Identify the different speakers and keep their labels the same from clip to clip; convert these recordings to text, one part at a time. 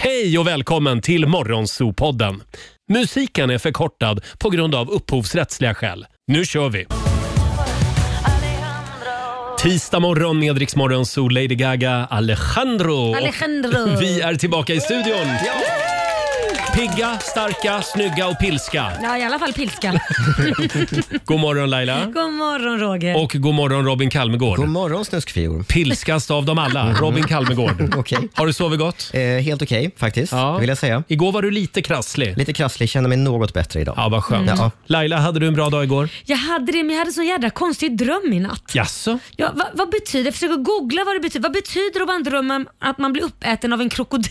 Speaker 1: Hej och välkommen till Morgonzoo-podden. Musiken är förkortad på grund av upphovsrättsliga skäl. Nu kör vi! Tisdag morgon med Rix Morgonzoo, Lady Gaga, Alejandro.
Speaker 2: Alejandro.
Speaker 1: Vi är tillbaka i studion. Pigga, starka, snygga och pilska.
Speaker 2: Ja, i alla fall pilska.
Speaker 1: God morgon Laila.
Speaker 2: God morgon Roger.
Speaker 1: Och god morgon Robin Kalmegård.
Speaker 3: God morgon snuskfior. Mm.
Speaker 1: Pilskast av dem alla, Robin Kalmegård.
Speaker 3: Okej.
Speaker 1: Har du sovit gott?
Speaker 3: Eh, helt okej faktiskt,
Speaker 1: Ja.
Speaker 3: det vill jag säga.
Speaker 1: Igår var du lite krasslig.
Speaker 3: Lite krasslig, känner mig något bättre idag. Mm.
Speaker 1: Ja, vad skönt.
Speaker 3: Ja.
Speaker 1: Laila, hade du en bra dag igår?
Speaker 2: Jag hade det, men jag hade en sån jädra konstig dröm i natt.
Speaker 1: Jaså?
Speaker 2: Ja, vad, vad betyder, jag försöker googla vad det betyder. Vad betyder om man drömmer att man blir uppäten av en krokodil?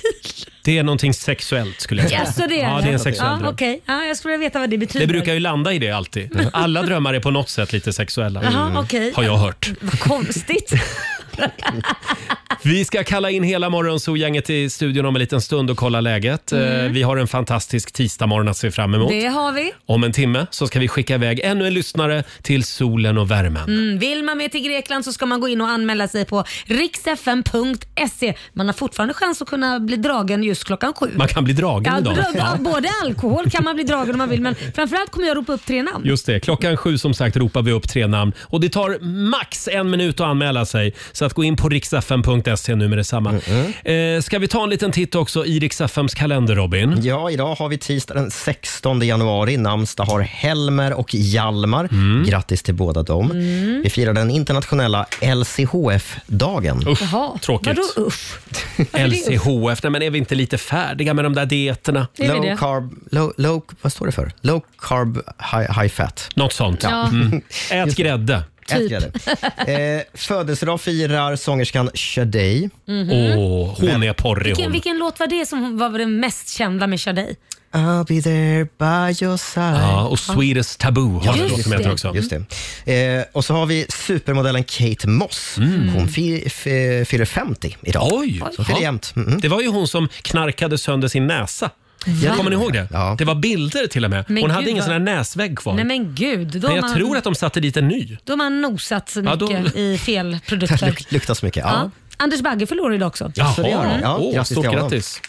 Speaker 1: Det är någonting sexuellt skulle jag säga.
Speaker 2: Jaså det
Speaker 1: Ja, det är en sexuell dröm.
Speaker 2: ja, okej. ja, Jag skulle vilja veta vad det betyder.
Speaker 1: Det brukar ju landa i det alltid. Alla drömmar är på något sätt lite sexuella. Mm.
Speaker 2: Jaha, okej.
Speaker 1: Har jag hört.
Speaker 2: Vad konstigt.
Speaker 1: Vi ska kalla in hela Morgonzoo-gänget i studion om en liten stund och kolla läget. Eh, Vi har en fantastisk tisdagmorgon att se fram emot.
Speaker 2: Mm. Det har vi.
Speaker 1: Om en timme så ska vi skicka iväg ännu en lyssnare till solen och värmen.
Speaker 2: Mm, vill man med till Grekland så ska man gå in och anmäla sig på riksfn.se. Man har fortfarande chans att kunna bli dragen just klockan sju.
Speaker 1: Man kan bli dragen
Speaker 2: Ja,
Speaker 1: idag.
Speaker 2: drog,
Speaker 1: Ja.
Speaker 2: ja. Både alkohol kan man bli dragen om man vill men framförallt kommer jag ropa upp tre namn.
Speaker 1: Just det, klockan sju som sagt ropar vi upp tre namn och det tar max en minut att anmäla sig. Så att gå in på riksfn.se nu med detsamma. Eh, ska vi ta en liten titt också i riksfms kalender Robin?
Speaker 3: Ja, idag har vi tisdag den 16 januari. Namnsdag har Helmer och Hjalmar.
Speaker 1: Mm.
Speaker 3: Grattis till båda dem.
Speaker 2: Mm.
Speaker 3: Vi firar den internationella LCHF-dagen.
Speaker 1: Usch,
Speaker 2: Jaha,
Speaker 1: tråkigt.
Speaker 2: Vadå usch? Varför det usch?
Speaker 1: LCHF, nej men är vi inte lite färdiga med de där dieterna?
Speaker 2: Det är väl
Speaker 3: Low
Speaker 2: det.
Speaker 3: carb, low, low, vad står det för? Low carb, high, high fat.
Speaker 1: Något sånt.
Speaker 2: Ja.
Speaker 1: Mm. Ät grädde.
Speaker 3: Typ. Eh, födelsedag firar sångerskan Sade.
Speaker 1: Mhm. Åh, hon är porrig
Speaker 2: Vilken,
Speaker 1: hon.
Speaker 2: vilken låt var det som var den mest kända med Sade?
Speaker 3: I'll be there by your side.
Speaker 1: Ja, och Swedish Taboo har en
Speaker 2: Just
Speaker 1: låt som heter
Speaker 2: det.
Speaker 1: också.
Speaker 3: Just det. Eh, och så har vi supermodellen Kate Moss. Hon fi- f- fyller 50 idag.
Speaker 1: Mm. Oj!
Speaker 3: Så fyller
Speaker 1: Ja.
Speaker 3: jämnt. Mm.
Speaker 1: Det var ju hon som knarkade sönder sin näsa. Kommer ni ihåg det?
Speaker 3: Ja.
Speaker 1: Det var bilder till och med.
Speaker 2: Men
Speaker 1: Hon hade
Speaker 2: gud,
Speaker 1: ingen
Speaker 2: vad-
Speaker 1: sån här näsvägg kvar.
Speaker 2: Nej men gud, då
Speaker 1: Men
Speaker 2: har
Speaker 1: jag
Speaker 2: man,
Speaker 1: tror att de satte dit en ny.
Speaker 2: då har man nosat så
Speaker 1: Ja,
Speaker 2: mycket
Speaker 1: då-
Speaker 2: i fel produkter.
Speaker 3: Luk- luktar så mycket.
Speaker 2: ja.
Speaker 3: Ja.
Speaker 2: Anders Bagge förlorade idag också.
Speaker 3: så det gör hon. Ja,
Speaker 1: Åh,
Speaker 3: grattis
Speaker 1: stort
Speaker 3: till honom.
Speaker 1: grattis.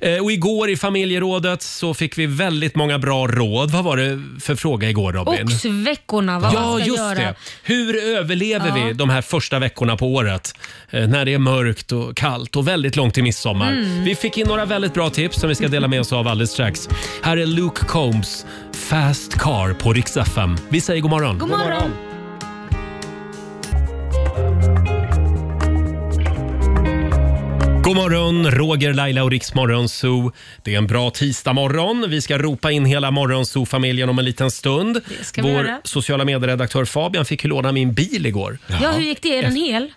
Speaker 1: Eh, Och igår i familjerådet så fick vi väldigt många bra råd. Vad var det för fråga igår Robin?
Speaker 2: Oxveckorna, vad man
Speaker 1: Ja,
Speaker 2: ska
Speaker 1: just
Speaker 2: göra.
Speaker 1: det. Hur överlever vi de här första veckorna på året? Eh, När det är mörkt och kallt och väldigt långt till midsommar.
Speaker 2: Mm.
Speaker 1: Vi fick in några väldigt bra tips som vi ska dela med oss av alldeles strax. Här är Luke Combs Fast Car på Rix FM. Vi säger god morgon.
Speaker 2: God morgon.
Speaker 1: God morgon, Roger, Laila och Riksmorgon Zoo. Det är en bra tisdagmorgon. Vi ska ropa in hela Morgonzoo-familjen om en liten stund.
Speaker 2: ska vi
Speaker 1: Vår
Speaker 2: göra.
Speaker 1: sociala medieredaktör Fabian fick ju låna min bil igår.
Speaker 2: Ja, hur gick det? Är den hel?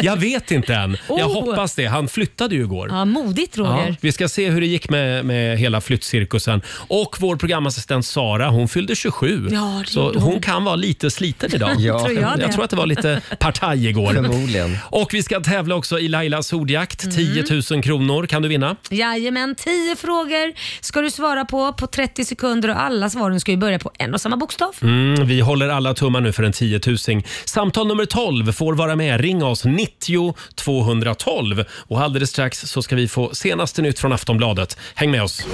Speaker 1: Jag vet inte än. Jag
Speaker 2: Oh.
Speaker 1: hoppas det. Han flyttade ju igår.
Speaker 2: Ja, modigt Roger.
Speaker 1: Ja, vi ska se hur det gick med, med hela flyttcirkusen. Och vår programassistent Sara, hon fyllde 27.
Speaker 2: Ja, det
Speaker 1: så
Speaker 2: gjorde
Speaker 1: hon kan vara lite sliten idag.
Speaker 3: Ja.
Speaker 2: Tror jag det.
Speaker 1: Jag tror att det var lite partaj igår.
Speaker 3: Förmodligen.
Speaker 1: Och vi ska tävla också i Lailas ordjakt.
Speaker 2: Mm.
Speaker 1: 10 000 kronor kan du vinna.
Speaker 2: Jajamän, 10 frågor ska du svara på på 30 sekunder och alla svaren ska ju börja på en och samma bokstav.
Speaker 1: Mm, vi håller alla tummar nu för en 10 000. Samtal nummer 12 får vara med. Ring oss 90 212. Och alldeles strax så ska vi få senaste nytt från Aftonbladet. Häng med oss.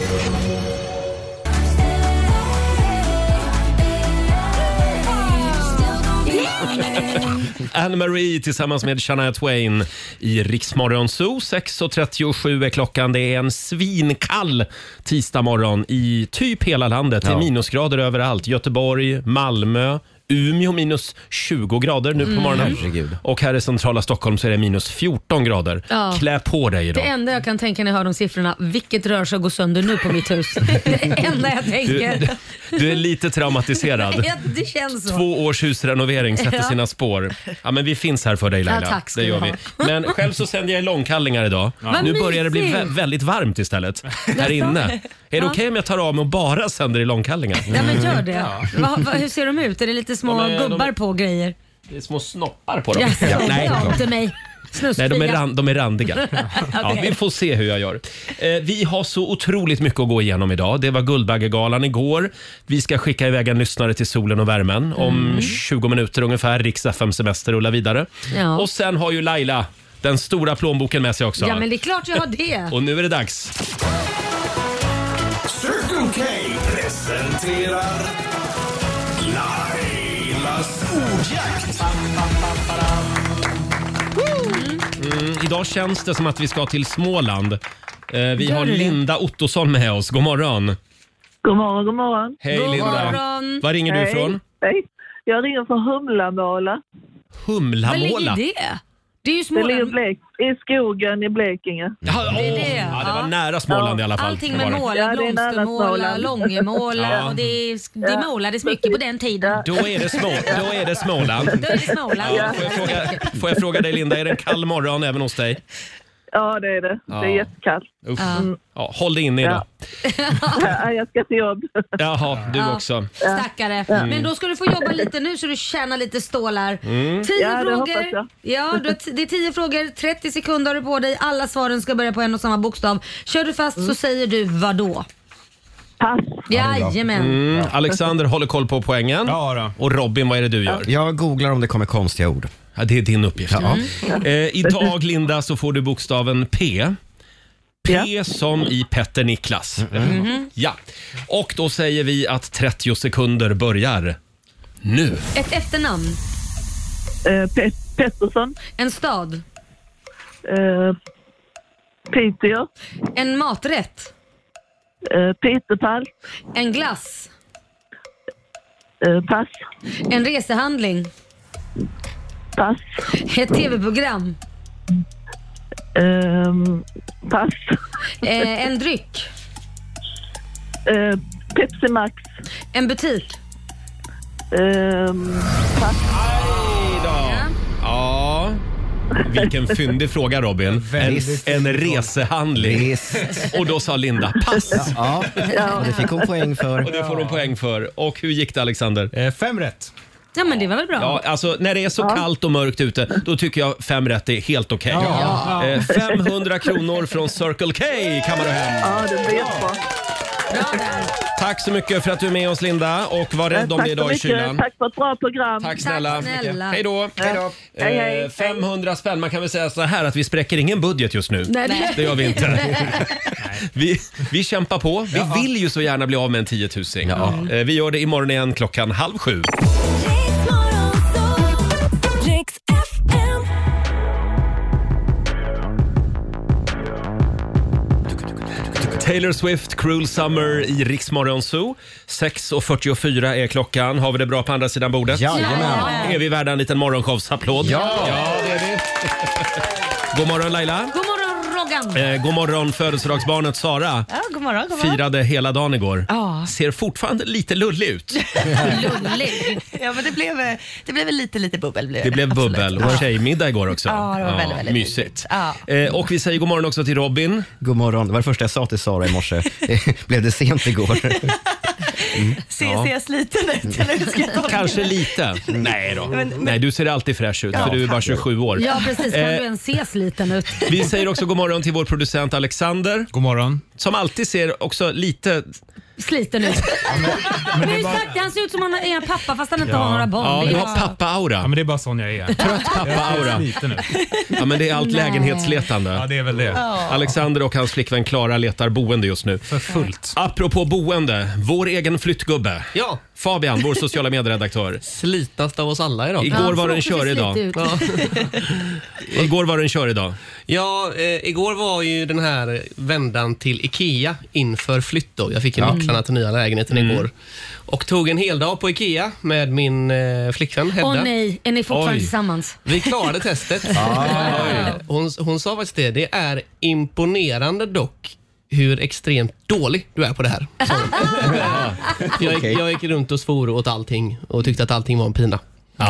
Speaker 1: Anne Marie tillsammans med Shania Twain i Riksmorgon Zoo. 6.37 är klockan. Det är en svinkall tisdagmorgon i typ hela landet. Det är
Speaker 3: Ja.
Speaker 1: minusgrader överallt. Göteborg, Malmö. Umeå minus 20 grader nu på morgonen.
Speaker 3: Mm. Herregud.
Speaker 1: Och här i centrala Stockholm så är det minus 14 grader.
Speaker 2: Ja.
Speaker 1: Klä på dig
Speaker 2: Det
Speaker 1: idag.
Speaker 2: enda jag kan tänka när jag hör de siffrorna, vilket rör sig och går sönder nu på mitt hus. Det enda jag
Speaker 1: Du,
Speaker 2: tänker.
Speaker 1: du är lite traumatiserad.
Speaker 2: Ja, Det känns så.
Speaker 1: Två års husrenovering sätter
Speaker 2: Ja.
Speaker 1: sina spår. Ja, men vi finns här för dig Laila.
Speaker 2: Ja, tack ska
Speaker 1: det
Speaker 2: du
Speaker 1: gör vi. Men själv så sänder jag långkallingar idag.
Speaker 2: Vad
Speaker 1: Nu börjar det bli
Speaker 2: mysigt.
Speaker 1: vä- väldigt varmt istället här inne. Är det okej om jag tar av mig och bara sänder i långkallingar?
Speaker 2: Ja men gör det. Va, va, hur ser de ut? Är det lite små
Speaker 1: Mm. De är- de-
Speaker 2: gubbar på och grejer?
Speaker 1: Det är små snoppar på dem.
Speaker 2: Jaså,
Speaker 1: Nej,
Speaker 2: ja, inte mig.
Speaker 1: Nej, de är,
Speaker 2: Snuskfia.
Speaker 1: ran, de är randiga. ja, vi får se hur jag gör. Eh, vi har så otroligt mycket att gå igenom idag. Det var Guldbaggegalan igår. Vi ska skicka iväg en lyssnare till solen och värmen.
Speaker 2: Mm.
Speaker 1: Om 20 minuter ungefär. Riks FM-semester rullar vidare.
Speaker 2: Ja.
Speaker 1: Och sen har ju Laila den stora plånboken med sig också.
Speaker 2: Ja, men det är klart jag har det.
Speaker 1: Och nu är det dags.
Speaker 4: Circle K presenterar Lailas ordjakt.
Speaker 1: Mm, idag känns det som att vi ska till Småland. Eh, vi
Speaker 2: Gör
Speaker 1: har
Speaker 2: du det?
Speaker 1: Linda Ottosson med oss. God morgon.
Speaker 5: God morgon, god morgon.
Speaker 1: Hej
Speaker 2: God
Speaker 1: Linda.
Speaker 2: morgon.
Speaker 1: Var ringer du
Speaker 5: Hej.
Speaker 1: ifrån?
Speaker 5: Hej. Jag ringer från Humlamåla.
Speaker 2: Var
Speaker 1: Humlamåla.
Speaker 2: ligger det? Det är ju
Speaker 5: Det ligger i,
Speaker 2: Småland.
Speaker 5: Blek- i skogen i Blekinge.
Speaker 1: Jaha, åh,
Speaker 2: Det är det,
Speaker 1: ja, det
Speaker 2: ja.
Speaker 1: var nära Småland i alla fall.
Speaker 2: Allting
Speaker 1: Det
Speaker 2: med
Speaker 1: var det.
Speaker 5: Ja, det
Speaker 2: måla,
Speaker 5: är nära
Speaker 2: blomstermåla,
Speaker 5: Småland.
Speaker 2: långemåla
Speaker 1: Ja.
Speaker 2: och det, det målades mycket på den tiden.
Speaker 1: Då är det, små, då är det Småland.
Speaker 2: Då är det Småland.
Speaker 1: Ja, får, jag fråga, får jag fråga dig Linda, är det en kall morgon även hos dig?
Speaker 5: Ja, det är det.
Speaker 1: Ja.
Speaker 5: Det är jättekallt. Mm.
Speaker 1: Uff. Ja, håll dig inne idag.
Speaker 5: Ja, jag ska till jobb.
Speaker 1: Jaha, du
Speaker 2: Ja.
Speaker 1: också.
Speaker 2: Stackare. Men då ska du få jobba lite nu så du tjänar lite stålar.
Speaker 1: Mm.
Speaker 2: Tio
Speaker 5: Ja, det hoppas
Speaker 2: frågor.
Speaker 5: jag.
Speaker 2: Ja, du har t- det är tio frågor, 30 sekunder har du på dig. Alla svaren ska börja på en och samma bokstav. Kör du fast så säger du vad då?
Speaker 5: Mm. Pass.
Speaker 2: Jajamän.
Speaker 1: Mm, Alexander håller koll på poängen.
Speaker 4: Ja,
Speaker 1: Och Robin, vad är det du gör?
Speaker 3: Jag googlar om det kommer konstiga ord.
Speaker 1: Ja, det är din uppgift. Eh, idag Linda så får du bokstaven P. P som i Petter Niklas. Ja. Och då säger vi att 30 sekunder börjar nu.
Speaker 2: Ett efternamn,
Speaker 5: Eh, Pe- Pettersson.
Speaker 2: en stad,
Speaker 5: Eh, Piteå.
Speaker 2: en maträtt,
Speaker 5: Eh, Pitepall.
Speaker 2: en glass,
Speaker 5: Eh, pass.
Speaker 2: en resehandling,
Speaker 5: Pass.
Speaker 2: ett tv-program,
Speaker 5: Ehm, pass.
Speaker 2: eh, en dryck,
Speaker 5: Eh, Pepsi Max.
Speaker 2: en butik.
Speaker 5: Ehm,
Speaker 1: Ja. ja. Vilken fyndig fråga Robin. En,
Speaker 3: Väldigt
Speaker 1: en resehandling. Och då sa Linda pass.
Speaker 3: Ja, och det fick hon poäng
Speaker 1: Och
Speaker 3: för.
Speaker 1: det får hon poäng för. Och hur gick det Alexander?
Speaker 4: Eh, Fem rätt.
Speaker 2: Ja men det var väl bra.
Speaker 1: Ja, alltså när det är så kallt och mörkt ute, då tycker jag fem rätt är helt okej. Eh, 500 kronor från Circle K kan man ha hem.
Speaker 5: ja, det blir jättebra.
Speaker 2: Bra där.
Speaker 1: Tack så mycket för att du är med oss Linda och var rädd om
Speaker 5: Tack
Speaker 1: dig
Speaker 5: så
Speaker 1: idag i
Speaker 5: mycket.
Speaker 1: kylan.
Speaker 5: Tack för ett bra program.
Speaker 1: Tack snälla.
Speaker 2: Tack snälla.
Speaker 1: Hej då.
Speaker 5: Hej, hej.
Speaker 1: Eh, 500 spänn. Man kan väl säga så här att vi spräcker ingen budget just nu.
Speaker 2: Nej,
Speaker 1: Det
Speaker 2: det-
Speaker 1: gör vi inte. vi, vi kämpar på. Vi vill ju så gärna bli av med en 10 000. Eh, Vi gör det imorgon igen klockan halv sju.
Speaker 6: Riks FM.
Speaker 1: Taylor Swift, Cruel Summer i Rix Morgon Zoo. 6.44 är klockan. Har vi det bra på andra sidan bordet?
Speaker 3: Jajamän.
Speaker 1: Är vi värda en liten morgonshowsapplåd?
Speaker 3: Ja.
Speaker 1: det är vi. god morgon Laila.
Speaker 2: God morgon Roggan.
Speaker 1: Eh, god morgon födelsedagsbarnet Sara.
Speaker 7: Ja, god morgon, god morgon.
Speaker 1: Firade hela dagen igår.
Speaker 7: Ja.
Speaker 1: Ser fortfarande lite lullig ut.
Speaker 2: Lullig.
Speaker 7: Ja, men det blev, eh, det blev väl lite, lite bubbel. Blev
Speaker 1: Det blev
Speaker 7: Absolut.
Speaker 1: bubbel
Speaker 7: Ja.
Speaker 1: och tjejmiddag igår också.
Speaker 7: Ja, det var väldigt, väldigt
Speaker 1: mysigt.
Speaker 7: mysigt.
Speaker 1: Eh, och vi säger god morgon också till Robin.
Speaker 3: God morgon. Det var det första jag sa till Sara i morse. Det Blev det sent igår? Mm.
Speaker 7: Ser, ser jag sliten
Speaker 1: Mm.
Speaker 7: ut? Eller hur ska jag tolka
Speaker 1: Kanske
Speaker 7: det?
Speaker 1: lite. Nej då.
Speaker 7: Men- men-
Speaker 1: Nej, du ser alltid fräsch ut för du är bara 27 år.
Speaker 2: Ja precis, kan
Speaker 1: Eh.
Speaker 2: du ens se sliten ut?
Speaker 1: Vi säger också god morgon till vår producent Alexander
Speaker 4: God morgon.
Speaker 1: som alltid ser också lite...
Speaker 2: Sliten ut. men det är sagt, han ser ut som han är en pappa fast han inte har några barn.
Speaker 1: Ja,
Speaker 2: Det är
Speaker 1: du
Speaker 2: ju-
Speaker 1: har
Speaker 4: Ja,
Speaker 1: pappa-aura.
Speaker 4: men det är bara sån jag är.
Speaker 1: Trött pappa-aura.
Speaker 4: Lite nu.
Speaker 1: Ja, men det är allt
Speaker 4: Ja,
Speaker 1: lägenhetsletande.
Speaker 4: det är väl det.
Speaker 1: Alexander och hans flickvän Klara letar boende just nu.
Speaker 4: För fullt.
Speaker 1: Apropå boende, vår egen flyttgubbe.
Speaker 8: Ja,
Speaker 1: Fabian, vår sociala medieredaktör.
Speaker 8: slitast av oss alla idag.
Speaker 1: Igår
Speaker 2: han
Speaker 1: var det
Speaker 2: såg
Speaker 1: en körig
Speaker 2: precis
Speaker 1: dag.
Speaker 2: lite ut.
Speaker 1: Igår var det en körig dag.
Speaker 8: Ja, eh, igår var ju den här vändan till IKEA inför flytt då. Jag fick ju nycklarna till nya lägenheten
Speaker 1: Mm.
Speaker 8: igår. Och tog en hel dag på IKEA med min eh, flickvän Hedda.
Speaker 2: Åh nej, är ni fortfarande
Speaker 1: Oj.
Speaker 2: tillsammans?
Speaker 8: Vi klarade testet. hon, hon sa faktiskt det. Det är imponerande dock hur extremt dålig du är på det här. sa hon. jag, gick, jag gick runt och svor åt allting och tyckte att allting var en pina. Mm.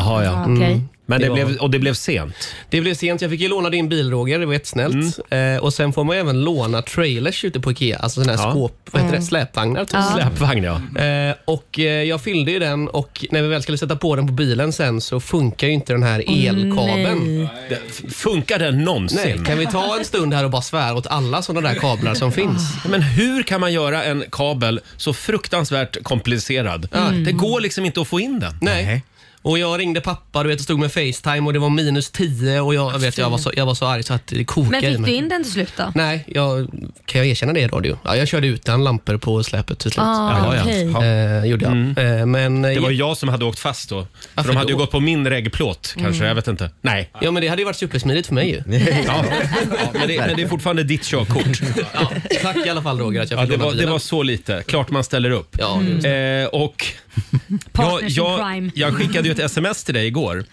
Speaker 1: Jaha, ja.
Speaker 2: Okej.
Speaker 1: Men det
Speaker 8: Det var-
Speaker 1: blev, och det blev sent.
Speaker 8: Det blev sent. Jag fick ju låna din bil Roger, det var jättesnällt. Eh, och sen får man ju även låna trailers ute på Ikea, alltså sådana här
Speaker 1: Mm. Ja.
Speaker 8: skåp, vad heter det, släpvagnar. Typ.
Speaker 1: Släpvagn, ja.
Speaker 8: Eh, och eh, jag fyllde ju den och när vi väl skulle sätta på den på bilen sen så funkar ju inte den här elkabeln. Nej.
Speaker 1: Det, f- funkar den någonsin?
Speaker 8: Kan vi ta en stund här och bara svära åt alla sådana där kablar som finns?
Speaker 1: Men hur kan man göra en kabel så fruktansvärt komplicerad? Det går liksom inte att få in den.
Speaker 8: Mm. Nej. Och jag ringde pappa du vet, och stod med Facetime och det var minus 10 och jag, vet, jag, var, så, jag var så arg så att det kokade
Speaker 2: Men
Speaker 8: i
Speaker 2: fick
Speaker 8: mig.
Speaker 2: du in den till slut då?
Speaker 8: Nej, jag, kan jag erkänna det i radio? Ja, jag körde utan lampor på släpet till slut.
Speaker 2: Ah,
Speaker 1: ja.
Speaker 2: okej.
Speaker 8: Eh, gjorde jag. Eh, men,
Speaker 1: Mm. Det var ju jag som hade åkt fast då. För
Speaker 8: Varför
Speaker 1: de hade ju
Speaker 8: då?
Speaker 1: gått på min reggplåt kanske,
Speaker 8: Mm.
Speaker 1: jag vet inte. Nej.
Speaker 8: ja, men det hade ju varit supersmidigt för mig ju.
Speaker 1: Ja. Ja, men, det, men det är fortfarande ditt körkort.
Speaker 8: Ja, tack i alla fall Roger att jag
Speaker 1: Ja,
Speaker 8: fick
Speaker 1: det,
Speaker 8: låna
Speaker 1: var, det
Speaker 8: bilen.
Speaker 1: var så lite. Klart man ställer upp.
Speaker 8: Ja, just
Speaker 1: Eh, och jag,
Speaker 2: Partners in
Speaker 1: jag,
Speaker 2: crime.
Speaker 1: jag skickade ju ett sms till dig igår.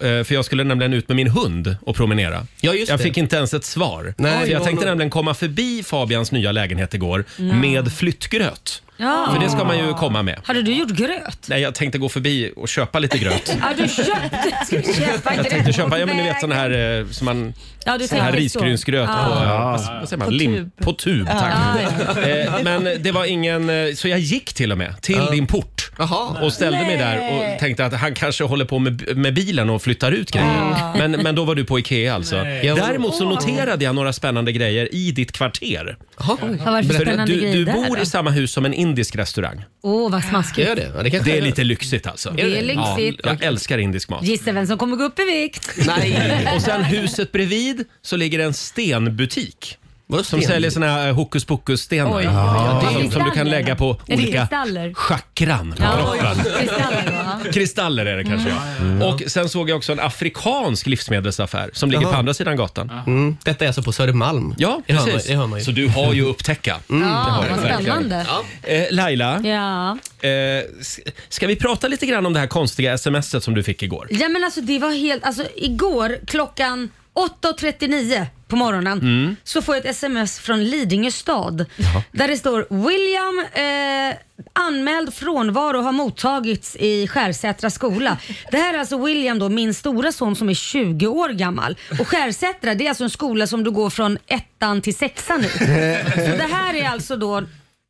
Speaker 1: eh, För jag skulle nämligen ut med min hund och promenera.
Speaker 8: Ja, just
Speaker 1: jag
Speaker 8: det.
Speaker 1: fick inte ens ett svar.
Speaker 8: Nej,
Speaker 1: för
Speaker 8: det
Speaker 1: jag
Speaker 8: var
Speaker 1: tänkte
Speaker 8: nog-
Speaker 1: nämligen komma förbi Fabians nya lägenhet igår med flyttgröt.
Speaker 2: Ja.
Speaker 1: För det ska man ju komma med.
Speaker 2: Hade du gjort gröt?
Speaker 1: Nej, jag tänkte gå förbi och köpa lite gröt.
Speaker 2: Ja, du köpte. Ska du köpa
Speaker 1: Jag tänkte köpa, ja men ni vet sån här, eh, som man,
Speaker 2: Ja, du
Speaker 1: sån här
Speaker 2: tänker så.
Speaker 1: risgrynsgröt på,
Speaker 3: Ja.
Speaker 1: vad, vad säger man? Lim,
Speaker 7: tub.
Speaker 1: På tub, tack.
Speaker 2: Ja, Ah, ja.
Speaker 1: Eh, men det var ingen, eh, så jag gick till och med till din port.
Speaker 8: Jaha.
Speaker 1: Och ställde mig där och
Speaker 7: Nej.
Speaker 1: tänkte att han kanske håller på med, med bilen och flyttar ut grejer. Men, men då var du på Ikea alltså. Däremot så noterade jag några spännande grejer i ditt kvarter.
Speaker 8: Jaha.
Speaker 2: Vad var det för
Speaker 1: För
Speaker 2: spännande
Speaker 1: du,
Speaker 2: grejer
Speaker 1: du
Speaker 2: där
Speaker 1: bor
Speaker 2: då?
Speaker 1: i samma hus som en indisk restaurang.
Speaker 2: Åh, vad smaskigt.
Speaker 8: Gör det? Ja, det, kanske
Speaker 1: Det är
Speaker 8: jag gör.
Speaker 1: lite lyxigt alltså.
Speaker 2: Det är lyxigt.
Speaker 1: Ja, jag älskar indisk mat.
Speaker 2: Gissa vem som kommer gå upp i vikt?
Speaker 8: Nej.
Speaker 1: Eh, Och sen huset bredvid så ligger det en stenbutik.
Speaker 8: Vadå
Speaker 1: Som
Speaker 8: sten?
Speaker 1: säljer såna här eh, hokus pokus-stenar.
Speaker 2: Ja,
Speaker 1: Som, som du kan
Speaker 2: kristaller.
Speaker 1: lägga på
Speaker 2: Är det
Speaker 1: olika
Speaker 2: kristaller?
Speaker 1: chakran på kroppen.
Speaker 2: Kristaller, va?
Speaker 1: Kristaller är det kanske.
Speaker 2: Mm.
Speaker 1: Och sen såg jag också en afrikansk livsmedelsaffär som ligger
Speaker 8: Jaha.
Speaker 1: på andra sidan gatan.
Speaker 8: Mm. Detta är alltså på Södermalm.
Speaker 1: Ja,
Speaker 8: det hör, man,
Speaker 1: precis.
Speaker 8: det hör man ju. Mm.
Speaker 1: Så du har ju att upptäcka.
Speaker 2: Ja,
Speaker 1: det
Speaker 2: vad
Speaker 1: verkligen.
Speaker 2: spännande.
Speaker 1: Eh, Laila,
Speaker 2: Ja.
Speaker 1: eh, s- ska vi prata lite grann om det här konstiga smset som du fick igår?
Speaker 2: ja, men alltså det var helt... Alltså igår klockan 8.39 på morgonen
Speaker 8: Mm.
Speaker 1: Mm.
Speaker 2: så får jag ett sms från Lidingö stad där det står William eh, anmäld frånvaro har mottagits i Skärsätra skola. Det här är alltså William då, min stora son som är 20 år gammal. Och Skärsätra det är alltså en skola som du går från ettan till sexan i. Så det här är alltså då,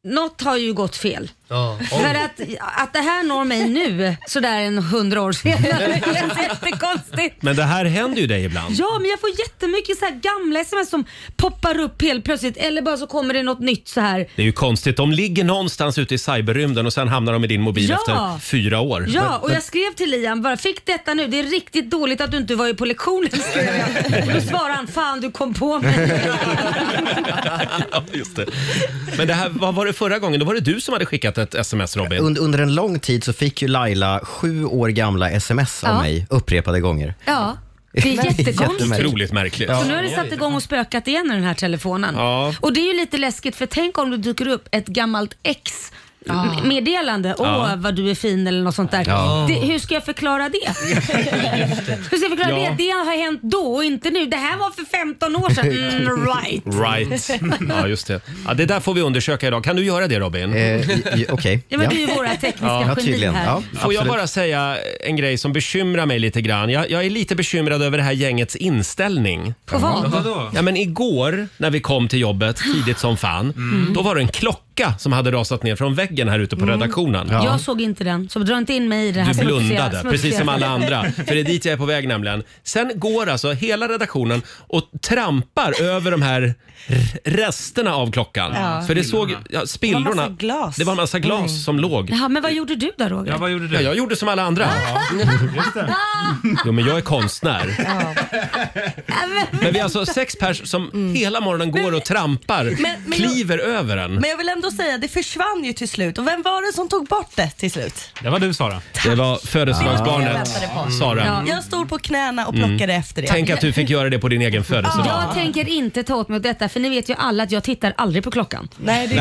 Speaker 2: något har ju gått fel.
Speaker 8: Ja.
Speaker 2: För att, att det här når mig nu, sådär en hundra år senare, känns jättekonstigt.
Speaker 1: Men det här händer ju dig ibland.
Speaker 2: Ja, men jag får jättemycket så här gamla sms som poppar upp helt plötsligt eller bara så kommer det något nytt så här.
Speaker 1: Det är ju konstigt. De ligger någonstans ute i cyberrymden och sen hamnar de i din mobil
Speaker 2: Ja.
Speaker 1: efter fyra år.
Speaker 2: Ja, och jag skrev till Liam bara fick detta nu, det är riktigt dåligt att du inte var ju på lektionen skrev jag. Och Då svarade han fan du kom på mig.
Speaker 1: Ja, Just det. Men det här, vad var det förra gången? Då var det du som hade skickat ett sms, Robin.
Speaker 3: Under, under en lång tid så fick ju Laila sju år gamla sms av
Speaker 2: Ja.
Speaker 3: mig upprepade gånger.
Speaker 2: Ja, det är jättekonstigt.
Speaker 3: Jättemärkligt.
Speaker 1: Otroligt märkligt.
Speaker 2: Så nu har det satt igång och spökat igen i den här telefonen.
Speaker 1: Ja.
Speaker 2: Och det är ju lite läskigt för tänk om det dyker upp ett gammalt ex
Speaker 3: Ah.
Speaker 2: meddelande. Åh vad du är fin eller något sånt där. Det, hur ska jag förklara det? hur ska jag förklara
Speaker 1: Ja.
Speaker 2: det? Det har hänt då och inte nu. Det här var för 15 år sedan. Mm, right.
Speaker 1: Right. Ja, just det. Ja, det där får vi undersöka idag. Kan du göra det, Robin?
Speaker 3: Eh, i- i- Okej.
Speaker 2: Ja, men Du
Speaker 3: ja.
Speaker 2: är ju våra tekniska
Speaker 3: ja,
Speaker 2: geni
Speaker 3: tydligen.
Speaker 2: här.
Speaker 3: Ja,
Speaker 1: Får jag
Speaker 3: absolut.
Speaker 1: bara säga en grej som bekymrar mig lite grann? Jag, jag är lite bekymrad över det här gängets inställning.
Speaker 2: På vad?
Speaker 4: Vadå?
Speaker 1: Ja, men igår när vi kom till jobbet tidigt som fan, då var det en klocka som hade rasat ner från väggen här ute på redaktionen.
Speaker 2: Mm. Jag såg inte den, så dra inte in mig i det här
Speaker 1: Du
Speaker 2: smutsiga-
Speaker 1: blundade,
Speaker 2: smutsiga.
Speaker 1: precis som alla andra. För det är dit jag är på väg nämligen. Sen går alltså hela redaktionen och trampar över de här r- resterna av klockan. För det såg, ja, spillrorna.
Speaker 7: Det var massa glas.
Speaker 1: Det var en massa glas som låg.
Speaker 2: Jaha, men vad gjorde du där Roger? Ah!
Speaker 4: Ja, vad gjorde
Speaker 1: Ja,
Speaker 4: du?
Speaker 1: jag gjorde som alla andra. Jo, men jag är konstnär. Men vi är alltså sex pers som hela morgonen går och trampar,
Speaker 7: Mm. men-
Speaker 1: kliver över en.
Speaker 7: Men jag vill ändå säga, det försvann ju till slut. Och vem var det som tog bort det till slut?
Speaker 4: Det var du Sara.
Speaker 1: Det var födelsedagsbarnet,
Speaker 7: Ja, jag väntade på.
Speaker 1: Sara. Mm.
Speaker 7: Jag stod på knäna och plockade efter det.
Speaker 1: Tänk att du fick göra det på din egen födelsedag.
Speaker 2: Jag tänker inte ta åt mig åt detta för ni vet ju alla att jag tittar aldrig på klockan.
Speaker 7: Nej, det
Speaker 2: Så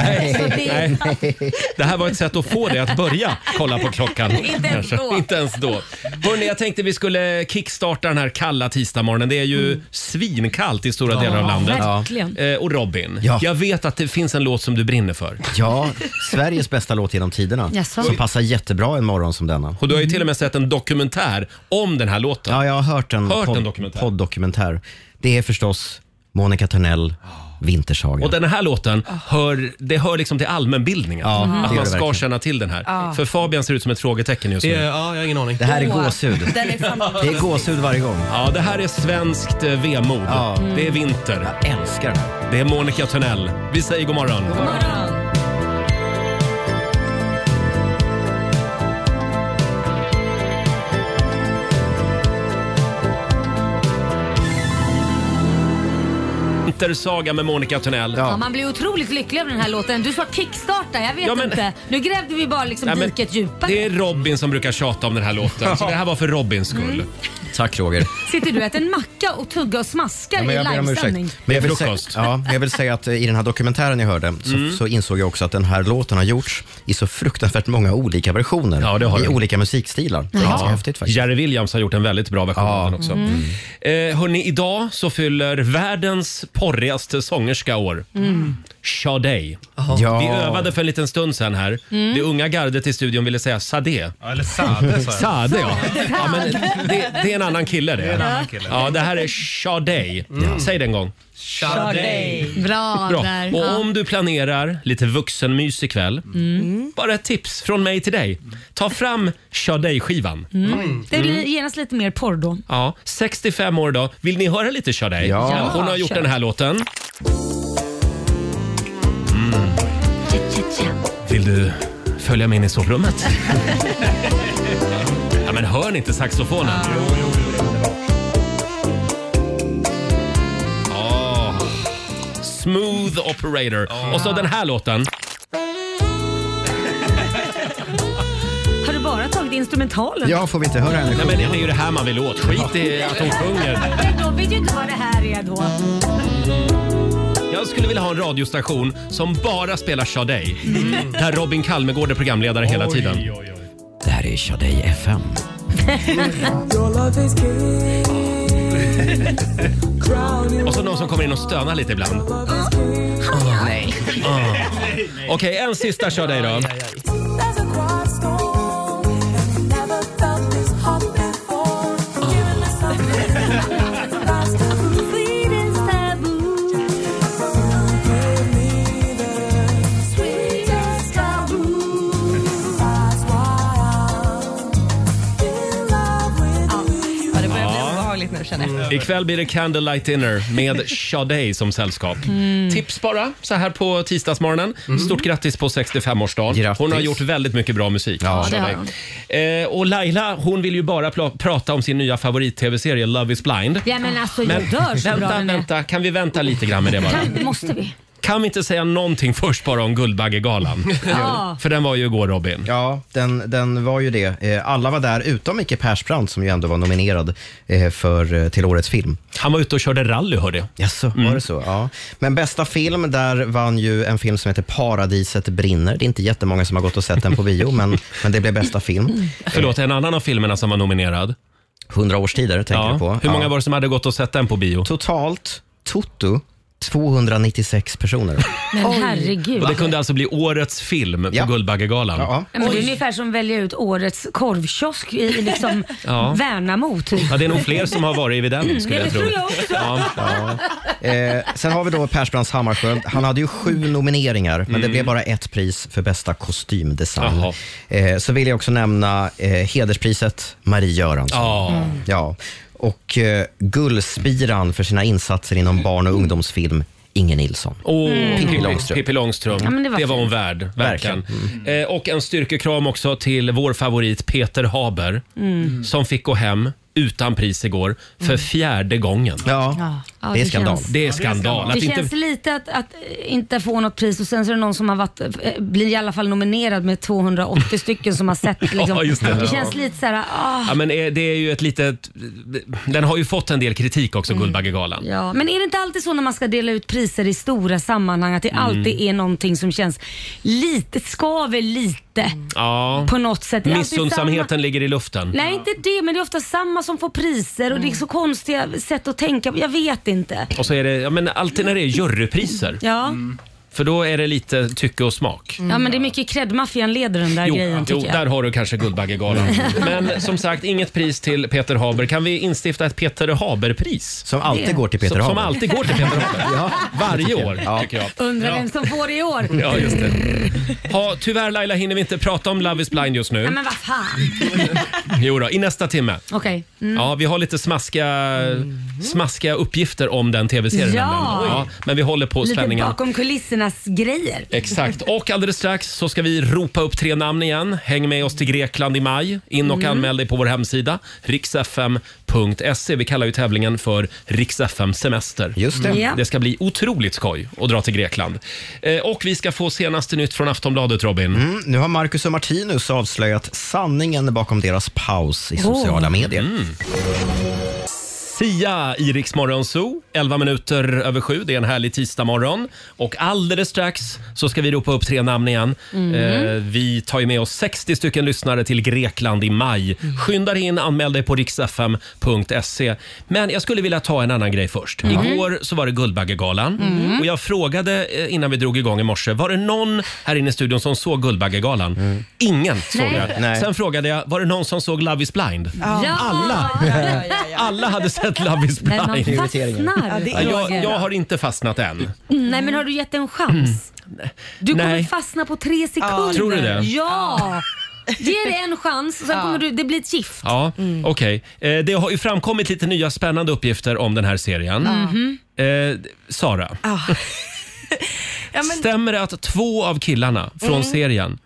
Speaker 2: det,
Speaker 1: Nej. Det här var ett sätt att få dig att börja kolla på klockan.
Speaker 2: Inte ens
Speaker 1: kanske.
Speaker 2: då.
Speaker 1: Inte ens då. Hörrni, jag tänkte vi skulle kickstarta den här kalla tisdagsmorgonen. Det är ju svinkallt i stora delar av landet.
Speaker 2: Mm. verkligen.
Speaker 1: Eh, Och Robin,
Speaker 3: Ja.
Speaker 1: jag vet att det finns en låt som du brinner för.
Speaker 3: Ja, Sveriges bästa låt genom tiderna.
Speaker 2: Jaså?
Speaker 3: Som passar jättebra en morgon som denna.
Speaker 1: Och du har ju till och med sett en dokumentär om den här låten.
Speaker 3: Ja, jag har hört en,
Speaker 1: Hört en
Speaker 3: pod-
Speaker 1: dokumentär.
Speaker 3: poddokumentär. Det är förstås Monica Törnell, Vintersaga.
Speaker 1: Och den här låten, hör, det hör liksom till allmänbildningen.
Speaker 3: Ja, det
Speaker 1: Att
Speaker 3: gör det
Speaker 1: man ska
Speaker 3: verkligen.
Speaker 1: känna till den här. För Fabian ser ut som ett frågetecken just
Speaker 8: Det,
Speaker 1: nu.
Speaker 8: ja, jag har ingen aning.
Speaker 3: Det här är
Speaker 7: Åh,
Speaker 3: gåshud.
Speaker 7: Den är fan...
Speaker 3: Det är gåshud varje gång.
Speaker 1: Ja, det här är svenskt eh, vemod.
Speaker 3: Ja.
Speaker 1: Det är vinter.
Speaker 3: Jag älskar den.
Speaker 1: Det är Monica Törnell. Vi säger god morgon. Vintersaga med Monica Tunnell.
Speaker 2: Ja, man blir otroligt lycklig över den här låten. Du sa kickstarta, jag vet
Speaker 1: Ja, men-
Speaker 2: inte. Nu grävde vi bara liksom
Speaker 1: Nej, men
Speaker 2: diket djupare.
Speaker 1: Det är Robin som brukar tjata om den här låten, så det här var för Robins skull.
Speaker 3: Tack Roger.
Speaker 2: Sitter du och äter en macka och tuggar och smaskar
Speaker 3: Ja, men jag
Speaker 2: i
Speaker 3: ber om
Speaker 2: livesändning?
Speaker 3: ursäkt. Men jag
Speaker 1: Det är
Speaker 3: vill säga,
Speaker 1: frukost. Mm.
Speaker 3: ja, men jag vill säga att eh, i den här dokumentären jag hörde så, så insåg jag också att den här låten har gjorts i så fruktansvärt många olika versioner.
Speaker 1: Ja, det har
Speaker 3: I
Speaker 1: den.
Speaker 3: olika musikstilar. Det är ganska häftigt faktiskt. Mm.
Speaker 1: Jerry Williams har gjort en väldigt bra version av den också. Eh, hörni, idag så fyller världens porrigaste sångerska år.
Speaker 2: Mm.
Speaker 7: Mm.
Speaker 1: Sade.
Speaker 3: Ja. Mm.
Speaker 1: Vi övade för en liten stund sen här. Det unga gardet i studion ville säga Sade.
Speaker 4: Ja, eller Sade sa jag.
Speaker 1: Sade ja. ja men det, det är en annan kille det.
Speaker 4: en annan kille. Mm.
Speaker 1: Ja, det här är Sade. Säg det en gång.
Speaker 2: Bra,
Speaker 1: Bra.
Speaker 2: där.
Speaker 1: Och
Speaker 2: Ja. Mm.
Speaker 1: om du planerar lite vuxenmys ikväll, bara ett tips från mig till dig. Ta fram Sade-skivan.
Speaker 7: Mm.
Speaker 2: Det blir
Speaker 1: Mm.
Speaker 2: genast lite mer porr då.
Speaker 1: Ja, 65 år idag. Vill ni höra lite Sade?
Speaker 3: Ja.
Speaker 1: Hon har gjort den här låten. Vill du följa med in i sovrummet? ja, men hör ni inte saxofonen? Ah. Smooth operator. Och så den här låten.
Speaker 2: Har du bara tagit instrumentalen?
Speaker 3: Ja, får vi inte höra henne
Speaker 1: Nej, men det är ju det här man vill åt. Skit i att hon sjunger.
Speaker 2: Men de vet ju inte vad det här är då.
Speaker 1: Jag skulle vilja ha en radiostation som bara spelar Sade. Där Robin Kalmegård är programledare hela tiden.
Speaker 4: Oj, oj, oj.
Speaker 3: Det här är Sade FM.
Speaker 1: Och så någon som kommer in och stönar lite ibland. Ah. Okej, en sista kör dig då.
Speaker 7: Ja, det börjar bli obehagligt nu känner
Speaker 1: Mm.
Speaker 7: jag.
Speaker 1: Ikväll blir det candlelight dinner med Sade som sällskap.
Speaker 2: Mm.
Speaker 1: Tips bara så här på tisdagsmorgonen. Stort grattis på 65-årsdagen. Hon har
Speaker 3: Grattis.
Speaker 1: gjort väldigt mycket bra musik.
Speaker 3: Ja,
Speaker 1: Sade.
Speaker 2: det har
Speaker 1: Eh, och Laila, hon vill ju bara pla- prata om sin nya favorit-tv-serie Love is blind.
Speaker 2: Ja men alltså jag dör så bra
Speaker 1: vänta,
Speaker 2: den är.
Speaker 1: vänta. Kan vi vänta lite grann med det bara?
Speaker 2: Kan, måste vi?
Speaker 1: Kan vi inte säga någonting först bara om Guldbaggegalan?
Speaker 2: Ja.
Speaker 1: För den var ju igår Robin.
Speaker 3: Ja, den, den var ju det. Eh, Alla var där utom Micke Persbrandt som ju ändå var nominerad eh, för, eh, till årets film.
Speaker 1: Han var ute och körde rally hörde jag.
Speaker 3: Jaså, var
Speaker 1: Mm.
Speaker 3: det så? Ja. Men bästa film, där vann ju en film som heter Paradiset brinner. Det är inte jättemånga som har gått och sett den på bio, men, men det blev bästa film.
Speaker 1: Förlåt, en annan av filmerna som var nominerad.
Speaker 3: 100 årstider tänker
Speaker 1: Ja.
Speaker 3: du på.
Speaker 1: Hur många
Speaker 3: Ja.
Speaker 1: var det som hade gått och sett den på bio?
Speaker 3: Totalt, Toto, 296 personer.
Speaker 2: Men herregud.
Speaker 1: Och det kunde alltså bli årets film på
Speaker 3: Ja.
Speaker 1: Guldbaggegalan. Ja.
Speaker 3: Ja,
Speaker 2: Ja, Men det är ungefär som att välja ut årets korvkiosk i i liksom
Speaker 1: Ja.
Speaker 2: Värnamo typ.
Speaker 1: det är nog fler som har varit vid den skulle
Speaker 2: Mm. Ja,
Speaker 1: jag
Speaker 2: det
Speaker 1: tro.
Speaker 2: tror jag också.
Speaker 1: Ja.
Speaker 3: Eh, sen har vi då Persbrandts Hammarskjöld. Han hade ju sju nomineringar, men det blev bara ett pris för bästa kostymdesign.
Speaker 1: Mm. Jaha.
Speaker 3: Eh, så vill jag också nämna eh, hederspriset Marie Göransson. Mm.
Speaker 1: Ja.
Speaker 3: Ja. Och eh, Guldspiran för sina insatser inom barn och ungdomsfilm, Inge Nilsson.
Speaker 1: Och Pippi
Speaker 3: Långstrump.
Speaker 1: Pippi Långstrump.
Speaker 2: Mm. men
Speaker 1: det,
Speaker 2: det
Speaker 1: var
Speaker 2: var
Speaker 1: hon värd, verkligen. Eh, och en styrkekram också till vår favorit Peter Haber
Speaker 2: Mm.
Speaker 1: som fick gå hem utan pris igår för fjärde gången.
Speaker 3: Ja,
Speaker 2: Ja,
Speaker 3: det är
Speaker 2: det
Speaker 3: skandal.
Speaker 2: känns.
Speaker 1: Det är skandal.
Speaker 2: Det
Speaker 1: Att
Speaker 2: känns
Speaker 1: inte,
Speaker 2: lite att, att inte få något pris och sen så är det någon som har varit, eh, blir i alla fall nominerad med 280 stycken som har sett. Liksom.
Speaker 1: Ja, just det.
Speaker 2: känns lite så här, ah.
Speaker 1: Ja, men eh, det är ju ett litet... Den har ju fått en del kritik också, Guldbaggegalan.
Speaker 2: Mm. Ja, men är det inte alltid så när man ska dela ut priser i stora sammanhang att det
Speaker 1: Mm.
Speaker 2: alltid är någonting som känns lite, skaver lite
Speaker 1: Ja.
Speaker 2: på något sätt? Alltså, Det är alltid samma-
Speaker 1: Missundsamheten ligger i luften.
Speaker 2: Nej, inte det, men det är ofta samma som får priser och det är
Speaker 1: Mm.
Speaker 2: så konstiga sätt att tänka på. Jag vet inte.
Speaker 1: Och så är det, ja, men alltid när det är jurypriser,
Speaker 2: Ja,
Speaker 1: för då är det lite tycke och smak.
Speaker 2: ja men det är mycket cred-maffian leder den där
Speaker 1: Jo,
Speaker 2: grejen
Speaker 1: jo
Speaker 2: tycker jag.
Speaker 1: där har du kanske Guldbaggegalan. Men som sagt, inget pris till Peter Haber. Kan vi instifta ett Peter Haber-pris?
Speaker 3: Som alltid går till Peter
Speaker 1: som, som
Speaker 3: Haber.
Speaker 1: alltid går till Peter Haber. Varje år, tycker jag.
Speaker 2: Undrar vem som får det i år.
Speaker 1: Ja, just det. Ha, tyvärr Laila hinner vi inte prata om Love is blind just
Speaker 2: Nej
Speaker 1: nu.
Speaker 2: men vad fan.
Speaker 1: Jo då, i nästa timme.
Speaker 2: Okej. Mm.
Speaker 1: Ja, vi har lite smaskiga, smaskiga uppgifter om den tv-serien.
Speaker 2: Ja.
Speaker 1: nämligen. Men vi håller på
Speaker 2: Lite
Speaker 1: spänningen.
Speaker 2: bakom kulisserna marknadsgrejer.
Speaker 1: Exakt. Och alldeles strax så ska vi ropa upp tre namn igen. Häng med oss till Grekland i maj. In och anmäl dig på vår hemsida, riksfm.se. Vi kallar ju tävlingen för Riksfm Semester. Mm.
Speaker 3: Just det.
Speaker 2: Ja.
Speaker 1: Det ska bli otroligt skoj att dra till Grekland. Eh, Och vi ska få senaste nytt från Aftonbladet, Robin.
Speaker 3: Mm, nu har Marcus och Martinus avslöjat sanningen bakom deras paus i sociala medier.
Speaker 1: Mm. Sia i Rix Morgon Zoo, 11 minuter över sju. Det är en härlig tisdagmorgon. Och alldeles strax så ska vi ropa upp tre namn igen. Eh, vi tar ju med oss 60 stycken lyssnare till Grekland i maj. Skynda dig in, anmäl dig på riksfm.se. Men jag skulle vilja ta en annan grej först. Igår så var det Guldbaggegalan och jag frågade eh, innan vi drog igång i morse, var det någon här inne i studion som såg Guldbaggegalan? Ingen såg
Speaker 2: Nej.
Speaker 1: det.
Speaker 3: Nej.
Speaker 1: Sen frågade jag, var det någon som såg Love is blind?
Speaker 2: Ja.
Speaker 1: Alla. Alla hade sett Love is
Speaker 2: Men man
Speaker 1: blind.
Speaker 3: Prioriteringen.
Speaker 2: fastnar.
Speaker 7: Ja, det är-
Speaker 1: Jag, jag har inte fastnat än.
Speaker 2: Mm. Nej men har du gett en chans? Du kommer
Speaker 1: Mm. Nej.
Speaker 2: fastna på tre sekunder.
Speaker 1: Tror du det?
Speaker 2: Ja! Ge det en chans, sen kommer du, det blir ett gift.
Speaker 1: Ja,
Speaker 2: Mm.
Speaker 1: okej. Eh, Det har ju framkommit lite nya spännande uppgifter om den här serien.
Speaker 2: Mm-hmm.
Speaker 1: Eh, Sara,
Speaker 2: Ah.
Speaker 7: Ja, men
Speaker 1: stämmer det att två av killarna från
Speaker 2: Mm.
Speaker 1: serien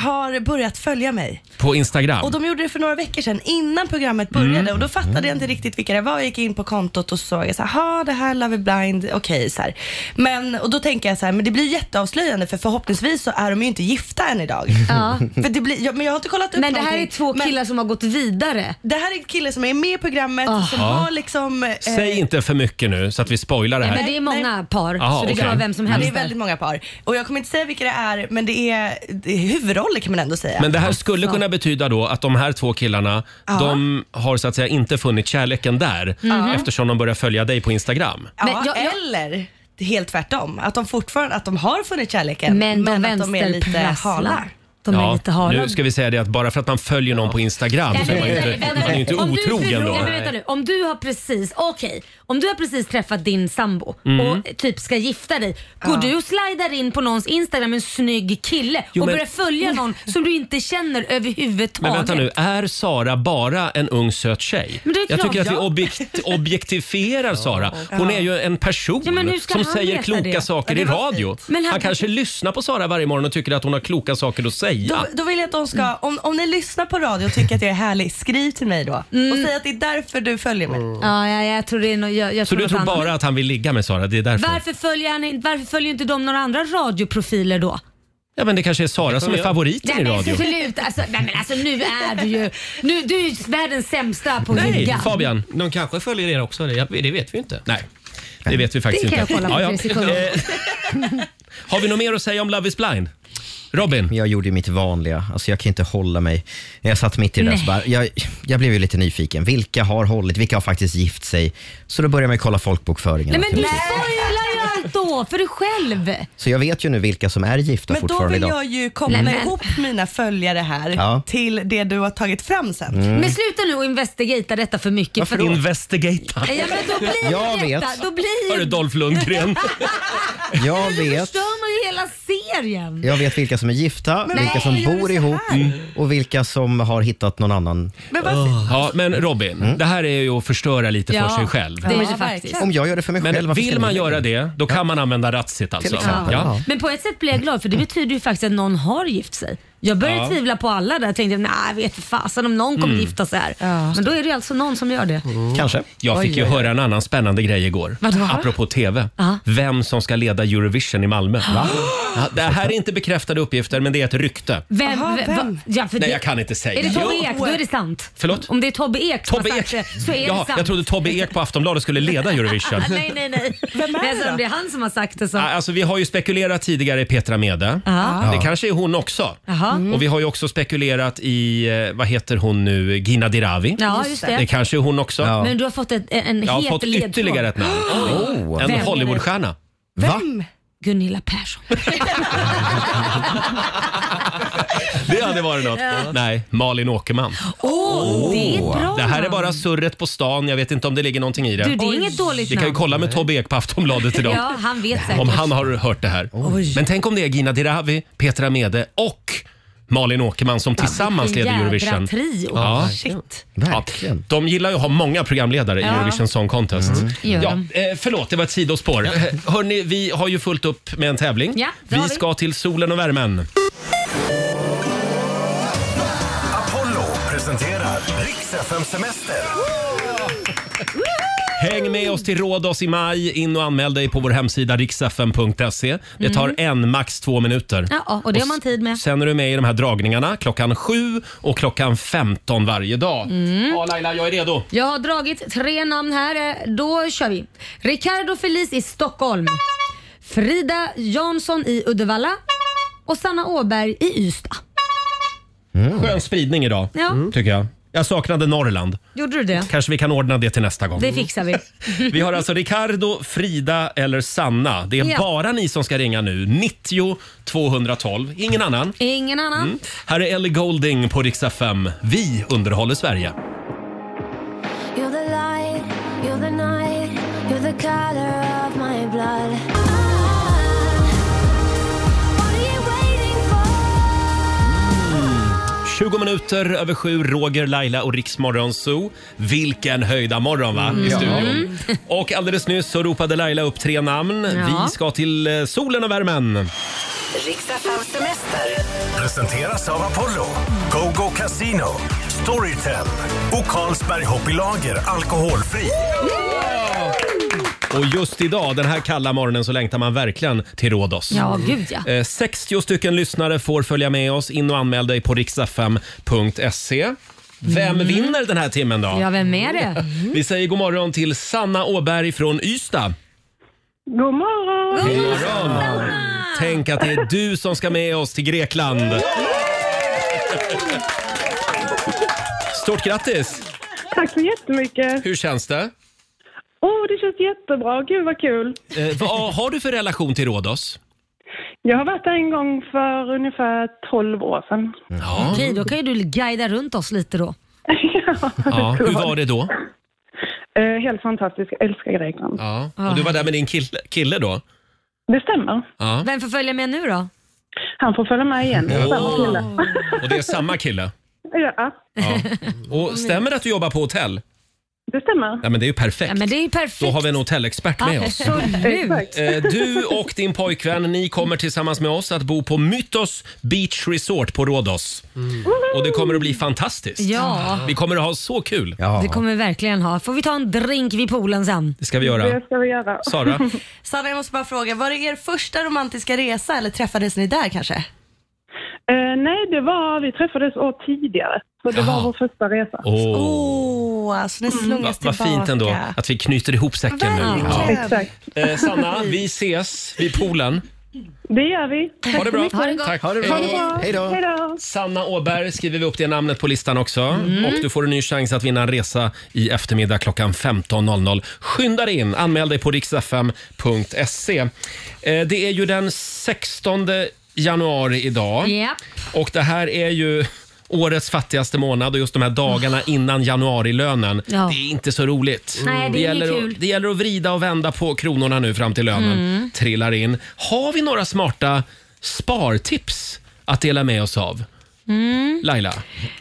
Speaker 7: har börjat följa mig.
Speaker 1: på Instagram...
Speaker 7: Och De gjorde det för några veckor sedan innan programmet började
Speaker 1: Mm.
Speaker 7: och då fattade jag inte riktigt vilka det var. Jag gick in på kontot och såg jag så här, "Ha, det här är Love is blind, okej. så här. Men och då tänker jag så här, men det blir jätteavslöjande för förhoppningsvis så är de ju inte gifta än idag.
Speaker 2: Ja.
Speaker 7: För det blir, ja, men jag har inte kollat upp
Speaker 2: Men det här är
Speaker 7: någonting.
Speaker 2: två
Speaker 7: Men-
Speaker 2: killar som har gått vidare. Ah.
Speaker 7: Det här är en kille som är med i programmet som
Speaker 1: Ja.
Speaker 7: har liksom... eh,
Speaker 1: Säg inte för mycket nu så att vi spoilar det
Speaker 2: Men
Speaker 1: här.
Speaker 2: det är många par,
Speaker 1: Aha,
Speaker 2: så det kan
Speaker 1: okej.
Speaker 2: vara vem som helst
Speaker 7: Det är väldigt många par. Och jag kommer inte säga vilka det är, men det är, det är huvudroller kan man ändå säga.
Speaker 1: Men det här skulle kunna betyda då att de här två killarna, de har så att säga inte funnit kärleken där
Speaker 2: Mm-hmm.
Speaker 1: eftersom de börjar följa dig på Instagram.
Speaker 7: ja,
Speaker 2: Men jag- jag-
Speaker 7: Eller helt tvärtom, att de fortfarande att de har funnit kärleken,
Speaker 2: Men de
Speaker 7: att de är lite hala.
Speaker 2: vänsterprasslar. De är lite hala.
Speaker 1: Nu ska vi säga det att bara för att man följer någon på Instagram så är man ju inte, man är ju inte
Speaker 2: Om du
Speaker 1: otrogen
Speaker 2: förlo-
Speaker 1: då.
Speaker 2: Nej, men vänta nu. Om du har precis, okej, om du har precis träffat din sambo
Speaker 1: Mm.
Speaker 2: och typ ska gifta dig. Går du och slidar in på någons Instagram med en snygg kille
Speaker 1: Jo,
Speaker 2: och
Speaker 1: men-
Speaker 2: börjar följa någon som du inte känner överhuvudtaget?
Speaker 1: Men vänta nu, är Sara bara en ung söt tjej?
Speaker 2: Men det är
Speaker 1: Jag
Speaker 2: klart,
Speaker 1: tycker att vi
Speaker 2: ja.
Speaker 1: objekt, objektifierar Sara. Hon är ju en person
Speaker 2: Ja, men hur ska
Speaker 1: som
Speaker 2: han
Speaker 1: säger
Speaker 2: veta
Speaker 1: kloka
Speaker 2: det?
Speaker 1: saker
Speaker 7: Ja,
Speaker 1: i
Speaker 7: det var
Speaker 1: radio.
Speaker 7: fint.
Speaker 2: Men
Speaker 1: han
Speaker 2: han-
Speaker 1: kanske lyssnar på Sara varje morgon och tycker att hon har kloka saker att säga.
Speaker 7: Då, då vill jag att de
Speaker 2: Mm.
Speaker 7: ska, om, om ni lyssnar på radio och tycker att jag är härlig, skriv till mig då
Speaker 1: Mm.
Speaker 7: och säg att det är därför du följer mig.
Speaker 2: Mm. Ja, ja, jag tror det är något, jag, jag
Speaker 1: Så du
Speaker 2: något
Speaker 1: tror
Speaker 2: annat.
Speaker 1: bara att han vill ligga med Sara? Det är därför?
Speaker 2: Varför följer, han, in- varför följer inte de några andra radioprofiler då?
Speaker 1: Ja, men det kanske är Sara som är favoriten i
Speaker 2: Nej men
Speaker 1: radio.
Speaker 2: sluta, alltså, nej, men alltså nu är du ju, nu, du är ju världens sämsta på att
Speaker 1: Nej,
Speaker 2: ligga.
Speaker 1: Fabian.
Speaker 8: De kanske följer er också, det, det vet vi ju inte.
Speaker 1: Nej, det vet vi faktiskt
Speaker 2: Det kan
Speaker 1: inte.
Speaker 2: jag kolla på tre sekunder.
Speaker 1: Eh, Har vi något mer att säga om Love is blind? Robin?
Speaker 3: Men jag gjorde ju mitt vanliga. Alltså jag kan inte hålla mig. När jag satt mitt i det där så bara, jag, jag blev ju lite nyfiken. Vilka har hållit? Vilka har faktiskt gift sig? Så då började man ju kolla folkbokföringen.
Speaker 2: Nej men du
Speaker 3: naturligtvis.
Speaker 2: spoilar ju allt då för dig själv.
Speaker 3: Så jag vet ju nu vilka som är gifta
Speaker 7: Men då
Speaker 3: fortfarande
Speaker 7: vill
Speaker 3: idag.
Speaker 7: jag ju koppla
Speaker 2: Nej, men-
Speaker 7: ihop mina följare här
Speaker 3: Ja.
Speaker 7: till det du har tagit fram sen.
Speaker 2: Men sluta nu och investigata detta för mycket.
Speaker 1: Varför
Speaker 2: för då,
Speaker 1: investigata?
Speaker 2: ja, men då blir
Speaker 3: Jag
Speaker 2: ju
Speaker 3: vet.
Speaker 2: detta, då blir
Speaker 1: Hörru
Speaker 2: ju,
Speaker 1: Dolph Lundgren.
Speaker 3: Jag
Speaker 2: då
Speaker 3: vet.
Speaker 2: förstör man ju hela serien.
Speaker 3: Jag vet vilka som är gifta, vilka
Speaker 7: varför
Speaker 3: som
Speaker 7: gör du
Speaker 3: bor
Speaker 7: så
Speaker 3: ihop
Speaker 7: här? Mm.
Speaker 3: och vilka som har hittat någon annan.
Speaker 7: Men varför,
Speaker 1: Ja, men Robin, det här är ju att förstöra lite
Speaker 2: Ja,
Speaker 1: för sig själv.
Speaker 2: Det är det
Speaker 7: Ja,
Speaker 2: faktiskt.
Speaker 7: verkligen.
Speaker 3: Mm. Om jag gör det för mig själv,
Speaker 1: Men
Speaker 3: varför ska
Speaker 1: vill
Speaker 3: jag
Speaker 1: man
Speaker 3: göra
Speaker 1: göra det, då kan man använda Ratsit alltså.
Speaker 3: exempel,
Speaker 1: Ja.
Speaker 3: ja.
Speaker 2: Men på ett sätt blir jag glad för det betyder ju faktiskt att någon har gift sig. Jag började
Speaker 1: Ja. Mm.
Speaker 2: tvivla på alla där tänkte nej jag vet för fasen om någon kommer gifta sig här. Men då är det ju alltså någon som gör det.
Speaker 3: Kanske.
Speaker 1: Jag fick ju höra en annan spännande grej igår.
Speaker 2: Vadå?
Speaker 1: Apropå TV.
Speaker 2: Ja.
Speaker 1: Vem som ska leda Eurovision i Malmö. Ja, Det här är inte bekräftade uppgifter, men det är ett rykte.
Speaker 2: Vem?
Speaker 7: Aha,
Speaker 2: ve-
Speaker 7: vem?
Speaker 2: va- Ja, för
Speaker 1: Nej,
Speaker 2: det-
Speaker 1: jag kan inte säga.
Speaker 2: Är det Tobbe
Speaker 1: Jo.
Speaker 2: Ek, då är det sant.
Speaker 1: Förlåt?
Speaker 2: Om det är Tobbe Ek som
Speaker 1: Tobbe
Speaker 2: har sagt
Speaker 1: Ek.
Speaker 2: det så är
Speaker 1: Ja,
Speaker 2: det sant.
Speaker 1: jag trodde Tobbe Ek på Aftonbladet skulle leda Eurovision.
Speaker 2: Nej, nej, nej.
Speaker 7: Vem är
Speaker 2: Men alltså,
Speaker 7: det då?
Speaker 2: om det är han som har sagt det så.
Speaker 1: Ja, Alltså, vi har ju spekulerat tidigare i Petra Mede.
Speaker 2: Ja.
Speaker 1: Det kanske är hon också.
Speaker 2: Jaha.
Speaker 1: Och vi har ju också spekulerat i, eh, vad heter hon nu, Gina Dirawi.
Speaker 2: Ja, just
Speaker 1: Det
Speaker 2: det.
Speaker 1: kanske är hon också.
Speaker 3: Ja.
Speaker 2: Men du har fått ett, en
Speaker 1: Jag har
Speaker 2: het
Speaker 1: fått
Speaker 2: ledtråd.
Speaker 1: ytterligare ett namn.
Speaker 3: Oh.
Speaker 1: En
Speaker 2: Vem?
Speaker 1: Hollywoodstjärna.
Speaker 3: Va?
Speaker 2: Gunilla Persson.
Speaker 1: Det hade varit något. Nej, Malin Åkerman. Oh.
Speaker 2: Åh, det är ett bra
Speaker 1: Det här är
Speaker 2: namn.
Speaker 1: bara surret på stan. Jag vet inte om det ligger någonting i det.
Speaker 2: Du, det är inget dåligt
Speaker 1: Vi kan ju
Speaker 2: namn.
Speaker 1: kolla med Tobbe Ek på Aftonbladet idag.
Speaker 2: Ja, han vet säkert.
Speaker 1: Om han har hört det här. Men tänk om det är Gina Dirawi, Petra Mede och Malin Åkerman som tillsammans
Speaker 2: vilken
Speaker 1: leder
Speaker 2: jädra
Speaker 1: Eurovision.
Speaker 2: trio.
Speaker 1: Ja.
Speaker 7: Shit.
Speaker 1: Ja,
Speaker 3: Verkligen.
Speaker 1: de gillar ju att ha många programledare i
Speaker 7: Ja.
Speaker 1: Eurovision Song Contest.
Speaker 2: Gör
Speaker 1: Ja,
Speaker 2: de.
Speaker 1: eh, förlåt, det var ett sidospår. Eh, Hörni, vi har ju fullt upp med en tävling.
Speaker 2: Ja, det
Speaker 1: vi
Speaker 2: har vi.
Speaker 1: ska till solen och värmen.
Speaker 4: Apollo presenterar riks FM semester
Speaker 1: Häng med oss till Rhodos i maj. In och anmäl dig på vår hemsida riksfn.se. Det tar en, max två minuter.
Speaker 2: Mm. Ja, och det har man tid med.
Speaker 1: Sen är du med i de här dragningarna klockan 7 och klockan 15 varje dag.
Speaker 2: Mm.
Speaker 1: Ja, Laila, jag är redo.
Speaker 2: Jag har dragit tre namn här. Eh, Då kör vi. Ricardo Feliz i Stockholm. Frida Jansson i Uddevalla. Och Sanna Åberg i Ystad.
Speaker 1: Skön spridning idag,
Speaker 2: Ja.
Speaker 1: tycker jag. Jag saknade Norrland.
Speaker 2: Gjorde du det?
Speaker 1: Kanske vi kan ordna det till nästa gång.
Speaker 2: Det fixar vi.
Speaker 1: Vi har alltså Ricardo, Frida eller Sanna. Det är
Speaker 2: Ja.
Speaker 1: bara ni som ska ringa nu. 90 212. Ingen annan. Mm.
Speaker 2: Ingen annan.
Speaker 1: Här är Ellie Golding på Rix FM. Vi underhåller Sverige.
Speaker 6: You're the light, you're the night, you're the color of my blood. What are you waiting for?
Speaker 1: 20 minuter över sju, Roger, Laila och Riksmorgon Zoo. Vilken höjda morgon va?
Speaker 2: Mm.
Speaker 1: I studion. Och alldeles nyss så ropade Laila upp tre namn.
Speaker 2: Ja.
Speaker 1: Vi ska till eh, solen och värmen.
Speaker 9: Riks-FM semester.
Speaker 4: presenteras av Apollo, GoGo Casino, Storytel och Carlsberg Hoppylager alkoholfri.
Speaker 1: Och just idag, den här kalla morgonen, så längtar man verkligen till Rhodos.
Speaker 2: Ja, gud ja.
Speaker 1: Eh, 60 stycken lyssnare får följa med oss. In och anmäl dig på riksfm.se. Vem vinner den här timmen då?
Speaker 2: Mm. Ja, Mm. vem är det?
Speaker 1: Vi säger god morgon till Sanna Åberg från Ystad.
Speaker 5: God morgon!
Speaker 1: God morgon! Tänk att det är du som ska med oss till Grekland. Stort grattis!
Speaker 5: Tack så jättemycket.
Speaker 1: Hur känns det?
Speaker 5: Åh, det känns jättebra. Gud vad kul.
Speaker 1: Eh, vad har du för relation till Rhodos?
Speaker 5: Jag har varit där en gång för ungefär 12 år sedan.
Speaker 2: Okej, då kan ju du guida runt oss lite då.
Speaker 1: Ja, hur var det då?
Speaker 5: Eh, helt fantastiskt. Jag älskar Grekland.
Speaker 1: Ja. Och du var där med din kille, kille då?
Speaker 5: Det stämmer.
Speaker 1: Ja.
Speaker 2: Vem får följa med nu då?
Speaker 5: Han får följa med igen. Samma kille.
Speaker 1: Och det är samma kille?
Speaker 5: Ja,
Speaker 1: Ja. Och stämmer det att du jobbar på hotell?
Speaker 5: det stämmer.
Speaker 1: Ja, men det är ju perfekt.
Speaker 2: Ja, men det är ju perfekt.
Speaker 1: Då har vi en hotellexpert med oss.
Speaker 2: Absolut.
Speaker 5: Exakt.
Speaker 1: Eh, Du och din pojkvän, ni kommer tillsammans med oss att bo på Mytos Beach Resort på Rhodos. Och det kommer att bli fantastiskt.
Speaker 2: Ja,
Speaker 1: Vi kommer att ha så kul.
Speaker 2: det kommer vi verkligen ha. Får vi ta en drink vid poolen sen?
Speaker 1: Det ska vi göra.
Speaker 5: Det ska vi göra.
Speaker 1: Sara?
Speaker 7: Sanna, jag måste bara fråga, var det er första romantiska resa eller träffades ni där kanske?
Speaker 5: Eh, nej, det var, vi träffades år tidigare. Så det
Speaker 1: Jaha.
Speaker 5: var vår första resa.
Speaker 1: Åh, Mm,
Speaker 7: Åh, oh, alltså ni slungas
Speaker 1: Vad
Speaker 7: tillbaka.
Speaker 1: fint ändå att vi knyter ihop säcken nu. Ja.
Speaker 7: Verkligen.
Speaker 5: Exakt.
Speaker 1: Eh, Sanna, vi ses vid poolen.
Speaker 5: Det gör vi.
Speaker 1: Ha det bra.
Speaker 2: Ha det gott.
Speaker 1: Tack.
Speaker 3: Ha det bra. Hej då.
Speaker 5: Hej då!
Speaker 1: Sanna Åberg skriver vi upp det namnet på listan också. Och du får en ny chans att vinna en resa i eftermiddag klockan 15.00. Skynda dig in, anmäl dig på riksfm.se. Eh, det är ju den 16 januari idag.
Speaker 2: Japp.
Speaker 1: Och det här är ju årets fattigaste månad och just de här dagarna innan januarilönen.
Speaker 2: Mm. Ja.
Speaker 1: Det är inte så roligt.
Speaker 2: Nej, det är
Speaker 1: gäller
Speaker 2: inget kul. Mm.
Speaker 1: Att, det gäller att vrida och vända på kronorna nu fram till lönen trillar in. Har vi några smarta spartips att dela med oss av?
Speaker 2: Mm.
Speaker 1: Laila?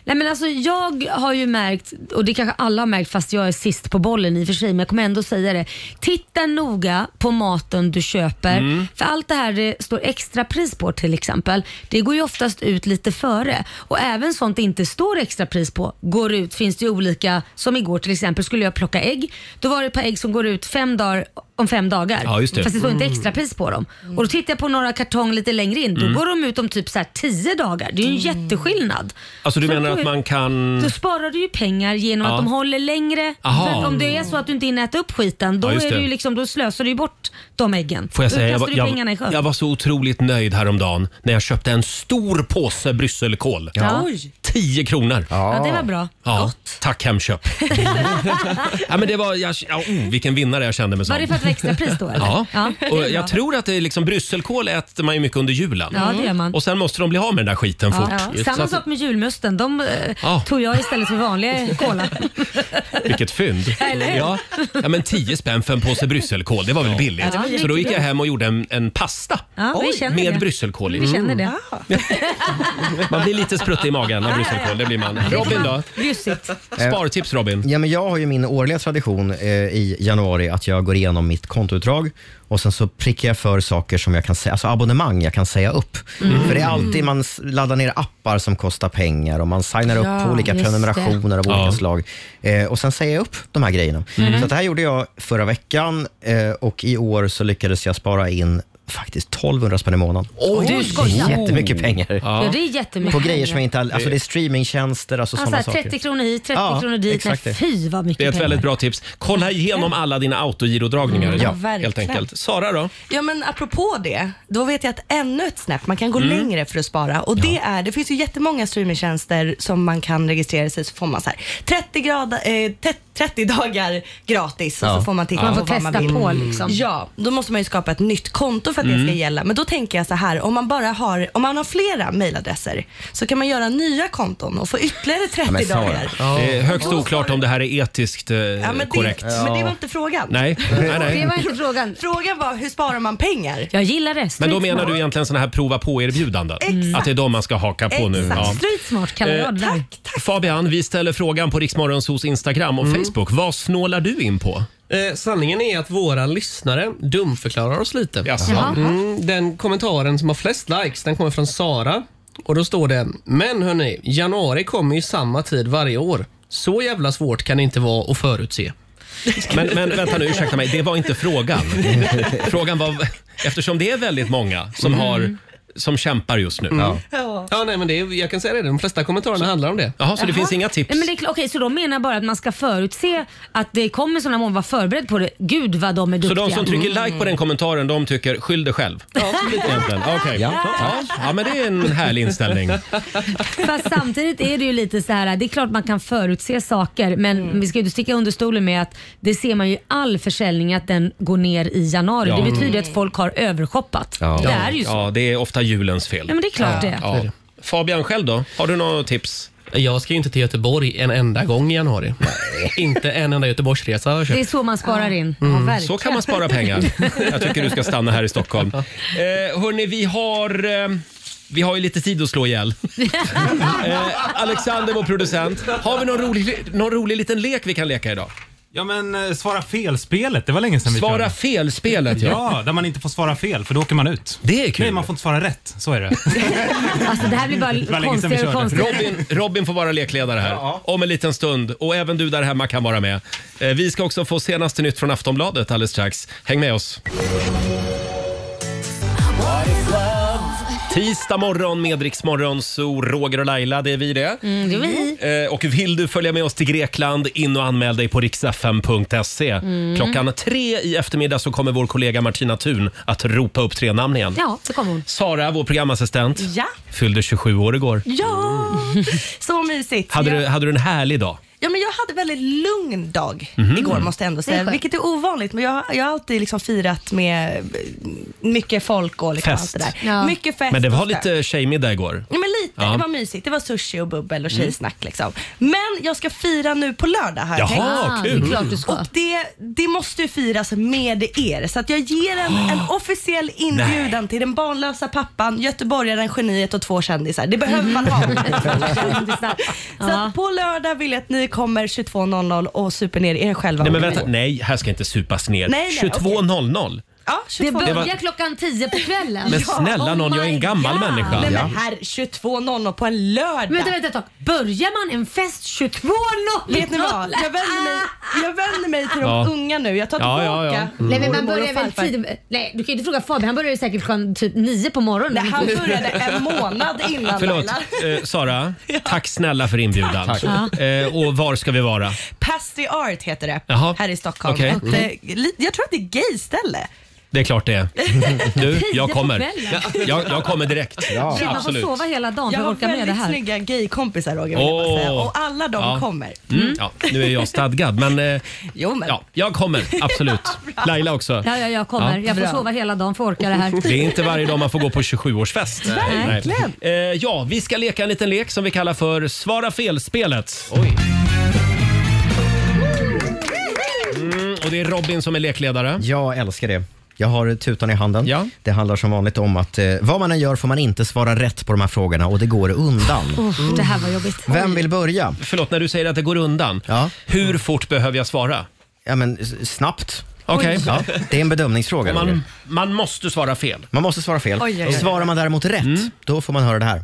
Speaker 2: Nej, men alltså, jag har ju märkt, och det kanske alla har märkt fast jag är sist på bollen i och för sig, men jag kommer ändå säga det. Titta noga på maten du köper.
Speaker 1: Mm.
Speaker 2: För allt det här det står extra pris på till exempel, det går ju oftast ut lite före. Och även sånt det inte står extra pris på går ut. Finns det ju olika, som igår till exempel skulle jag plocka ägg. Då var det ett par ägg som går ut fem dagar om fem dagar.
Speaker 1: Ja, just det. Mm.
Speaker 2: Fast det står inte extra pris på dem. Och då tittar jag på några kartong lite längre in, då går de ut om typ så här tio dagar. Det är ju en jätteskillnad.
Speaker 1: Alltså du
Speaker 2: Så
Speaker 1: menar
Speaker 2: då
Speaker 1: att
Speaker 2: är-
Speaker 1: man kan...
Speaker 2: då sparar du ju pengar genom
Speaker 1: Ja.
Speaker 2: att de håller längre.
Speaker 1: Aha.
Speaker 2: För att om det är så att du inte hinner äta upp skiten, då,
Speaker 1: Ja, just
Speaker 2: är det.
Speaker 1: det.
Speaker 2: ju liksom, då slösar du ju bort de äggen.
Speaker 1: Får jag
Speaker 2: då
Speaker 1: säga, jag,
Speaker 2: kastar
Speaker 1: var-
Speaker 2: du pengarna i sjön.
Speaker 1: jag, jag var så otroligt nöjd häromdagen när jag köpte en stor påse brysselkål.
Speaker 2: Ja.
Speaker 1: 10 kronor.
Speaker 2: Ja, det var bra.
Speaker 1: Ja, tack Hemköp. ja, men det var, jag, ja, oh, vilken vinnare jag kände mig som.
Speaker 2: Var det för att det var extra pris då eller?
Speaker 1: Ja.
Speaker 2: det är
Speaker 1: och
Speaker 2: bra.
Speaker 1: jag tror att det är liksom brysselkål äter man ju mycket under julen.
Speaker 2: Ja, det gör man.
Speaker 1: Och sen måste de bli av med den där skiten
Speaker 2: Ja,
Speaker 1: fort.
Speaker 2: ja.
Speaker 1: Så
Speaker 2: Samma
Speaker 1: att-
Speaker 2: sak med julmusten. De eh,
Speaker 1: Ja.
Speaker 2: tog jag istället för vanlig cola.
Speaker 1: Vilket fynd.
Speaker 2: Eller hur?
Speaker 1: Ja. ja, men 10 spänn för en påse brysselkål, det var väl billigt.
Speaker 2: det var
Speaker 1: så då gick
Speaker 2: jättebra.
Speaker 1: jag hem och gjorde en, en pasta
Speaker 2: Ja, vi känner
Speaker 1: med
Speaker 2: det.
Speaker 1: brysselkål i. Mm.
Speaker 2: Vi känner det.
Speaker 1: Man blir lite spruttig i magen av brysselkål, det blir man. Robin då?
Speaker 2: Bjussigt.
Speaker 1: Spartips Robin.
Speaker 3: Eh, Ja, men jag har ju min årliga tradition eh, i januari att jag går igenom mitt kontoutdrag och sen så prickar jag för saker som jag kan säga, alltså abonnemang jag kan säga upp.
Speaker 1: Mm.
Speaker 3: För det är alltid man s- laddar ner appar som kostar pengar och man signar upp
Speaker 2: Ja,
Speaker 3: på olika
Speaker 2: just det.
Speaker 3: prenumerationer av olika
Speaker 1: Ja.
Speaker 3: slag. Eh, och sen säger jag upp de här grejerna.
Speaker 2: Mm.
Speaker 3: Så att det här gjorde jag förra veckan eh, och i år så lyckades jag spara in faktiskt 1200 spänn i månaden.
Speaker 2: Oj, du skojar.
Speaker 3: Jättemycket pengar.
Speaker 2: Ja, det är jättemycket.
Speaker 3: På grejer som jag inte all- alltså det är streamingtjänster, alltså
Speaker 2: alltså,
Speaker 3: sådana
Speaker 2: här,
Speaker 3: saker.
Speaker 2: 30 kronor hit, 30
Speaker 3: Ja,
Speaker 2: kronor dit. Nej,
Speaker 3: exakt det.
Speaker 2: fy vad mycket
Speaker 1: Det är ett
Speaker 2: pengar.
Speaker 1: väldigt bra tips. Kolla igenom alla dina autogirodragningar.
Speaker 7: Mm, Ja,
Speaker 1: helt
Speaker 7: verkligen.
Speaker 1: enkelt. Sara då?
Speaker 7: Ja men apropå det, då vet jag att ännu ett snäpp, man kan gå längre för att spara och det är, det finns ju jättemånga streamingtjänster som man kan registrera sig så får man så här 30, grad, eh, te- 30 dagar gratis och
Speaker 3: Ja.
Speaker 7: så får man titta
Speaker 2: Man
Speaker 7: på
Speaker 2: får
Speaker 7: vad man
Speaker 2: testa
Speaker 7: vill.
Speaker 2: på liksom.
Speaker 7: Ja, då måste man ju skapa ett nytt konto för att det ska gälla. Men då tänker jag så här, om man bara har, om man har flera mailadresser så kan man göra nya konton och få ytterligare 30
Speaker 3: men Sara.
Speaker 7: dagar.
Speaker 1: Det är högst oklart om det här är etiskt eh,
Speaker 7: Ja, men,
Speaker 1: korrekt.
Speaker 7: Det, men det var inte frågan.
Speaker 1: Nej, nej,
Speaker 2: Det
Speaker 1: nej.
Speaker 2: var inte frågan.
Speaker 7: Frågan var, hur sparar man pengar?
Speaker 2: Jag gillar det.
Speaker 1: Men
Speaker 2: Street
Speaker 1: då menar
Speaker 2: smart.
Speaker 1: du egentligen såna här prova på-erbjudanden?
Speaker 7: Exakt.
Speaker 1: Att det är de man ska haka på nu?
Speaker 7: Exakt.
Speaker 1: Ja.
Speaker 2: Street smart kallar jag det
Speaker 1: Eh,
Speaker 2: där.
Speaker 1: Fabian, vi ställer frågan på Riksmorgonsos Instagram och
Speaker 7: Mm.
Speaker 1: Facebook. Vad snålar du in på?
Speaker 8: Eh, sanningen är att våra lyssnare dumförklarar oss lite.
Speaker 1: Jaså?
Speaker 2: Jaha.
Speaker 8: Mm, den kommentaren som har flest likes den kommer från Sara. Och Då står det “Men hörni, januari kommer ju samma tid varje år. Så jävla svårt kan det inte vara att förutse.”
Speaker 1: Men, men vänta nu, ursäkta mig, det var inte frågan. Frågan var, eftersom det är väldigt många som, har, som kämpar just nu.
Speaker 8: Ja, nej, men det är, Jag kan säga det, de flesta kommentarerna handlar om det.
Speaker 1: Jaha, så det finns inga tips?
Speaker 2: Nej, men det är, kl- okej, så de menar bara att man ska förutse att det kommer sådana mål, vara förberedd på det. Gud vad de är
Speaker 1: Så
Speaker 2: duktiga. Mm.
Speaker 1: de som trycker like på den kommentaren, de tycker skyll dig själv? Ja, Egentligen. Okej. Ja. Ja. men det är en härlig inställning.
Speaker 2: Fast samtidigt är det ju lite så här, det är klart man kan förutse saker men
Speaker 10: Mm.
Speaker 2: vi ska ju inte sticka under stolen med att det ser man ju i all försäljning att den går ner i januari.
Speaker 1: Ja. Mm.
Speaker 2: Det betyder att folk har övershoppat. Det är ju så. Ja.
Speaker 1: Ja, det är ofta julens fel.
Speaker 2: men det är klart det.
Speaker 1: Ja. Fabian själv då? Har du några tips?
Speaker 8: Jag ska ju inte till Göteborg en enda gång i januari. inte en enda Göteborgsresa har jag
Speaker 2: Det är
Speaker 8: köpt.
Speaker 2: så man sparar in.
Speaker 1: Mm. Så kan man spara pengar. Jag tycker du ska stanna här i Stockholm. Eh, hörni, vi har... Eh, vi har ju lite tid att slå ihjäl. eh, Alexander, vår producent. Har vi någon rolig, någon rolig liten lek vi kan leka idag?
Speaker 10: Ja men eh, svara fel-spelet, det var länge sedan vi
Speaker 1: Svara
Speaker 10: körde.
Speaker 1: fel-spelet, ja.
Speaker 10: Ja, där man inte får svara fel för då åker man ut.
Speaker 1: Det är kul.
Speaker 10: Nej, man får inte svara rätt. Så är det.
Speaker 2: Alltså det här blir
Speaker 10: var
Speaker 2: bara
Speaker 10: länge sedan vi
Speaker 2: konstigare
Speaker 10: körde.
Speaker 2: och konstigare.
Speaker 1: Robin, Robin får vara lekledare här om en liten stund och även du där hemma kan vara med. Eh, Vi ska också få senaste nytt från Aftonbladet alldeles strax. Häng med oss. Tisdag morgon med Rix Morgon, så Roger och Laila, det är vi det.
Speaker 2: Mm, det var i.
Speaker 1: Eh, Och vill du följa med oss till Grekland, in och anmäl dig på riksfm.se.
Speaker 7: Mm.
Speaker 1: Klockan tre i eftermiddag så kommer vår kollega Martina Thun att ropa upp tre namn igen.
Speaker 2: Ja, det kom hon.
Speaker 1: Sara, vår programassistent,
Speaker 7: Ja.
Speaker 1: fyllde 27 år igår.
Speaker 7: Ja, så mysigt.
Speaker 1: Hade,
Speaker 7: Ja.
Speaker 1: du, hade du en härlig dag?
Speaker 7: Ja, men jag hade väldigt lugn dag
Speaker 1: Mhm.
Speaker 7: igår måste jag ändå säga, vilket är ovanligt. Men jag, jag har alltid liksom firat med eh, mycket folk och liksom
Speaker 1: Fest.
Speaker 7: allt det där.
Speaker 2: Ja.
Speaker 7: Mycket fest.
Speaker 1: Men det var
Speaker 7: och sådär.
Speaker 1: lite tjejmiddag igår.
Speaker 7: Ja, men lite.
Speaker 1: Ja. Mm.
Speaker 7: Det var mysigt. Det var sushi och bubbel och tjejsnack. Liksom. Men jag ska fira nu på lördag här. tänkt.
Speaker 1: Jaha,
Speaker 2: Ah, det är
Speaker 1: kul!
Speaker 2: klart du ska.
Speaker 7: Och det, det måste ju firas med er. Så att jag ger en, en officiell inbjudan till den barnlösa pappan, göteborgaren, geniet och två kändisar. Det behöver man ha. så
Speaker 2: Ja.
Speaker 7: att på lördag vill jag att ni kommer 22.00 och super ner er själva.
Speaker 1: Nej, men vänta. Nej, här ska inte supas ner.
Speaker 7: Nej, nej,
Speaker 1: 22.00.
Speaker 7: Ja,
Speaker 2: Det
Speaker 7: 22.
Speaker 2: börjar klockan 10 på kvällen.
Speaker 1: Men
Speaker 2: oh
Speaker 1: snälla någon, jag är en gammal människa.
Speaker 7: Nej men herr, 22.00 på en lördag.
Speaker 2: Men Vänta, vänta ett tag. Börjar man en fest Ah, 22.00?
Speaker 7: Vet ni vad? Jag vänder mig, jag vänder mig till de
Speaker 1: Ja.
Speaker 7: unga nu. Jag tar
Speaker 1: Ja,
Speaker 7: tillbaka
Speaker 1: ja, Mm. ja.
Speaker 2: Nej men man
Speaker 7: mormor och
Speaker 2: börjar väl
Speaker 7: farfar.
Speaker 2: tidigt. Nej du kan ju inte fråga Fabian, han började säkert klockan typ nio på morgonen.
Speaker 7: Nej, Han började en månad innan
Speaker 1: Förlåt,
Speaker 7: Laila.
Speaker 1: eh, Sara. Tack snälla för inbjudan. Eh, och var ska vi vara?
Speaker 7: Pastry Art heter det
Speaker 1: Jaha.
Speaker 7: här i Stockholm.
Speaker 1: Okej. Mm.
Speaker 7: Ett, eh, li- jag tror att det är gayställe.
Speaker 1: Det är klart det är. Du, jag kommer.
Speaker 2: Tio på
Speaker 1: Ja,
Speaker 2: kvällen.
Speaker 1: jag, jag kommer direkt.
Speaker 2: Shit, man får
Speaker 1: Absolut.
Speaker 2: sova hela dagen
Speaker 7: Jag
Speaker 2: för att
Speaker 7: har
Speaker 2: orka med det
Speaker 7: väldigt
Speaker 2: här.
Speaker 7: snygga gaykompisar Roger vill jag bara säga.
Speaker 1: Åh.
Speaker 7: Och alla de
Speaker 1: Ja.
Speaker 7: kommer.
Speaker 1: Mm. Ja, nu är jag stadgad, men, eh,
Speaker 7: Jo men.
Speaker 1: ja, jag kommer. Absolut. Laila också.
Speaker 2: Ja, ja, jag kommer.
Speaker 1: Ja.
Speaker 2: Jag får
Speaker 1: Bra.
Speaker 2: sova hela dagen för att orka det här.
Speaker 1: Det är inte varje dag man får gå på 27-årsfest.
Speaker 2: Nej. Verkligen.
Speaker 1: Eh, ja, vi ska leka en liten lek som vi kallar för Svara fel-spelet. Mm, och det är Robin som är lekledare.
Speaker 3: Jag älskar det. Jag har tutan i handen. Det handlar som vanligt om att eh, vad man än gör får man inte svara rätt på de här frågorna och det går undan.
Speaker 2: Oh, det här var jobbigt.
Speaker 3: Vem vill börja?
Speaker 1: Förlåt, när du säger att det går undan. Hur fort behöver jag svara?
Speaker 3: Ja, men s- snabbt.
Speaker 1: Okej.
Speaker 3: Ja, det är en bedömningsfråga.
Speaker 1: Man,
Speaker 3: Man,
Speaker 1: man måste svara fel.
Speaker 3: man måste svara fel.
Speaker 1: Oj, oj, oj.
Speaker 3: Svarar man däremot rätt, Mm, då får man höra det här.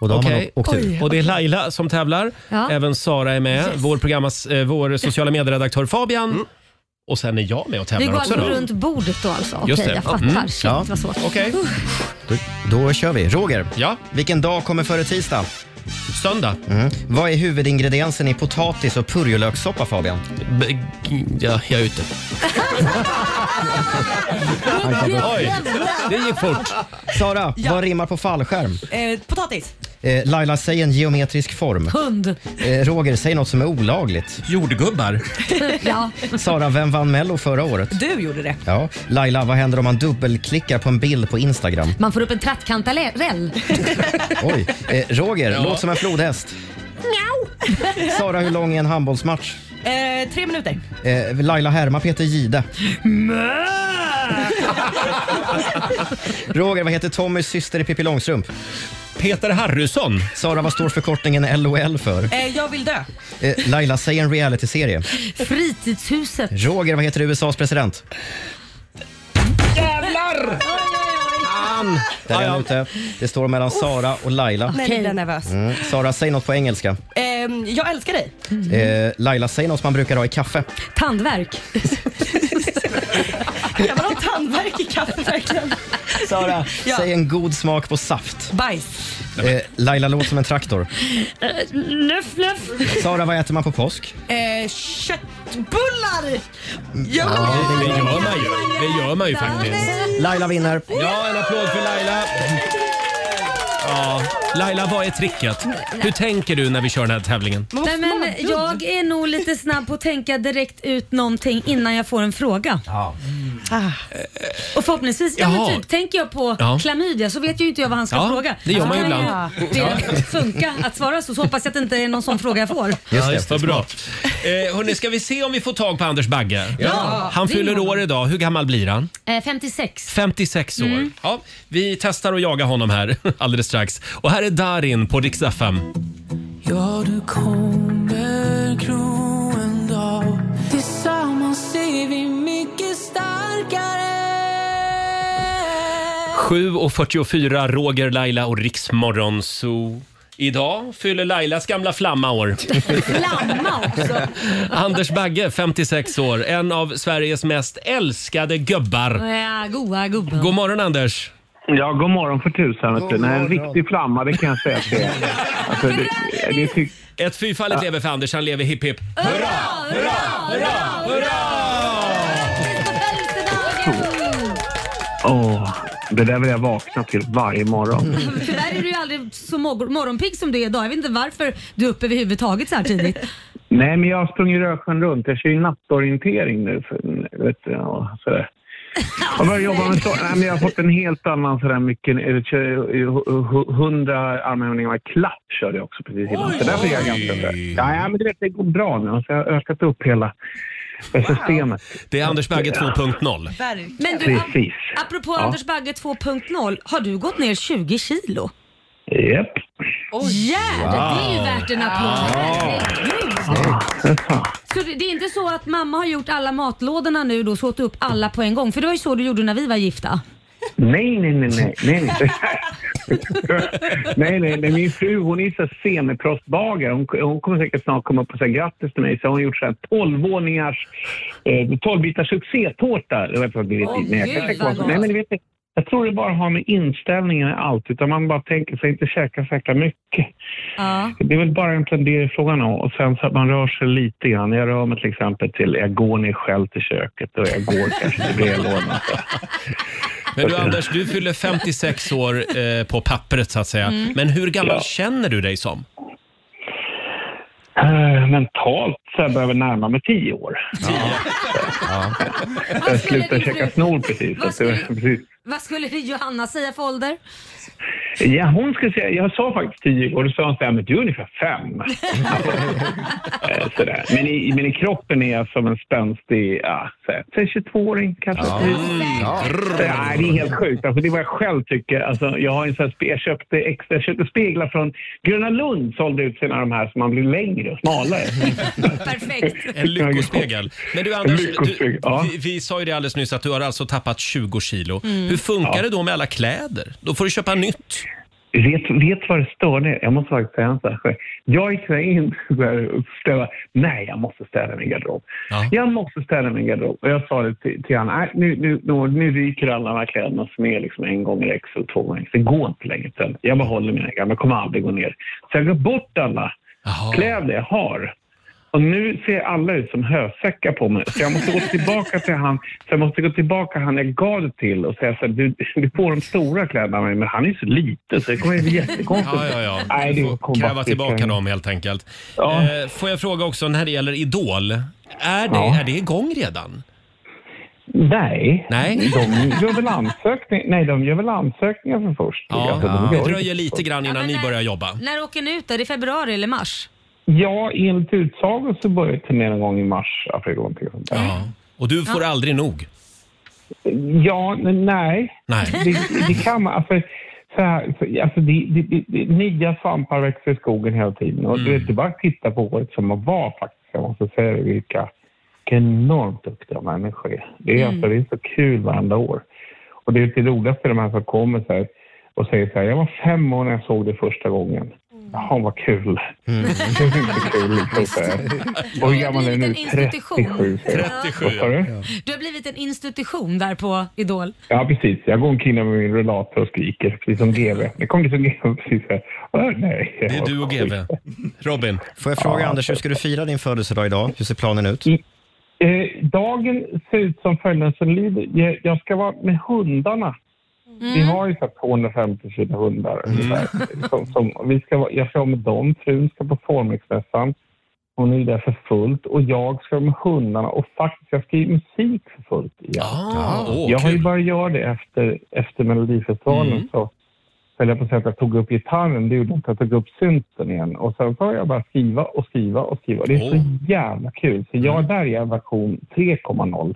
Speaker 3: Och då har man
Speaker 1: Okej.
Speaker 3: å- åkt ur.
Speaker 1: Och det är Laila som tävlar.
Speaker 2: Ja.
Speaker 1: Även Sara är med. Vår, programmas, eh, vår sociala medieredaktör Fabian.
Speaker 3: Mm.
Speaker 1: Och sen är jag med och
Speaker 2: Vi
Speaker 1: tävlar
Speaker 2: går
Speaker 1: också.
Speaker 2: alltså
Speaker 1: Då.
Speaker 2: runt bordet då alltså? Okej,
Speaker 3: Just det.
Speaker 2: jag fattar.
Speaker 3: Mm.
Speaker 2: Shit
Speaker 3: Ja.
Speaker 2: vad svårt.
Speaker 1: Okej.
Speaker 3: Då, då kör vi. Roger,
Speaker 1: ja?
Speaker 3: vilken dag kommer före tisdag?
Speaker 1: Söndag.
Speaker 3: Mm. Vad är huvudingrediensen i potatis och purjolökssoppa, Fabian?
Speaker 1: B- ja, jag är ute. Oj, det gick fort.
Speaker 3: Sara, vad rimmar på fallskärm?
Speaker 7: Eh, potatis.
Speaker 3: Eh, Laila, säg en geometrisk form.
Speaker 2: Hund.
Speaker 3: Eh, Roger, säg något som är olagligt.
Speaker 1: Jordgubbar.
Speaker 2: Ja.
Speaker 3: Sara, vem vann Mello förra året?
Speaker 7: Du gjorde det.
Speaker 3: Ja. Laila, vad händer om man dubbelklickar på en bild på Instagram?
Speaker 2: Man får upp en trattkantarell.
Speaker 3: Oj. Eh, Roger,
Speaker 1: Ja.
Speaker 3: låt som en flodhäst. Sara, hur lång är en handbollsmatch?
Speaker 7: Eh, tre minuter.
Speaker 3: Eh, Laila härmar Peter Gide. Roger, vad heter Tommys syster i Pippi Långstrump?
Speaker 1: Peter Harrison.
Speaker 3: Sara, vad står förkortningen LOL för?
Speaker 7: Eh, jag vill dö.
Speaker 3: Eh, Laila, säg en realityserie.
Speaker 2: Fritidshuset.
Speaker 3: Roger, vad heter USAs president? Där är
Speaker 1: Ja, ja.
Speaker 3: han ute. Det står mellan Sara och Laila.
Speaker 7: Nej, nu blir jag nervös.
Speaker 3: Mm. Sara, säg något på engelska.
Speaker 7: Eh, jag älskar dig.
Speaker 3: Eh, Laila, säg något man brukar ha i kaffe.
Speaker 2: Tandvärk.
Speaker 7: Kan man ha tandvärk i kaffe verkligen?
Speaker 3: Sara,
Speaker 7: Ja.
Speaker 3: säg en god smak på saft.
Speaker 7: Bajs.
Speaker 3: Eh, Laila, låt som en traktor.
Speaker 2: Eh, Luff, luff.
Speaker 3: Sara, vad äter man på påsk?
Speaker 7: Eh, köttbullar.
Speaker 3: Ja,
Speaker 7: Ja.
Speaker 3: det
Speaker 1: Det
Speaker 3: är jag.
Speaker 1: gör man ju. Det gör man ju faktiskt.
Speaker 3: Laila vinner.
Speaker 1: Ja, en applåd för Laila. Ja. Laila, vad är tricket? Hur tänker du när vi kör den här tävlingen?
Speaker 2: Nej, men jag är nog lite snabb på att tänka direkt ut någonting innan jag får en fråga. Ah. Och förhoppningsvis, ja,
Speaker 1: Jaha.
Speaker 2: men typ, tänker jag på
Speaker 1: Ja.
Speaker 2: klamydia så vet ju inte jag vad han ska
Speaker 1: Ja,
Speaker 2: fråga.
Speaker 1: det gör
Speaker 2: Så
Speaker 1: man ju
Speaker 2: kan
Speaker 1: ibland.
Speaker 2: ju Det funka att svara så, så hoppas jag att det inte är någon sån fråga jag får.
Speaker 3: Just
Speaker 1: Ja,
Speaker 3: det.
Speaker 1: just det. Vad bra. Eh, hörni, ska vi se om vi får tag på Anders Bagge?
Speaker 2: Ja.
Speaker 1: han
Speaker 2: Ring
Speaker 1: fyller
Speaker 2: honom.
Speaker 1: år idag. Hur gammal blir han?
Speaker 2: Eh, 56.
Speaker 1: 56 år.
Speaker 2: Mm.
Speaker 1: Ja, vi testar att jaga honom här alldeles strax. Och här är Darin på Dix FM.
Speaker 11: Ja, du kommer gro en dag Tillsammans är vi mycket starkare
Speaker 1: 7.44, Roger, Laila och Riksmorgon Zoo. Idag fyller Lailas gamla flamma år.
Speaker 2: Flamma också.
Speaker 1: Anders Bagge, 56 år, en av Sveriges mest älskade gubbar.
Speaker 2: Ja, Eh, goa gubben.
Speaker 1: God morgon Anders!
Speaker 12: Ja, god morgon för tusan. Vet du.
Speaker 3: God
Speaker 12: Nej, en
Speaker 3: morgon.
Speaker 12: riktig flamma, det kan jag säga att det är. Alltså, det, det tyck-
Speaker 1: Ett fyrfaldigt lever för Anders, han lever hipp hipp.
Speaker 12: åh, det där vill jag vakna till varje morgon.
Speaker 2: Tyvärr är du ju aldrig så mor- morgonpigg som du är idag. Jag vet inte varför du är uppe överhuvudtaget så här tidigt.
Speaker 12: Nej, men jag har sprungit Rörsjön runt. Jag kör ju nattorientering nu. För, vet du, och sådär. Jag börjar jobba med så. Nej, men jag har fått en helt annan sådär mycket. eh, kör- eh, hu- hu- Hundra armhävningar med klapp körde jag också precis innan. Så där fick jag ganska bra. Ja, ja, men du vet, det går bra nu. Alltså, jag har ökat upp hela eh, systemet.
Speaker 1: Det är Anders Bagge 2.0.
Speaker 7: Verkligen.
Speaker 2: Men du, ap-
Speaker 12: Precis.
Speaker 2: apropå
Speaker 12: Ja.
Speaker 2: Anders Bagge 2.0, har du gått ner 20 kilo?
Speaker 12: Japp.
Speaker 11: Äh,
Speaker 2: Gerd, det är ju värt en applåd. Herregud. Så det, det är inte så att mamma har gjort alla matlådorna nu då, så åt du upp alla på en gång? För det var ju så du gjorde när vi var gifta.
Speaker 12: Nej, nej, nej, nej, nej, nej. nej, nej, nej. Min fru hon är så här semiproffsbagare. Hon, hon kommer säkert snart komma upp och säga grattis till mig. Så har hon gjort så här 12 våningars, eh, 12 bitar succétårta. Det var för att bli
Speaker 2: Åh,
Speaker 12: lite- nej, jag
Speaker 2: gud,
Speaker 12: kanske
Speaker 2: vad
Speaker 12: var så-
Speaker 2: gott.
Speaker 12: nej, men du vet, Jag tror det bara har med inställningen i allt, utan man bara tänker sig inte käka så jäkla mycket.
Speaker 2: Ja.
Speaker 12: Det är väl bara egentligen det frågan om. Och sen så att man rör sig lite grann. Jag rör mig till exempel till, jag går ner själv till köket och jag går kanske till brevlådan.
Speaker 1: Men du Anders, du fyller 56 år eh, på pappret så att säga.
Speaker 12: Mm.
Speaker 1: Men hur gammal
Speaker 12: Ja.
Speaker 1: känner du dig som?
Speaker 12: Eh, mentalt så jag behöver närma mig tio år. Jag slutade käka snor precis. så att det var- precis.
Speaker 2: Vad skulle det Johanna säga för ålder?
Speaker 12: Ja, hon skulle säga, jag sa faktiskt tio år, då sa hon så här, men du är ungefär fem. Eh, Sådär. Men, i, men i kroppen är jag som en spänstig, ja, så här, säg 22-åring kanske.
Speaker 11: Ja.
Speaker 12: Mm.
Speaker 11: Ja.
Speaker 12: Så, nej, det är helt sjukt. Alltså, det är vad jag själv tycker. Alltså, jag, har en sån här, spe- jag, köpte extra, jag köpte speglar från Gröna Lund, sålde ut sina av de här så man blir längre och smalare.
Speaker 2: Perfekt.
Speaker 1: En lyckospegel. Men du Anders,
Speaker 12: Lyckospegel,
Speaker 1: du,
Speaker 12: ja.
Speaker 1: vi, vi sa ju det alldeles nyss att du har alltså tappat 20 kilo.
Speaker 12: Mm.
Speaker 1: Hur funkar
Speaker 12: Ja.
Speaker 1: det då med alla kläder? Då får du köpa nytt.
Speaker 12: Vet, vet vad det störde är? Jag måste faktiskt säga en sån här sak. Jag gick så här in och ställa, nej jag måste städa min garderob. Jag måste städa min garderob. Och jag sa det till, till Anna, nej, nu, nu, nu, nu ryker alla de här kläderna som är liksom en gång i X och två gånger X. Det går inte längre. Sen. Jag behåller mina gamla, jag kommer aldrig gå ner. Så jag går bort alla kläder jag har. Och nu ser alla ut som hösäckar på mig. Så jag måste gå tillbaka till han, så jag måste gå tillbaka han jag gav det till och säga så här, du, du får de stora kläderna av mig, men han är så liten så det kommer bli jättekonstigt.
Speaker 1: Ja, ja, ja.
Speaker 12: Nej,
Speaker 1: Du
Speaker 12: det
Speaker 1: får
Speaker 12: kommer bara
Speaker 1: kräva tillbaka
Speaker 12: sticka.
Speaker 1: dem helt enkelt.
Speaker 12: Ja.
Speaker 1: Eh, får jag fråga också när det gäller Idol. Är det,
Speaker 12: Ja.
Speaker 1: är det igång redan?
Speaker 12: Nej.
Speaker 1: Nej.
Speaker 12: De gör väl ansökningar, nej de gör väl ansökningar för först.
Speaker 1: Ja.
Speaker 12: Alltså, de gör
Speaker 1: Det
Speaker 12: ju-
Speaker 1: dröjer lite grann innan ni börjar jobba.
Speaker 2: När åker ni ut då? Är det februari eller mars?
Speaker 12: Ja, enligt utsago så börjar turnén en gång i mars, april någonting sånt där.
Speaker 1: Ja. Och du får aldrig nog?
Speaker 12: Ja, men nej.
Speaker 1: Nej.
Speaker 12: Det, det kan man. Alltså, så här, för, alltså, det, det, det, det, nya svampar växer i skogen hela tiden. Och
Speaker 1: Mm.
Speaker 12: du vet, det är bara att titta på året som var faktiskt. Jag måste säga det, vilka vilka enormt duktiga människor är. Det är,
Speaker 13: Mm.
Speaker 12: alltså, det är så kul varenda år. Och det är det roligaste de här som kommer så här, och säger så här, jag var fem år när jag såg det första gången. Jaha, vad kul. Det är inte kul. Liksom, så här. Och hur gammal är du nu?
Speaker 2: en institution.
Speaker 12: 37. säger jag.
Speaker 2: 37,
Speaker 12: Vad sa du?
Speaker 2: Du har blivit en institution där på Idol.
Speaker 12: Ja, precis. Jag går omkring där med min rullator och skriker, precis som GV. Nu kom det som GV precis här. Åh, nej. Det är du och GV.
Speaker 1: Robin?
Speaker 3: Får jag fråga
Speaker 12: Ja,
Speaker 3: Anders, hur ska du fira din födelsedag idag? Hur ser planen ut?
Speaker 12: Eh, dagen ser ut som följande som lyder. Jag- Jag ska vara med hundarna. Vi har ju så här 250 kilo hundar.
Speaker 1: Mm.
Speaker 12: ungefär. Som, som, vi ska vara, jag ska vara med dem. Frun ska på Formexmässan. Hon är ju där för fullt. Och jag ska vara med hundarna. Och faktiskt, jag ska ge musik för fullt igen.
Speaker 1: Ah, åh, Mm.
Speaker 12: jag har ju börjat göra det efter, efter Melodifestivalen. Så höll jag på att säga att jag tog upp gitarren. Det gjorde inte att jag tog upp synten igen. Och sen så har jag bara skriva och skriva och skriva. Det är så jävla kul. Så
Speaker 1: Mm.
Speaker 12: jag där är version 3.0.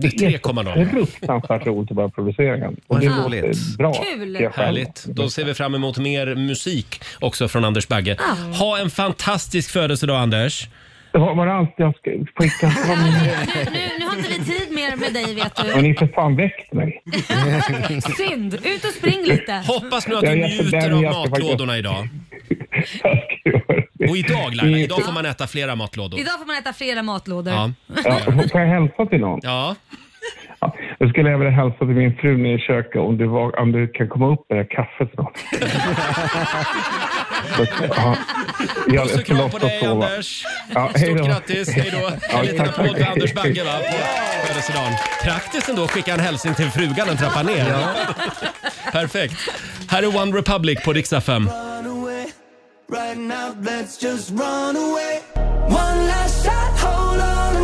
Speaker 12: Det är så
Speaker 1: 3,0.
Speaker 12: fruktansvärt roligt att börja producera igen. Och det är Bra. tycker jag själv.
Speaker 1: Härligt. Då ser vi fram emot mer musik också från Anders Bagge. Ha en fantastisk födelsedag Anders.
Speaker 12: Det var, var det allt jag skulle skicka?
Speaker 2: Nu, nu har inte vi tid mer med dig vet
Speaker 12: Men
Speaker 2: du.
Speaker 12: ni för fan väckt mig.
Speaker 2: Synd. Ut och spring lite.
Speaker 1: Hoppas nu att du
Speaker 12: Jag är så
Speaker 1: njuter
Speaker 12: där,
Speaker 1: av
Speaker 12: jag ska faktiskt-
Speaker 1: matlådorna idag. Och idag Laila, idag får man äta flera matlådor.
Speaker 2: Idag får man äta flera matlådor.
Speaker 1: Ja.
Speaker 12: Ja, får jag hälsa till någon?
Speaker 1: Ja.
Speaker 12: Då skulle jag vilja hälsa till min fru nere i köket om du, var, om du kan komma upp med det här kaffet snart. Så, ja. Jag
Speaker 1: Puss och
Speaker 12: ska
Speaker 1: kram
Speaker 12: låtsas
Speaker 1: på dig
Speaker 12: sova.
Speaker 1: Anders.
Speaker 12: Ja, hej
Speaker 1: Stort
Speaker 12: då.
Speaker 1: grattis, hej då.
Speaker 12: Ja,
Speaker 1: En liten
Speaker 12: tack,
Speaker 1: applåd
Speaker 12: tack.
Speaker 1: för Anders Bagge va, på födelsedagen. Praktiskt ändå att skicka en hälsning till frugan en trappa ner. Perfekt. Här är One Republic på riksdag 5.
Speaker 11: Right now, let's just run away. One last shot, hold on a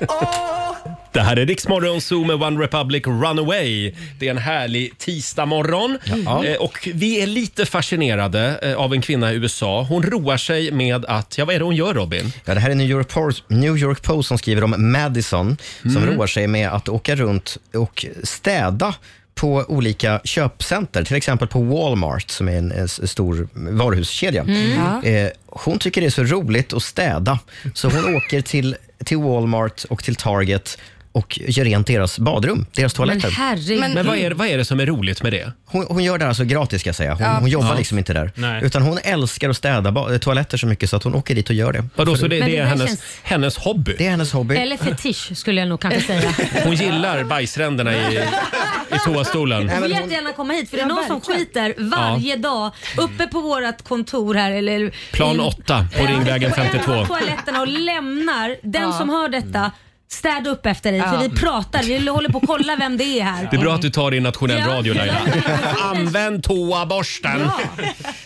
Speaker 11: minute. Oh,
Speaker 1: Det här är Riksmorgon Zoo med One Republic Runaway. Det är en härlig tisdagmorgon.
Speaker 11: Ja.
Speaker 1: Eh, Och vi är lite fascinerade eh, av en kvinna i USA. Hon roar sig med att, ja vad är det hon gör Robin?
Speaker 3: Ja, det här är New York, Post, New York Post som skriver om Madison som
Speaker 1: Mm.
Speaker 3: roar sig med att åka runt och städa på olika köpcenter, till exempel på Walmart som är en, eh, s- stor varuhuskedja.
Speaker 11: Mm. Ja.
Speaker 3: Eh, hon tycker det är så roligt att städa så hon åker till, till Walmart och till Target och gör rent deras badrum, deras toaletter.
Speaker 2: herregud.
Speaker 1: Men vad är, det- vad är det som är roligt med det?
Speaker 3: Hon, hon gör det här alltså gratis ska jag säga. Hon,
Speaker 1: Ja.
Speaker 3: hon jobbar
Speaker 1: Ja.
Speaker 3: liksom inte där.
Speaker 1: Nej.
Speaker 3: Utan hon älskar att städa ba- toaletter så mycket så att hon åker dit och gör det.
Speaker 1: Vadå, så det- Men det det är där hennes- känns-
Speaker 3: hennes hobby? Det är hennes hobby.
Speaker 2: Eller fetisch skulle jag nog kanske säga.
Speaker 1: Hon gillar bajsränderna i, i toastolen.
Speaker 2: Du får jättegärna komma hit för det är någon som skiter varje dag uppe på vårt kontor här eller
Speaker 1: Plan
Speaker 2: i-
Speaker 1: 8 på Ringvägen
Speaker 2: på
Speaker 1: 52.
Speaker 2: toaletterna och lämnar den som hör detta städa upp efter dig för
Speaker 1: Ja.
Speaker 2: vi pratar, vi håller på att kolla vem det är här.
Speaker 1: Det är bra att du tar det i nationell
Speaker 2: Ja.
Speaker 1: radio Laila. Använd toaborsten!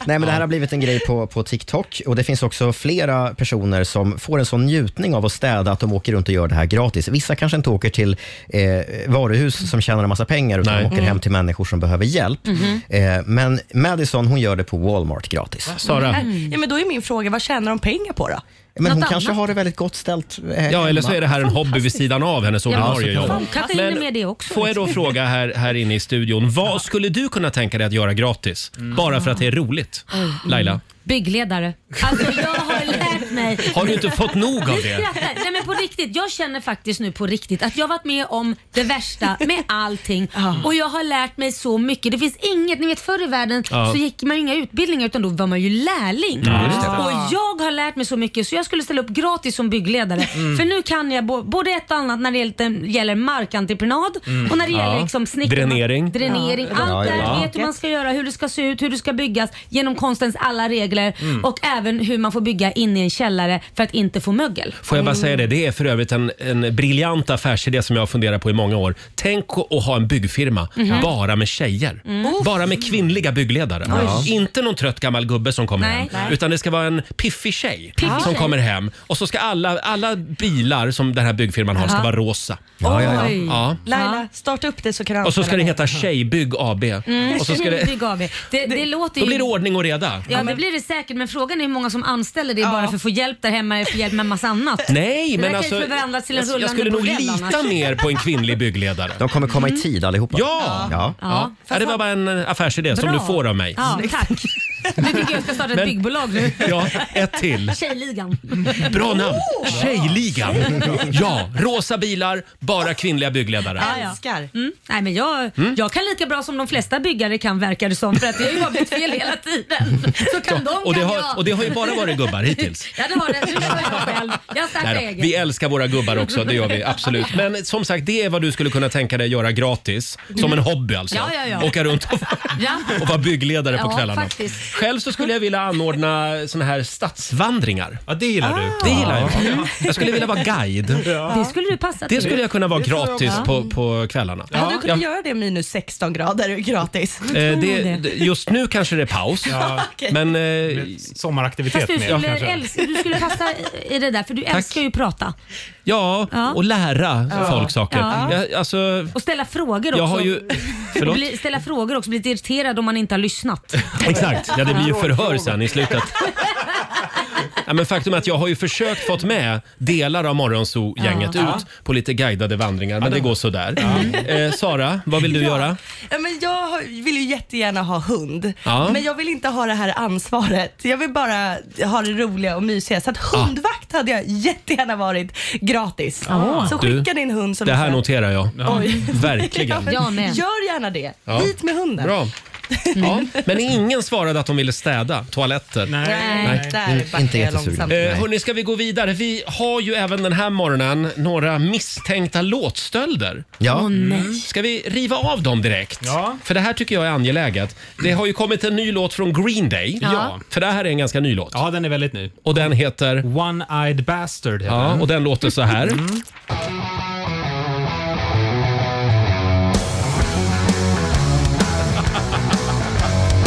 Speaker 3: Nej, men det här har blivit en grej på, på TikTok och det finns också flera personer som får en sån njutning av att städa att de åker runt och gör det här gratis. Vissa kanske inte åker till eh, varuhus som tjänar en massa pengar utan de åker
Speaker 1: Mm.
Speaker 3: hem till människor som behöver hjälp.
Speaker 7: Mhm.
Speaker 3: Eh, men Madison hon gör det på Walmart gratis.
Speaker 7: Mm. Ja, men då är min fråga, vad tjänar de pengar på då?
Speaker 3: Men hon kanske har det väldigt gott ställt. eh,
Speaker 1: Ja, eller så
Speaker 3: hemma.
Speaker 1: är det här en hobby vid sidan av hennes ordinarie
Speaker 3: Ja, så kan
Speaker 1: jobb.
Speaker 3: det
Speaker 2: Kanske hinner med det också. liksom.
Speaker 1: Får jag då fråga här, här inne i studion, vad skulle du kunna tänka dig att göra gratis? Bara för att det är roligt?
Speaker 2: Mm.
Speaker 1: Laila?
Speaker 2: Byggledare. Alltså jag har lärt mig.
Speaker 1: Har du inte fått nog av
Speaker 2: Ni
Speaker 1: det?
Speaker 2: skrattar. Nej men på riktigt, jag känner faktiskt nu på riktigt att jag har varit med om det värsta med allting och jag har lärt mig så mycket. Det finns inget, ni vet förr i världen
Speaker 13: Ja.
Speaker 2: så gick man ju inga utbildningar utan då var man ju lärling.
Speaker 13: Ja, just det.
Speaker 2: Och jag har lärt mig så mycket så jag skulle ställa upp gratis som byggledare.
Speaker 13: Mm.
Speaker 2: För nu kan jag bo- både ett och annat när det gäller- gäller markentreprenad
Speaker 1: Mm.
Speaker 2: och när det gäller
Speaker 1: Ja.
Speaker 2: liksom snickare.
Speaker 1: Dränering.
Speaker 2: Dränering.
Speaker 1: Ja.
Speaker 2: Allt
Speaker 1: Ja,
Speaker 2: det
Speaker 1: ja.
Speaker 2: där vet hur man ska göra, hur det ska se ut, hur det ska byggas genom konstens alla regler
Speaker 1: Mm.
Speaker 2: och även hur man får bygga in i en källare för att inte få mögel.
Speaker 1: Får jag bara säga
Speaker 2: Mm.
Speaker 1: det, det är för övrigt en, en briljant affärsidé som jag har funderat på i många år. Tänk att att ha en byggfirma
Speaker 2: Mhm.
Speaker 1: bara med tjejer.
Speaker 2: Mm.
Speaker 1: Bara med kvinnliga byggledare.
Speaker 2: Oj.
Speaker 1: Inte någon trött gammal gubbe som kommer
Speaker 2: Nej.
Speaker 1: hem.
Speaker 2: Nej.
Speaker 1: Utan det ska vara en piffig tjej
Speaker 2: Piffig
Speaker 1: som
Speaker 2: tjej.
Speaker 1: kommer hem. Och så ska alla, alla bilar som den här byggfirman har ska
Speaker 7: Jaha.
Speaker 1: vara rosa.
Speaker 7: Ja, ja, ja. Oj.
Speaker 1: Ja.
Speaker 7: Laila, starta upp det så kan jag
Speaker 1: Och så ska
Speaker 7: anställa
Speaker 1: det heta
Speaker 7: dig.
Speaker 1: Tjejbygg AB.
Speaker 2: Mm.
Speaker 1: Och så ska det,
Speaker 2: Bygg av er. det, det, låter ju...
Speaker 1: då blir det ordning och reda.
Speaker 2: Ja, det blir det säkert, men frågan är hur många som anställer det bara för att få hjälp där hemma eller få hjälp med massa annat.
Speaker 1: Nej,
Speaker 2: det
Speaker 1: men
Speaker 2: där
Speaker 1: alltså,
Speaker 2: kan ju förvandlas till en
Speaker 1: jag,
Speaker 2: rullande
Speaker 1: jag skulle nog
Speaker 2: bordell
Speaker 1: lita
Speaker 2: annars. Mm.
Speaker 1: mer på en kvinnlig byggledare.
Speaker 3: De kommer komma i tid allihopa.
Speaker 1: Ja!
Speaker 3: Ja.
Speaker 1: Ja. Ja, det var bara en eh, affärsidé som
Speaker 2: Bra.
Speaker 1: du får av mig.
Speaker 2: Ja, tack. Nu tycker jag ska starta ett
Speaker 1: Men-
Speaker 2: byggbolag nu.
Speaker 1: Ja, ett till.
Speaker 2: Tjejligan. Oh!
Speaker 1: Bra namn! Tjejligan. Ja, rosa bilar, bara kvinnliga byggledare.
Speaker 2: Ja, ja. Mm. Nej, men jag, jag kan lika bra som de flesta byggare kan verkar det som för att det har ju bara blivit fel hela tiden. Så kan de
Speaker 1: Och det,
Speaker 2: kan
Speaker 1: har,
Speaker 2: jag.
Speaker 1: och det har ju bara varit gubbar hittills.
Speaker 2: Ja det har det. Nu kör jag själv. Jag startar
Speaker 1: Nej då.
Speaker 2: eget.
Speaker 1: Vi älskar våra gubbar också, det gör vi absolut. Men som sagt, det är vad du skulle kunna tänka dig göra gratis. Som en hobby alltså.
Speaker 2: Ja, ja, ja.
Speaker 1: Åka runt och,
Speaker 2: Ja.
Speaker 1: och vara byggledare på
Speaker 2: Ja,
Speaker 1: kvällarna.
Speaker 2: faktiskt.
Speaker 1: Själv så skulle jag vilja anordna såna här stadsvandringar. Ja, det gillar du. Det gillar jag. Mm. Jag skulle vilja vara guide.
Speaker 2: Det skulle du passa till.
Speaker 1: Det skulle jag kunna vara
Speaker 2: Det tror jag
Speaker 1: gratis
Speaker 2: också.
Speaker 1: på, på kvällarna.
Speaker 7: Ja. du kunde
Speaker 1: Jag-
Speaker 7: göra det minus 16 grader gratis.
Speaker 1: Eh, det, d- just nu kanske det är paus.
Speaker 7: Ja, okej.
Speaker 1: men, eh,
Speaker 2: Fast
Speaker 1: sommaraktivitet
Speaker 2: du skulle, älska, du skulle passa i det där för du älskar ju att prata.
Speaker 1: Ja,
Speaker 2: Ja.
Speaker 1: och lära
Speaker 2: Ja.
Speaker 1: folk saker.
Speaker 2: Ja.
Speaker 1: Jag, alltså,
Speaker 2: Och ställa frågor också.
Speaker 1: jag har ju... Förlåt?
Speaker 2: Bli, ställa frågor också, bli lite irriterad om man inte har lyssnat.
Speaker 1: Exakt, ja det blir ju förhör sen i slutet. Ja, men faktum är att jag har ju försökt fått med delar av Morgonzoo-gänget
Speaker 7: Ja. Ja.
Speaker 1: ut på lite guidade vandringar, men det går sådär. Eh, Sara, vad vill du göra?
Speaker 7: Ja, men jag har- vill ju jättegärna ha hund,
Speaker 1: Ja.
Speaker 7: men jag vill inte ha det här ansvaret. Jag vill bara ha det roliga och mysiga. Så att hundvakt hade jag jättegärna varit gratis.
Speaker 1: Ah.
Speaker 7: Så
Speaker 1: Du,
Speaker 7: skicka din hund som
Speaker 1: Det här
Speaker 7: är-
Speaker 1: noterar jag.
Speaker 7: Oj.
Speaker 1: Verkligen.
Speaker 7: Ja, men Gör gärna det.
Speaker 1: Ja.
Speaker 7: Hit med hunden.
Speaker 1: Bra. Ja, men ingen svarade att de ville städa toaletter.
Speaker 7: Nej, där Mm, backar inte jag jättesugen. långsamt.
Speaker 1: Eh,
Speaker 7: Nej.
Speaker 1: hörni, ska vi gå vidare? Vi har ju även den här morgonen några misstänkta låtstölder.
Speaker 3: Ja. Åh,
Speaker 1: nej. Ska vi riva av dem direkt? Mm. Ja. För det här tycker jag är angeläget. Det har ju kommit en ny låt från Green Day.
Speaker 10: Ja.
Speaker 1: För det här är en ganska ny låt. Ja, den är väldigt ny. Och den heter? One-Eyed Bastard. Ja,
Speaker 10: den.
Speaker 1: och den Mm. låter så här.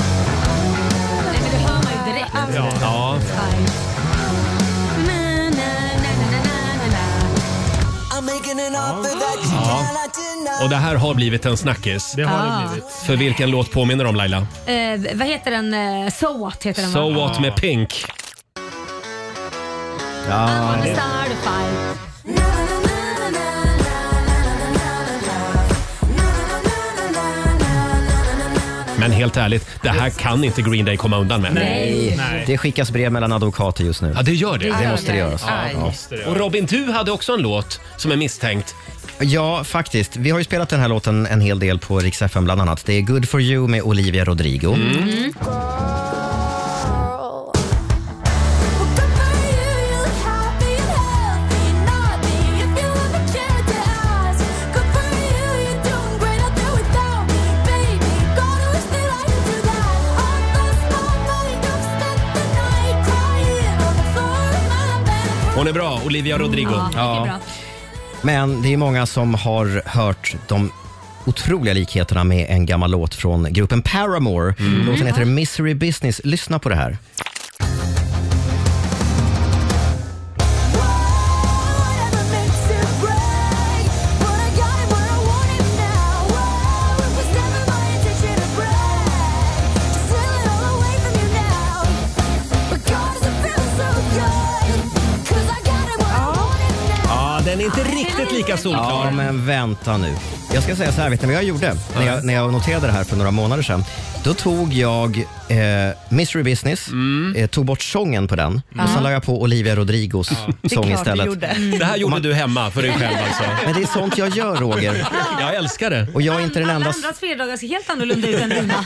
Speaker 2: Nej men det hör man ju direkt.
Speaker 1: Ja. ja.
Speaker 11: I'm making an offer that you
Speaker 1: Ja.
Speaker 11: cannot deny.
Speaker 1: Och det här har blivit en snackis. Det
Speaker 2: har det Ah. blivit.
Speaker 1: För vilken låt påminner om Laila?
Speaker 2: Eh, vad heter den? Eh, So what heter den
Speaker 1: So
Speaker 2: va?
Speaker 1: what med Pink. Ja,
Speaker 2: Wanna start a fight.
Speaker 1: Men helt ärligt, det här kan inte Green Day komma undan med.
Speaker 3: Nej. Det skickas brev mellan advokater just nu.
Speaker 1: Ja, det gör det.
Speaker 3: Det måste det göras. Ja.
Speaker 1: Och Robin, du hade också en låt som är misstänkt.
Speaker 3: Ja, faktiskt. Vi har ju spelat den här låten en hel del på Rix FM bland annat. Det är Good for you med Olivia Rodrigo.
Speaker 1: Mm. Hon är bra, Olivia Rodrigo.
Speaker 3: Ja, det är bra. Men det är många som har hört de otroliga likheterna med en gammal låt från gruppen Paramore.
Speaker 1: Mm.
Speaker 3: Låten heter Misery Business. Lyssna på det här.
Speaker 1: Ja, den är inte riktigt lika
Speaker 3: Ja,
Speaker 1: solklar.
Speaker 3: men vänta nu. Jag ska säga så här, vet ni vad jag gjorde? När jag, när jag noterade det här för några månader sedan, då tog jag eh, Mystery Business, eh, tog bort sången på den och
Speaker 1: Mm.
Speaker 3: sen la jag på Olivia Rodrigos
Speaker 1: Det är klart
Speaker 3: sång
Speaker 1: du
Speaker 3: istället. Mm.
Speaker 1: gjorde. Det här gjorde du hemma för dig själv alltså.
Speaker 3: Men det är sånt jag gör Roger.
Speaker 1: Jag älskar det.
Speaker 3: Och jag är inte den
Speaker 2: Alla
Speaker 3: enda
Speaker 2: andras fredagar ser helt annorlunda ut än dina.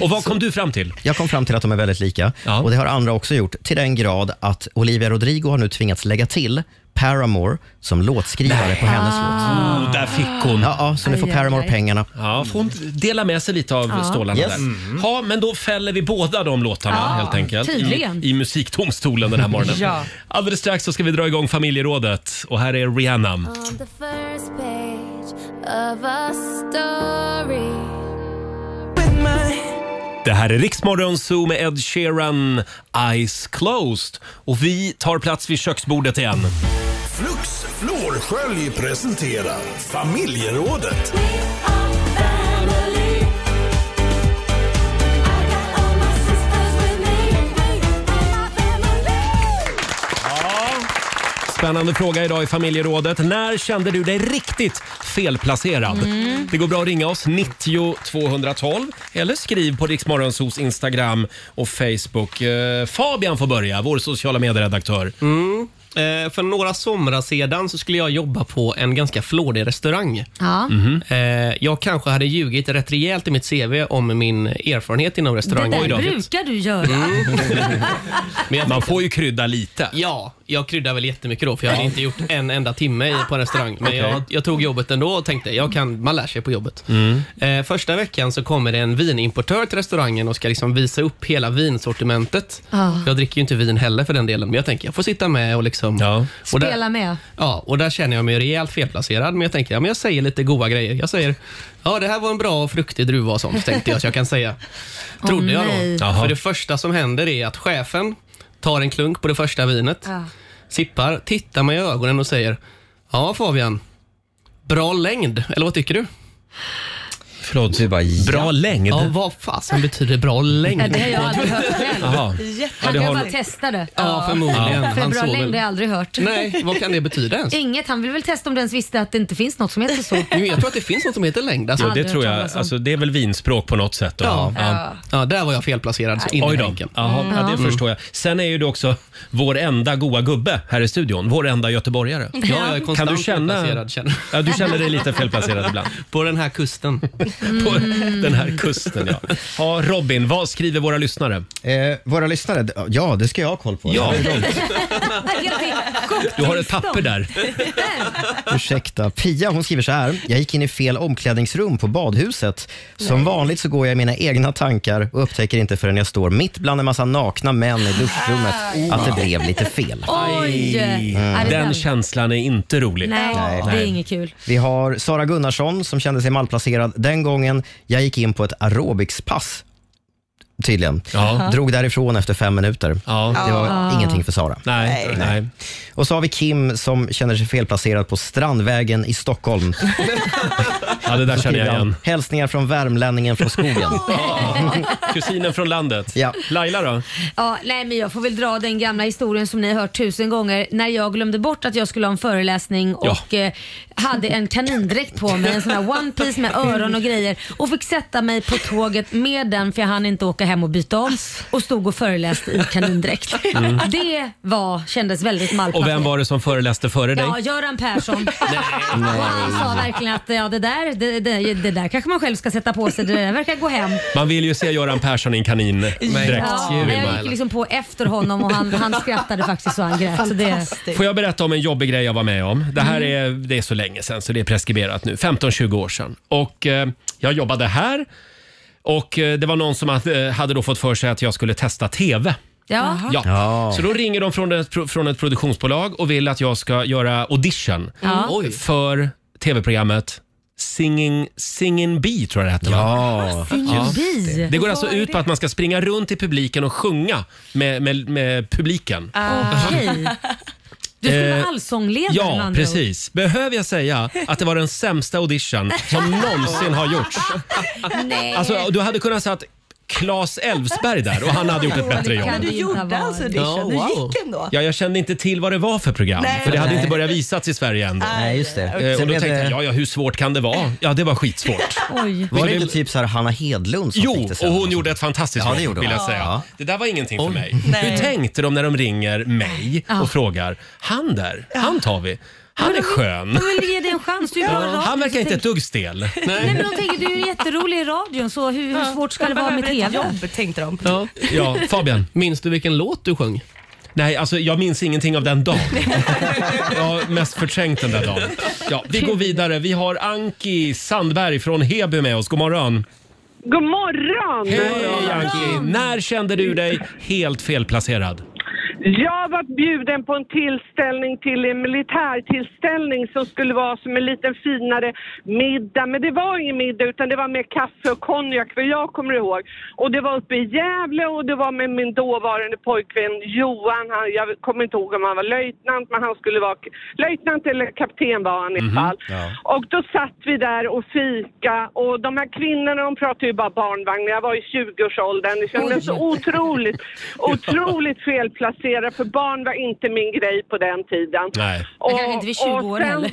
Speaker 1: Och vad kom du fram till?
Speaker 3: Jag kom fram till att de är väldigt lika. Och Det har andra också gjort, till den grad att Olivia Rodrigo har nu tvingats lägga till Paramore som låtskrivare på hennes låt.
Speaker 1: Oh, där fick hon.
Speaker 3: Ja, ja så nu får
Speaker 1: Aj, aj,
Speaker 3: Paramore
Speaker 1: aj.
Speaker 3: pengarna.
Speaker 1: Ja, får hon dela med sig lite av
Speaker 3: Ja.
Speaker 1: stålarna
Speaker 3: Yes.
Speaker 1: där. Ja, men då fäller vi båda de låtarna
Speaker 2: Ja,
Speaker 1: helt enkelt.
Speaker 2: tydligen.
Speaker 1: I, I musikdomstolen den här morgonen.
Speaker 2: Ja.
Speaker 1: Alldeles strax så ska vi dra igång familjerådet och här är Rihanna.
Speaker 6: On the first page of a story. With my
Speaker 1: Det här är Riksmorgon Zoo med Ed Sheeran, Eyes Closed. Och vi tar plats vid köksbordet igen.
Speaker 4: Flux Florskölj presenterar Familjerådet.
Speaker 1: Spännande fråga idag i familjerådet. När kände du dig riktigt felplacerad?
Speaker 13: Mm.
Speaker 1: Det går bra att ringa oss, 90 212 eller skriv på Riksmorgonsos Instagram och Facebook. Eh, Fabian får börja, vår sociala medieredaktör.
Speaker 8: Mm. Eh, för några somrar sedan så skulle jag jobba på en ganska flådig restaurang.
Speaker 2: Ja.
Speaker 1: Mhm.
Speaker 8: Eh, jag kanske hade ljugit rätt rejält i mitt CV om min erfarenhet inom
Speaker 2: Det
Speaker 8: restaurang. Mm.
Speaker 2: där brukar du göra.
Speaker 1: Man får ju krydda lite.
Speaker 8: Ja, jag kryddar väl jättemycket då för jag hade inte gjort en enda timme i- på en restaurang. Men
Speaker 1: Okej.
Speaker 8: jag, jag tog jobbet ändå och tänkte jag kan, man lär sig på jobbet.
Speaker 1: Mm.
Speaker 8: Eh, första veckan så kommer det en vinimportör till restaurangen och ska liksom visa upp hela vinsortimentet.
Speaker 2: Ja.
Speaker 8: Jag dricker ju inte vin heller för den delen, men jag tänker jag får sitta med och liksom... Och där,
Speaker 2: Spela med.
Speaker 8: ja, och där känner jag mig rejält felplacerad, men jag tänker ja, men jag säger lite goda grejer. Jag säger ja, det här var en bra och fruktig druva och sånt, tänkte jag att jag kan säga.
Speaker 13: Åh,
Speaker 8: Trodde jag
Speaker 13: nej.
Speaker 8: då.
Speaker 13: Jaha.
Speaker 8: För det första som händer är att chefen tar en klunk på det första vinet, sippar, tittar mig i ögonen och säger ja, Fabian, bra längd, eller vad tycker du?
Speaker 1: Förlåt, du bara, bra längd?
Speaker 8: Ja, vad fasen betyder bra längd?
Speaker 2: Ja, det har jag aldrig hört själv.
Speaker 8: Jaha. Ja,
Speaker 2: Han
Speaker 8: det
Speaker 2: kan
Speaker 8: har-
Speaker 2: bara testa det.
Speaker 8: Ja, förmodligen.
Speaker 2: För
Speaker 8: Han
Speaker 2: bra
Speaker 8: såg
Speaker 2: längd
Speaker 8: väl-
Speaker 2: har jag aldrig hört.
Speaker 8: Nej, vad kan det betyda ens?
Speaker 2: Inget. Han vill väl testa om du ens visste att det inte finns något som heter så.
Speaker 8: Jo, jag tror att det finns något som heter längd.
Speaker 1: Ja, det tror jag. Alltså, det är väl vinspråk på något sätt. Då.
Speaker 8: Ja.
Speaker 1: Ja.
Speaker 8: Ja, där var jag felplacerad. Så in i
Speaker 1: Oj då.
Speaker 8: bänken.
Speaker 1: Jaha, ja, det
Speaker 8: Mm.
Speaker 1: förstår jag. Sen är ju du också vår enda goa gubbe här i studion. Vår enda göteborgare.
Speaker 8: Ja, jag är konstant
Speaker 1: kan du känna...
Speaker 8: felplacerad, känner-
Speaker 1: Ja, du känner dig lite felplacerad ibland.
Speaker 8: På den här kusten.
Speaker 1: På den
Speaker 2: Mm.
Speaker 1: här kusten, ja. ja. Robin, vad skriver våra lyssnare?
Speaker 3: Eh, våra lyssnare, ja det ska jag ha koll på.
Speaker 1: Ja.
Speaker 2: Du
Speaker 1: Du har ett papper där.
Speaker 3: Ursäkta. Pia hon skriver så här. Jag gick in i fel omklädningsrum på badhuset. Som vanligt så går jag i mina egna tankar och upptäcker inte förrän jag står mitt bland en massa nakna män i duschrummet att det blev lite fel. Mm.
Speaker 2: Oj! Är det
Speaker 1: Den
Speaker 2: där-
Speaker 1: känslan är inte rolig.
Speaker 2: Nej, det är inget kul.
Speaker 3: Vi har Sara Gunnarsson som kände sig malplacerad den gången jag gick in på ett aerobicspass tydligen.
Speaker 1: Ja.
Speaker 3: Drog därifrån efter fem minuter. Det var
Speaker 1: Ja.
Speaker 3: ingenting för Sara.
Speaker 1: Nej, nej.
Speaker 3: Och så har vi Kim som känner sig felplacerad på Strandvägen i Stockholm.
Speaker 1: Ja, det där känner jag igen.
Speaker 3: Hälsningar från värmlänningen från skogen.
Speaker 1: Kusinen från landet.
Speaker 3: Ja.
Speaker 1: Laila då?
Speaker 2: Ja, nej men jag får väl dra den gamla historien som ni har hört tusen gånger när jag glömde bort att jag skulle ha en föreläsning
Speaker 1: Ja.
Speaker 2: och eh, hade en kanindräkt på mig, en sån här one piece med öron och grejer och fick sätta mig på tåget med den för jag hann inte åka hem och byta om och stod och föreläste i kanindräkt.
Speaker 1: Mm.
Speaker 2: Det var, kändes väldigt malplacerat.
Speaker 1: Och vem var det som föreläste före dig?
Speaker 2: Ja, Göran Persson. Och han sa verkligen att ja, det, där, det, det, det där kanske man själv ska sätta på sig, det där verkar gå hem.
Speaker 1: Man vill ju se Göran Persson i en kanin direkt.
Speaker 2: Ja, men jag gick liksom på efter honom och han, han skrattade faktiskt så han grät. Så det,
Speaker 1: Får jag berätta om en jobbig grej jag var med om? Det här är,
Speaker 2: Mm.
Speaker 1: det är så länge sedan så det är preskriberat nu. 15-20 år sedan. Och eh, jag jobbade här och eh, det var någon som hade, hade då fått för sig att jag skulle testa TV.
Speaker 2: ja.
Speaker 1: Ja. Så då ringer de från ett, pro- från ett produktionsbolag och vill att jag ska göra audition
Speaker 2: Ja. Mm.
Speaker 1: Oj. för tv-programmet Singing, Singin' Bee tror jag det hette. Ja.
Speaker 2: Singin' Ah, Bee.
Speaker 1: Det går
Speaker 2: Vad
Speaker 1: alltså
Speaker 2: är det?
Speaker 1: ut på att man ska springa runt i publiken och sjunga med, med, med publiken.
Speaker 2: Okej. Du skulle vara
Speaker 1: Eh,
Speaker 2: allsångledare med
Speaker 1: Ja,
Speaker 2: andra ord.
Speaker 1: precis. Behöver jag säga att det var den sämsta audition som någonsin har gjorts?
Speaker 2: Nej.
Speaker 1: Alltså, du hade kunnat säga att Claes Elfsberg där och han hade gjort ett bättre jobb.
Speaker 7: Men du gjorde alltså audition,
Speaker 1: Ja,
Speaker 7: du
Speaker 1: wow.
Speaker 7: gick ändå.
Speaker 1: Ja, jag kände inte till vad det var för program,
Speaker 7: Nej.
Speaker 1: för det hade
Speaker 7: Nej.
Speaker 1: inte börjat visats i Sverige än.
Speaker 3: Nej, just det.
Speaker 1: Eh,
Speaker 3: Sen
Speaker 1: Och då
Speaker 3: blev
Speaker 1: tänkte
Speaker 3: det-
Speaker 1: jag, ja, ja, hur svårt kan det vara? Ja, det var skitsvårt.
Speaker 2: Oj.
Speaker 3: Var det
Speaker 1: Vill-
Speaker 3: inte typ så här Hanna Hedlund som
Speaker 1: Jo,
Speaker 3: fick det sen?
Speaker 1: och hon gjorde ett fantastiskt
Speaker 3: Ja,
Speaker 1: jobb
Speaker 3: det gjorde hon.
Speaker 1: vill jag säga.
Speaker 3: Ja.
Speaker 1: Det där var ingenting för
Speaker 3: Oj.
Speaker 1: mig.
Speaker 3: Nej.
Speaker 1: Hur tänkte de när de ringer mig
Speaker 2: Ja.
Speaker 1: och frågar, han där, han tar vi. Han
Speaker 2: Men
Speaker 1: är
Speaker 2: de-
Speaker 1: skön.
Speaker 2: De vill ge dig en chans. Du är bra i
Speaker 1: Ja.
Speaker 2: radio.
Speaker 1: Han verkar
Speaker 2: Så
Speaker 1: inte ett
Speaker 2: tänk-
Speaker 1: dugg stel.
Speaker 2: Nej men de tänker du är jätterolig i radion så hur, hur svårt ska det vara med
Speaker 7: behöver ett
Speaker 2: TV?
Speaker 7: jobb, tänkte de.
Speaker 8: Ja.
Speaker 1: Ja, Fabian.
Speaker 8: Minns du vilken låt du sjöng?
Speaker 1: Nej, alltså jag minns ingenting av den dagen. Jag har mest förträngt den där dagen. Ja, vi går vidare. Vi har Anki Sandberg från Heby med oss. God morgon.
Speaker 5: God morgon!
Speaker 1: Hej Anki! När kände du dig helt felplacerad?
Speaker 5: Jag var bjuden på en tillställning till en militärtillställning som skulle vara som en liten finare middag. Men det var ingen middag utan det var mer kaffe och konjak vad jag kommer ihåg. Och det var uppe i Gävle och det var med min dåvarande pojkvän Johan. Han, jag kommer inte ihåg om han var löjtnant men han skulle vara löjtnant eller kapten var
Speaker 1: Mhm.
Speaker 5: han i
Speaker 1: Mm.
Speaker 5: alla fall. Och då satt vi där och fika och de här kvinnorna de pratade ju bara barnvagn. Jag var i 20-årsåldern. Det kändes så otroligt, otroligt felplacerat för barn var inte min grej på den tiden.
Speaker 1: Nej.
Speaker 2: Men kanske inte vid 20
Speaker 5: och
Speaker 2: år
Speaker 5: sen-
Speaker 2: heller.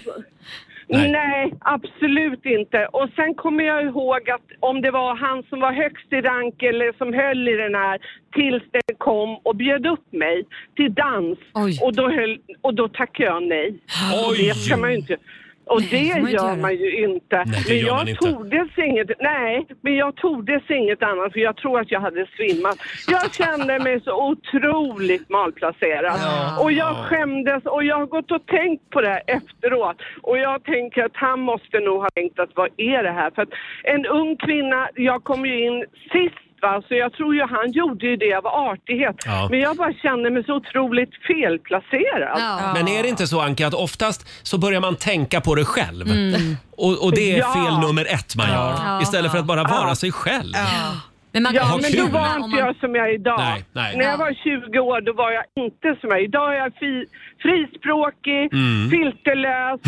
Speaker 1: Nej.
Speaker 5: Nej. absolut inte. Och sen kommer jag ihåg att om det var han som var högst i rank eller som höll i den här tills den kom och bjöd upp mig till dans. Och då, höll, och då tackade jag nej. Och
Speaker 1: Oj.
Speaker 5: det ska man ju inte. Och
Speaker 2: Nej,
Speaker 5: det
Speaker 2: det får man inte
Speaker 5: gör
Speaker 2: göra.
Speaker 5: man ju inte.
Speaker 1: Nej, det
Speaker 5: men
Speaker 1: gör man
Speaker 5: jag
Speaker 1: inte.
Speaker 5: tordes inget, nej, men jag tordes inget annat för jag tror att jag hade svimmat. Jag kände mig så otroligt malplacerad. Och jag skämdes och jag har gått och tänkt på det här efteråt. Och jag tänker att han måste nog ha tänkt att vad är det här? För att en ung kvinna, jag kom ju in sist Va? Så jag tror ju han gjorde ju det av artighet.
Speaker 1: Ja.
Speaker 5: Men jag bara kände mig så otroligt felplacerad.
Speaker 1: Men är det inte så Anki att oftast så börjar man tänka på det själv?
Speaker 2: Mm.
Speaker 1: Och, och det är
Speaker 5: Ja.
Speaker 1: fel nummer ett man
Speaker 2: Ja.
Speaker 1: gör. Istället för att bara vara sig själv.
Speaker 2: Men man
Speaker 5: Ja,
Speaker 1: Vad
Speaker 5: men då
Speaker 1: kul.
Speaker 5: var inte jag som jag är idag.
Speaker 1: Nej, nej.
Speaker 5: När jag var 20 år då var jag inte som jag är idag. är jag fri, frispråkig,
Speaker 1: Mm.
Speaker 5: filterlös,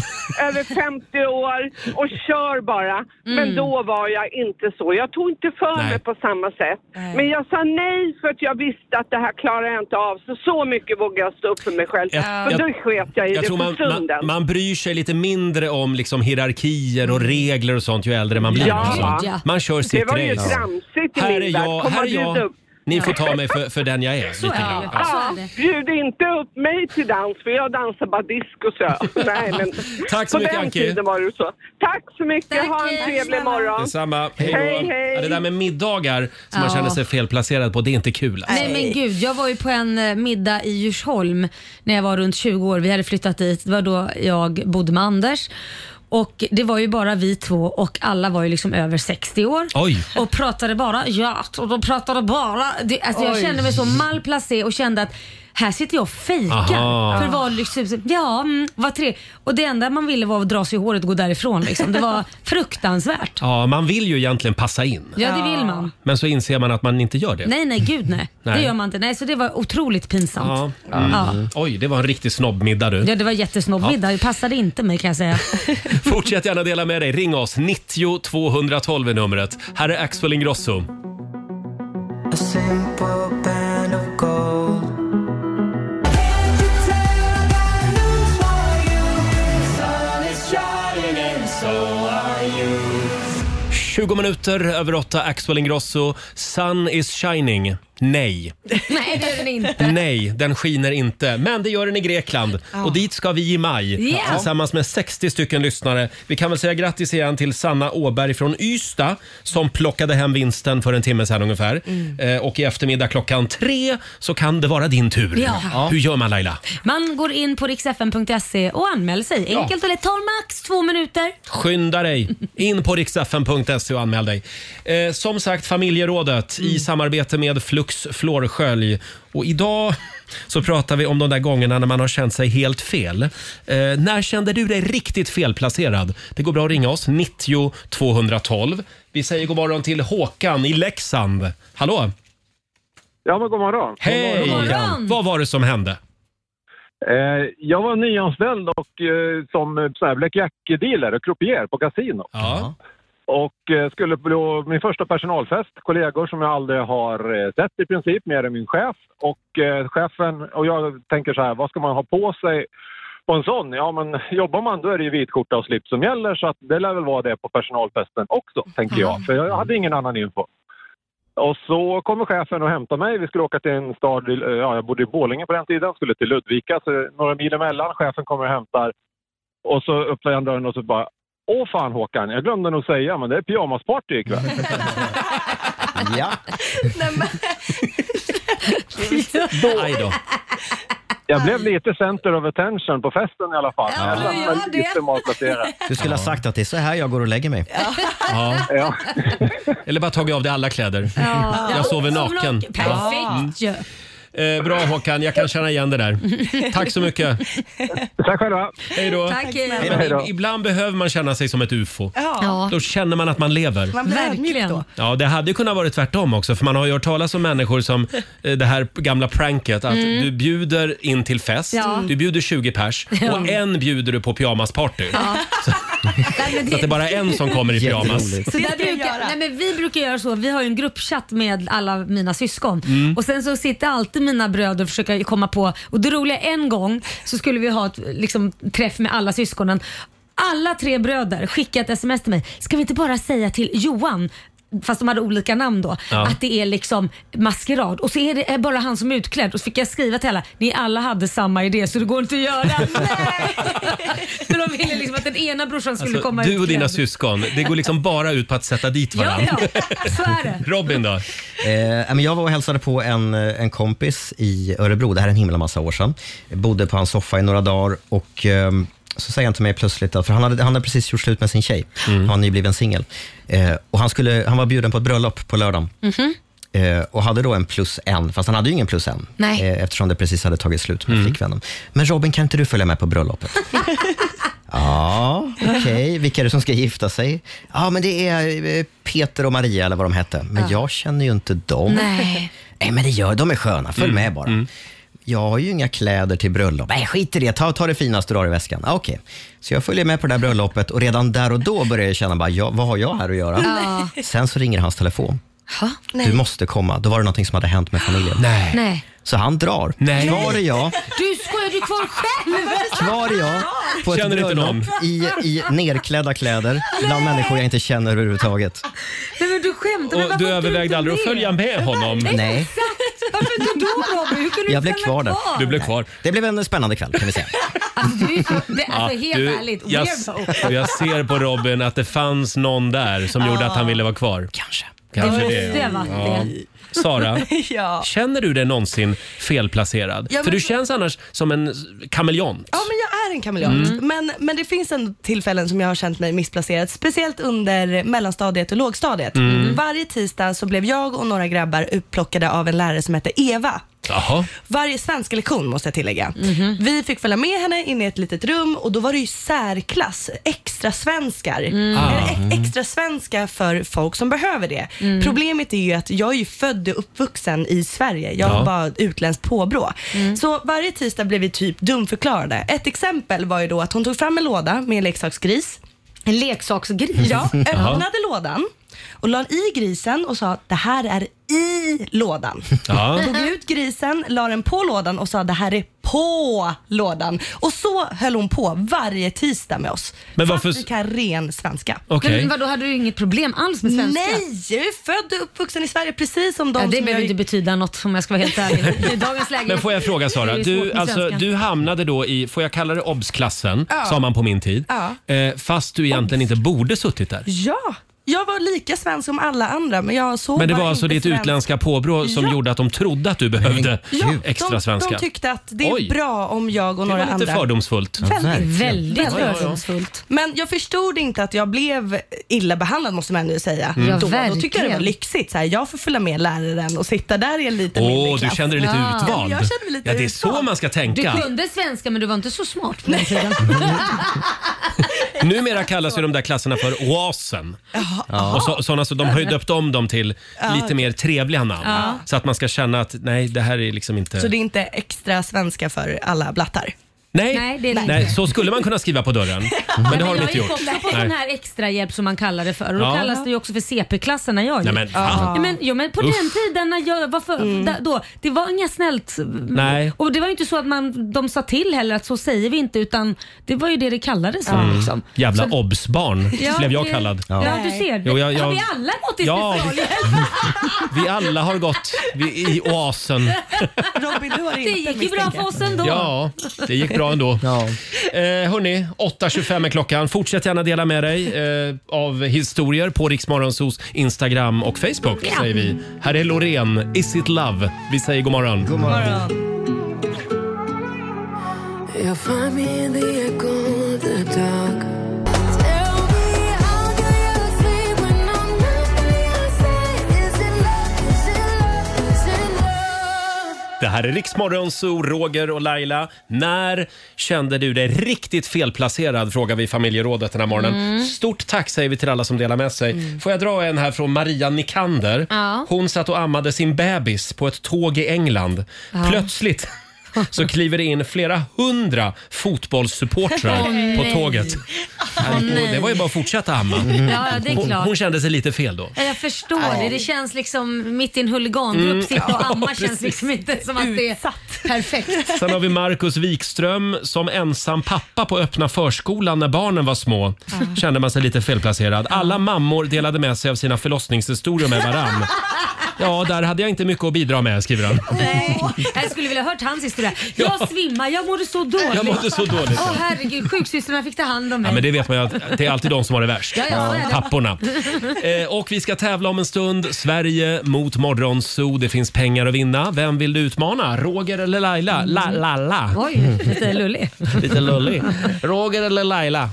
Speaker 5: över 50 år och kör bara.
Speaker 2: Mm.
Speaker 5: Men då var jag inte så. Jag tog inte för
Speaker 1: Nej.
Speaker 5: mig på samma sätt. Men jag sa nej för att jag visste att det här klarar jag inte av. Så så mycket vågade jag stå upp för mig själv.
Speaker 1: Jag-
Speaker 5: För
Speaker 1: jag-
Speaker 5: då sket jag i
Speaker 1: Jag
Speaker 5: det
Speaker 1: tror
Speaker 5: för
Speaker 1: man,
Speaker 5: stunden.
Speaker 1: man, man bryr sig lite mindre om liksom hierarkier och regler och sånt ju äldre man blir.
Speaker 5: Ja.
Speaker 1: också.
Speaker 5: Ja.
Speaker 1: Man kör
Speaker 5: det
Speaker 1: sitt
Speaker 5: var ju
Speaker 1: race.
Speaker 5: tramsigt i
Speaker 1: Här är
Speaker 5: min värld.
Speaker 1: jag,
Speaker 5: Kom
Speaker 1: här
Speaker 5: och
Speaker 1: är
Speaker 5: bjud
Speaker 1: jag.
Speaker 5: upp.
Speaker 1: Ni får ta mig för, för den jag är. Lite
Speaker 2: är Alltså, det.
Speaker 1: grann. Ja.
Speaker 5: Ja, bjud inte upp mig till dans för jag dansar bara disco så jag. Nej, men
Speaker 1: Tack så
Speaker 5: På
Speaker 1: mycket,
Speaker 5: den
Speaker 1: Anki.
Speaker 5: tiden var det så. Tack så mycket,
Speaker 2: Tack,
Speaker 5: ha en
Speaker 2: tack
Speaker 5: trevlig
Speaker 2: snälla.
Speaker 5: morgon.
Speaker 1: Detsamma. Hej då.
Speaker 5: Hej, hej.
Speaker 1: Ja, det där med middagar som man
Speaker 2: Ja.
Speaker 1: känner sig felplacerad på, det är inte kul. Alltså.
Speaker 2: Nej men gud, jag var ju på en eh, middag i Djursholm när jag var runt 20 år. Vi hade flyttat dit, det var då jag bodde med Anders. Och det var ju bara vi två och alla var ju liksom över 60 år.
Speaker 1: Oj.
Speaker 2: Och pratade bara, ja, och de pratade bara. Det, alltså jag
Speaker 7: Oj.
Speaker 2: kände mig så malplacé och kände att Här sitter jag och
Speaker 1: Aha.
Speaker 2: fejkar för valyxhuset. Ja, mm, vad tre. Och det enda man ville var att dra sig i håret och gå därifrån. Liksom. Det var fruktansvärt.
Speaker 1: Ja, man vill ju egentligen passa in.
Speaker 2: Ja, det vill man.
Speaker 1: Men så inser man att man inte gör det.
Speaker 2: Nej, nej, gud nej.
Speaker 1: Nej.
Speaker 2: Det gör man inte. Nej, så det var otroligt
Speaker 1: Ja.
Speaker 2: pinsamt.
Speaker 1: Mm.
Speaker 2: Ja.
Speaker 1: Oj, det var en riktig snobbmiddag du.
Speaker 2: Ja, det var jättesnobbmiddag. Det passade inte mig kan jag säga.
Speaker 1: Fortsätt gärna dela med dig. Ring oss. 90 212 är numret. Här är Axel Ingrosso.
Speaker 11: A simple band of gold. Can
Speaker 1: 20 minuter över åtta, Axel Ingrosso. Sun is shining. Nej.
Speaker 2: Nej, det gör den inte.
Speaker 1: Nej, den skiner inte. Men det gör den i Grekland.
Speaker 2: Ja.
Speaker 1: Och dit ska vi i maj.
Speaker 2: Ja.
Speaker 1: Tillsammans med 60 stycken lyssnare. Vi kan väl säga grattis igen till Sanna Åberg från Ystad som plockade hem vinsten för en timme sedan ungefär.
Speaker 2: Mm.
Speaker 1: Eh, och i eftermiddag klockan tre så kan det vara din tur.
Speaker 2: Ja. Ja.
Speaker 1: Hur gör man Laila?
Speaker 2: Man går in på riksfn.se och anmäler sig.
Speaker 1: Ja.
Speaker 2: Enkelt och lätt. Tar max två minuter.
Speaker 1: Skynda dig in på riksfn.se och anmäl dig. Eh, som sagt, familjerådet i samarbete med Flux Flårskölj. Och idag så pratar vi om de där gångerna när man har känt sig helt fel. Eh, när kände du dig riktigt felplacerad? Det går bra att ringa oss, 90 212. Vi säger god morgon till Håkan i Leksand. Hallå!
Speaker 13: Ja, men god morgon.
Speaker 1: Hej!
Speaker 13: God morgon.
Speaker 1: Vad var det som hände?
Speaker 13: Eh, jag var nyanställd och eh, som eh, så här Black Jack-dealer och croupier på kasino. Och eh, skulle på min första personalfest, kollegor som jag aldrig har eh, sett i princip, mer än min chef. Och eh, chefen, och jag tänker så här, vad ska man ha på sig på en sån? Ja, men jobbar man då är det ju vit skjorta och slips som gäller, så att det lär väl vara det på personalfesten också, tänker jag. För jag hade ingen annan info. Och så kommer chefen och hämtar mig. Vi skulle åka till en stad, i- ja, jag bodde i Borlänge på den tiden, skulle till Ludvika, så det är några mil emellan. Chefen kommer och hämtar och så öppnar jag dörren och så bara Åh fan Håkan, jag glömde nog säga, men det är pyjamasparty ikväll. ja.
Speaker 1: Aj då.
Speaker 13: Jag blev lite center of attention på festen i alla fall.
Speaker 3: Ja,
Speaker 13: jag
Speaker 3: du
Speaker 13: satt
Speaker 3: gör
Speaker 13: väl
Speaker 3: det.
Speaker 13: lite malplacerad.
Speaker 3: Du skulle ha sagt att det är så här jag går och lägger mig.
Speaker 1: Ja. Eller bara tagit av dig alla kläder.
Speaker 2: Ja.
Speaker 1: Jag sover
Speaker 2: Som
Speaker 1: naken.
Speaker 2: naken. Perfekt ju.
Speaker 1: Eh, bra Håkan, jag kan känna igen det där. Tack så mycket.
Speaker 13: Tack själva.
Speaker 1: Hej då.
Speaker 2: Tack, hej.
Speaker 1: Men
Speaker 2: Hej då.
Speaker 1: ib- Ibland behöver man känna sig som ett ufo.
Speaker 2: Ja.
Speaker 1: Då känner man att man lever.
Speaker 2: Verkligen.
Speaker 1: Ja, det hade kunnat vara tvärtom också för man har ju hört talas om människor som eh, det här gamla pranket att
Speaker 2: Mm.
Speaker 1: du bjuder in till fest,
Speaker 2: Ja.
Speaker 1: du bjuder 20 pers och
Speaker 2: Ja.
Speaker 1: en bjuder du på pyjamasparty.
Speaker 2: Ja. Nej, men
Speaker 1: Så att det är bara en som kommer i pyjamas.
Speaker 2: Så där brukar, nej men vi brukar göra så, vi har ju en gruppchatt med alla mina syskon
Speaker 1: Mm.
Speaker 2: och sen så sitter alltid mina bröder och försöker komma på och det roliga en gång så skulle vi ha ett liksom, träff med alla syskonen. Alla tre bröder skickade ett sms till mig. Ska vi inte bara säga till Johan Fast de hade olika namn då.
Speaker 14: Ja.
Speaker 2: Att det är liksom maskerad. Och så är det är bara han som är utklädd. Och så fick jag skriva till alla. Ni alla hade samma idé så det går inte att göra. Nej! För de ville liksom att den ena brorsan skulle
Speaker 1: Alltså,
Speaker 2: komma
Speaker 1: du och
Speaker 2: utklädd.
Speaker 1: dina syskon, det går liksom bara ut på att sätta dit
Speaker 2: Ja,
Speaker 1: varandra.
Speaker 2: ja, så är det.
Speaker 1: Robin då?
Speaker 3: Eh, nej, men jag var och hälsade på en, eh, en kompis i Örebro, det här är en himla massa år sedan. Jag bodde på hans soffa i några dagar och ehm, så säger han till mig plötsligt, att, för han hade, han hade precis gjort slut med sin tjej, han var nybliven singel. Eh, och han, skulle, han var bjuden på ett bröllop på lördagen.
Speaker 2: Mhm.
Speaker 3: Eh, och hade då en plus en, fast han hade ju ingen plus en.
Speaker 2: Nej.
Speaker 3: Eh, eftersom det precis hade tagit slut med flickvännen. Men Robin, kan inte du följa med på bröllopet? ja, okej. Vilka är det som ska gifta sig? Ja, men det är eh, Peter och Maria eller vad de hette. Men jag känner ju inte dem.
Speaker 11: Nej.
Speaker 3: Nej, men det gör de är sköna. Följ med bara. Jag har ju inga kläder till bröllop. Nej, skit i det. Ta, ta det finaste du har i väskan. Ah, Okej. Så jag följer med på det här bröllopet och redan där och då börjar jag känna, bara, ja, vad har jag här att göra?
Speaker 2: Ja.
Speaker 3: Sen så ringer hans telefon.
Speaker 2: Nej.
Speaker 3: Du måste komma. Då var det någonting som hade hänt med familjen.
Speaker 1: Nej.
Speaker 2: Nej.
Speaker 3: Så han drar. Nej. Kvar är jag.
Speaker 2: Du skojar, du är kvar själv!
Speaker 3: Kvar är jag på ett
Speaker 1: Känner inte
Speaker 3: bröllop i, i nerklädda kläder bland människor jag inte känner överhuvudtaget.
Speaker 2: Nej men du skämtar, men
Speaker 1: Och
Speaker 2: varför
Speaker 1: du
Speaker 2: åkte
Speaker 1: övervägde
Speaker 2: inte
Speaker 1: aldrig att
Speaker 2: med?
Speaker 1: följa med honom?
Speaker 3: Nej.
Speaker 2: Exakt! Varför inte då Robin? Hur kunde
Speaker 3: Jag
Speaker 2: du
Speaker 3: blev
Speaker 2: stanna
Speaker 3: kvar där.
Speaker 2: kvar?
Speaker 1: kvar.
Speaker 3: Det blev en spännande kväll kan vi säga.
Speaker 2: Alltså, du är så, det, alltså
Speaker 1: Ja,
Speaker 2: helt
Speaker 1: du,
Speaker 2: ärligt,
Speaker 1: jag,
Speaker 2: weirdo.
Speaker 1: jag ser på Robin att det fanns någon där som gjorde att han ville vara kvar. Kanske.
Speaker 11: Det
Speaker 1: Kanske det.
Speaker 11: måste ha varit det.
Speaker 1: Sara,
Speaker 7: ja.
Speaker 1: känner du dig någonsin felplacerad?
Speaker 7: Ja, men-
Speaker 1: För du känns annars som en kameleont.
Speaker 7: Ja, men jag är en kameleont.
Speaker 1: Mm.
Speaker 7: Men, men det finns ändå tillfällen som jag har känt mig missplacerad, speciellt under mellanstadiet och lågstadiet.
Speaker 11: Mm.
Speaker 7: Varje tisdag så blev jag och några grabbar upplockade av en lärare som hette Eva. svensk. Varje svenska lektion måste jag tillägga.
Speaker 11: Mhm.
Speaker 7: Vi fick följa med henne in i ett litet rum och då var det ju särklass, extra svenskar.
Speaker 11: Mm. Ah.
Speaker 7: Eller ex- extra svenska för folk som behöver det.
Speaker 11: Mm.
Speaker 7: Problemet är ju att jag är ju född och uppvuxen i Sverige. Jag har
Speaker 11: Ja. Mm.
Speaker 7: bara utländskt påbrå. Så varje tisdag blev vi typ dumförklarade. Ett exempel var ju då att hon tog fram en låda med en leksaksgris.
Speaker 2: En leksaksgris?
Speaker 7: Ja,
Speaker 2: Jaha.
Speaker 7: öppnade lådan och la i grisen och sa det här är i lådan.
Speaker 11: Ja.
Speaker 7: Tog ut grisen, la den på lådan och sa det här är på lådan. Och så höll hon på varje tisdag med oss.
Speaker 1: Men
Speaker 7: Men
Speaker 1: varför-
Speaker 7: varför... Fast vi kan ren svenska.
Speaker 1: Okej. Men
Speaker 2: vadå, hade du inget problem alls med svenska?
Speaker 7: Nej, jag är född och uppvuxen i Sverige precis som de
Speaker 2: Ja, det
Speaker 7: som
Speaker 2: behöver
Speaker 7: jag...
Speaker 2: inte betyda något om jag ska vara helt ärlig. I dagens läge.
Speaker 1: Men får jag fråga Sara,
Speaker 2: Det är ju svårt
Speaker 1: du,
Speaker 2: med
Speaker 1: alltså,
Speaker 2: svenskan.
Speaker 1: du hamnade då i, får jag kalla det obsklassen,
Speaker 7: Ja.
Speaker 1: sa man på min tid.
Speaker 7: Ja.
Speaker 1: Eh, fast du egentligen inte borde suttit där.
Speaker 7: Ja, jag var lika svensk som alla andra men jag såg
Speaker 1: Men det
Speaker 7: bara
Speaker 1: var alltså
Speaker 7: inte
Speaker 1: ditt
Speaker 7: svensk.
Speaker 1: utländska påbrå som
Speaker 7: Ja.
Speaker 1: gjorde att de trodde att du behövde
Speaker 7: Ja,
Speaker 1: extra
Speaker 7: de,
Speaker 1: svenska.
Speaker 7: De tyckte att det är
Speaker 1: Oj.
Speaker 7: bra om jag och några
Speaker 1: det var
Speaker 7: andra...
Speaker 1: lite fördomsfullt.
Speaker 7: Väldigt,
Speaker 2: Väldigt
Speaker 1: Ja, ja, ja.
Speaker 2: fördomsfullt.
Speaker 7: Men jag förstod inte att jag blev illa behandlad måste man ändå säga.
Speaker 1: Mm. Ja,
Speaker 7: Då, då tyckte jag det
Speaker 2: verkligen.
Speaker 7: var lyxigt. Så här, jag får följa med läraren och sitta där i en liten
Speaker 1: Åh,
Speaker 7: mindre
Speaker 1: du
Speaker 7: klass.
Speaker 1: kände dig lite utvald.
Speaker 7: Jag kände mig lite
Speaker 1: ja, det är
Speaker 7: utvald.
Speaker 1: så man ska
Speaker 2: Du
Speaker 1: tänka.
Speaker 2: kunde svenska men du var inte så smart på den tiden.
Speaker 1: Numera kallas ju de där klasserna för oasen. Och så, såna, så de har ju döpt om dem till
Speaker 7: Ja.
Speaker 1: lite mer trevliga namn.
Speaker 7: Ja.
Speaker 1: Så att man ska känna att nej, det här är liksom inte...
Speaker 7: Så det är inte extra svenska för alla blattar.
Speaker 1: Nej,
Speaker 2: Nej,
Speaker 1: nej,
Speaker 2: det är det inte.
Speaker 1: så skulle man kunna skriva på dörren. Men det har de
Speaker 2: jag
Speaker 1: inte
Speaker 2: gick
Speaker 1: gjort.
Speaker 2: också på
Speaker 1: Nej.
Speaker 2: sån här extrahjälp som man kallar det för. Och då
Speaker 1: Ja.
Speaker 2: kallas det ju också för CP-klassen när jag
Speaker 1: Nej,
Speaker 2: gick.
Speaker 1: men fan.
Speaker 2: Ja, men, jo, men på
Speaker 1: Uff.
Speaker 2: den tiden när jag var för,
Speaker 7: Mm.
Speaker 2: da- då, det var inga snällt.
Speaker 1: Nej.
Speaker 2: Och det var ju inte så att man, de sa till heller att så säger vi inte utan det var ju det det kallades som.
Speaker 1: Mm.
Speaker 2: Liksom.
Speaker 1: Jävla obsbarn
Speaker 2: Ja,
Speaker 1: blev jag
Speaker 2: det-
Speaker 1: kallad.
Speaker 2: Ja, du ser.
Speaker 1: Jo, jag,
Speaker 2: Har
Speaker 1: jag,
Speaker 2: vi alla gått i
Speaker 1: Ja.
Speaker 2: specialhjälp?
Speaker 1: vi alla har gått vi, i oasen.
Speaker 7: Robin, du har
Speaker 2: Det gick ju bra för oss ändå.
Speaker 1: Ja, det gick bra ändå. Eh, hörni, 8.25 är klockan. Fortsätt gärna dela med dig eh, av historier på Riksmorgonsos Instagram och Facebook.
Speaker 11: Ja.
Speaker 1: säger vi. Här är Loreen, Is it love? Vi säger god morgon. God
Speaker 11: Jag fann mig in the echo of the dark
Speaker 1: Det här är Riksmorgonso, Roger och Laila. När kände du dig riktigt felplacerad? Frågar vi familjerådet den här morgonen.
Speaker 2: Mm.
Speaker 1: Stort tack säger vi till alla som delar med sig. Får jag dra en här från Maria Nikander?
Speaker 2: Ja.
Speaker 1: Hon satt och ammade sin bebis på ett tåg i England.
Speaker 2: Ja.
Speaker 1: Plötsligt så kliver det in flera hundra fotbollssupportrar
Speaker 2: Åh, nej.
Speaker 1: på tåget.
Speaker 2: Åh, nej.
Speaker 1: det var ju bara att fortsätta amma.
Speaker 2: Ja, det är
Speaker 1: hon,
Speaker 2: klart.
Speaker 1: hon kände sig lite fel då.
Speaker 2: Ja, Jag förstår
Speaker 1: Ja.
Speaker 2: det. Det känns liksom mitt i en huligangrupp
Speaker 1: Mm.
Speaker 2: sitta och amma
Speaker 1: Ja,
Speaker 2: känns
Speaker 1: precis.
Speaker 2: liksom inte som att det är perfekt.
Speaker 1: Sen har vi Markus Wikström som ensam pappa på öppna förskolan när barnen var små. Kände man sig lite felplacerad. Alla mammor delade med sig av sina förlossningshistorier med varann. Ja, där hade jag inte mycket att bidra med, skriver han.
Speaker 2: Nej. Jag skulle vilja ha hört hans historia. Jag
Speaker 1: Ja.
Speaker 2: svimmar, jag mådde så dåligt.
Speaker 1: Jag mådde så dåligt, ja.
Speaker 2: Åh herregud, sjuksystrarna fick ta hand om mig.
Speaker 1: Ja, men det vet man ju att det är alltid de som har det värst.
Speaker 2: Ja, ja, så är det.
Speaker 1: Papporna. Eh, och vi ska tävla om en stund. Sverige mot Morgonzoo. Det finns pengar att vinna. Vem vill du utmana? Roger eller Laila? La, la, la.
Speaker 2: Oj, lite lullig.
Speaker 1: Lite lullig. Roger eller Laila?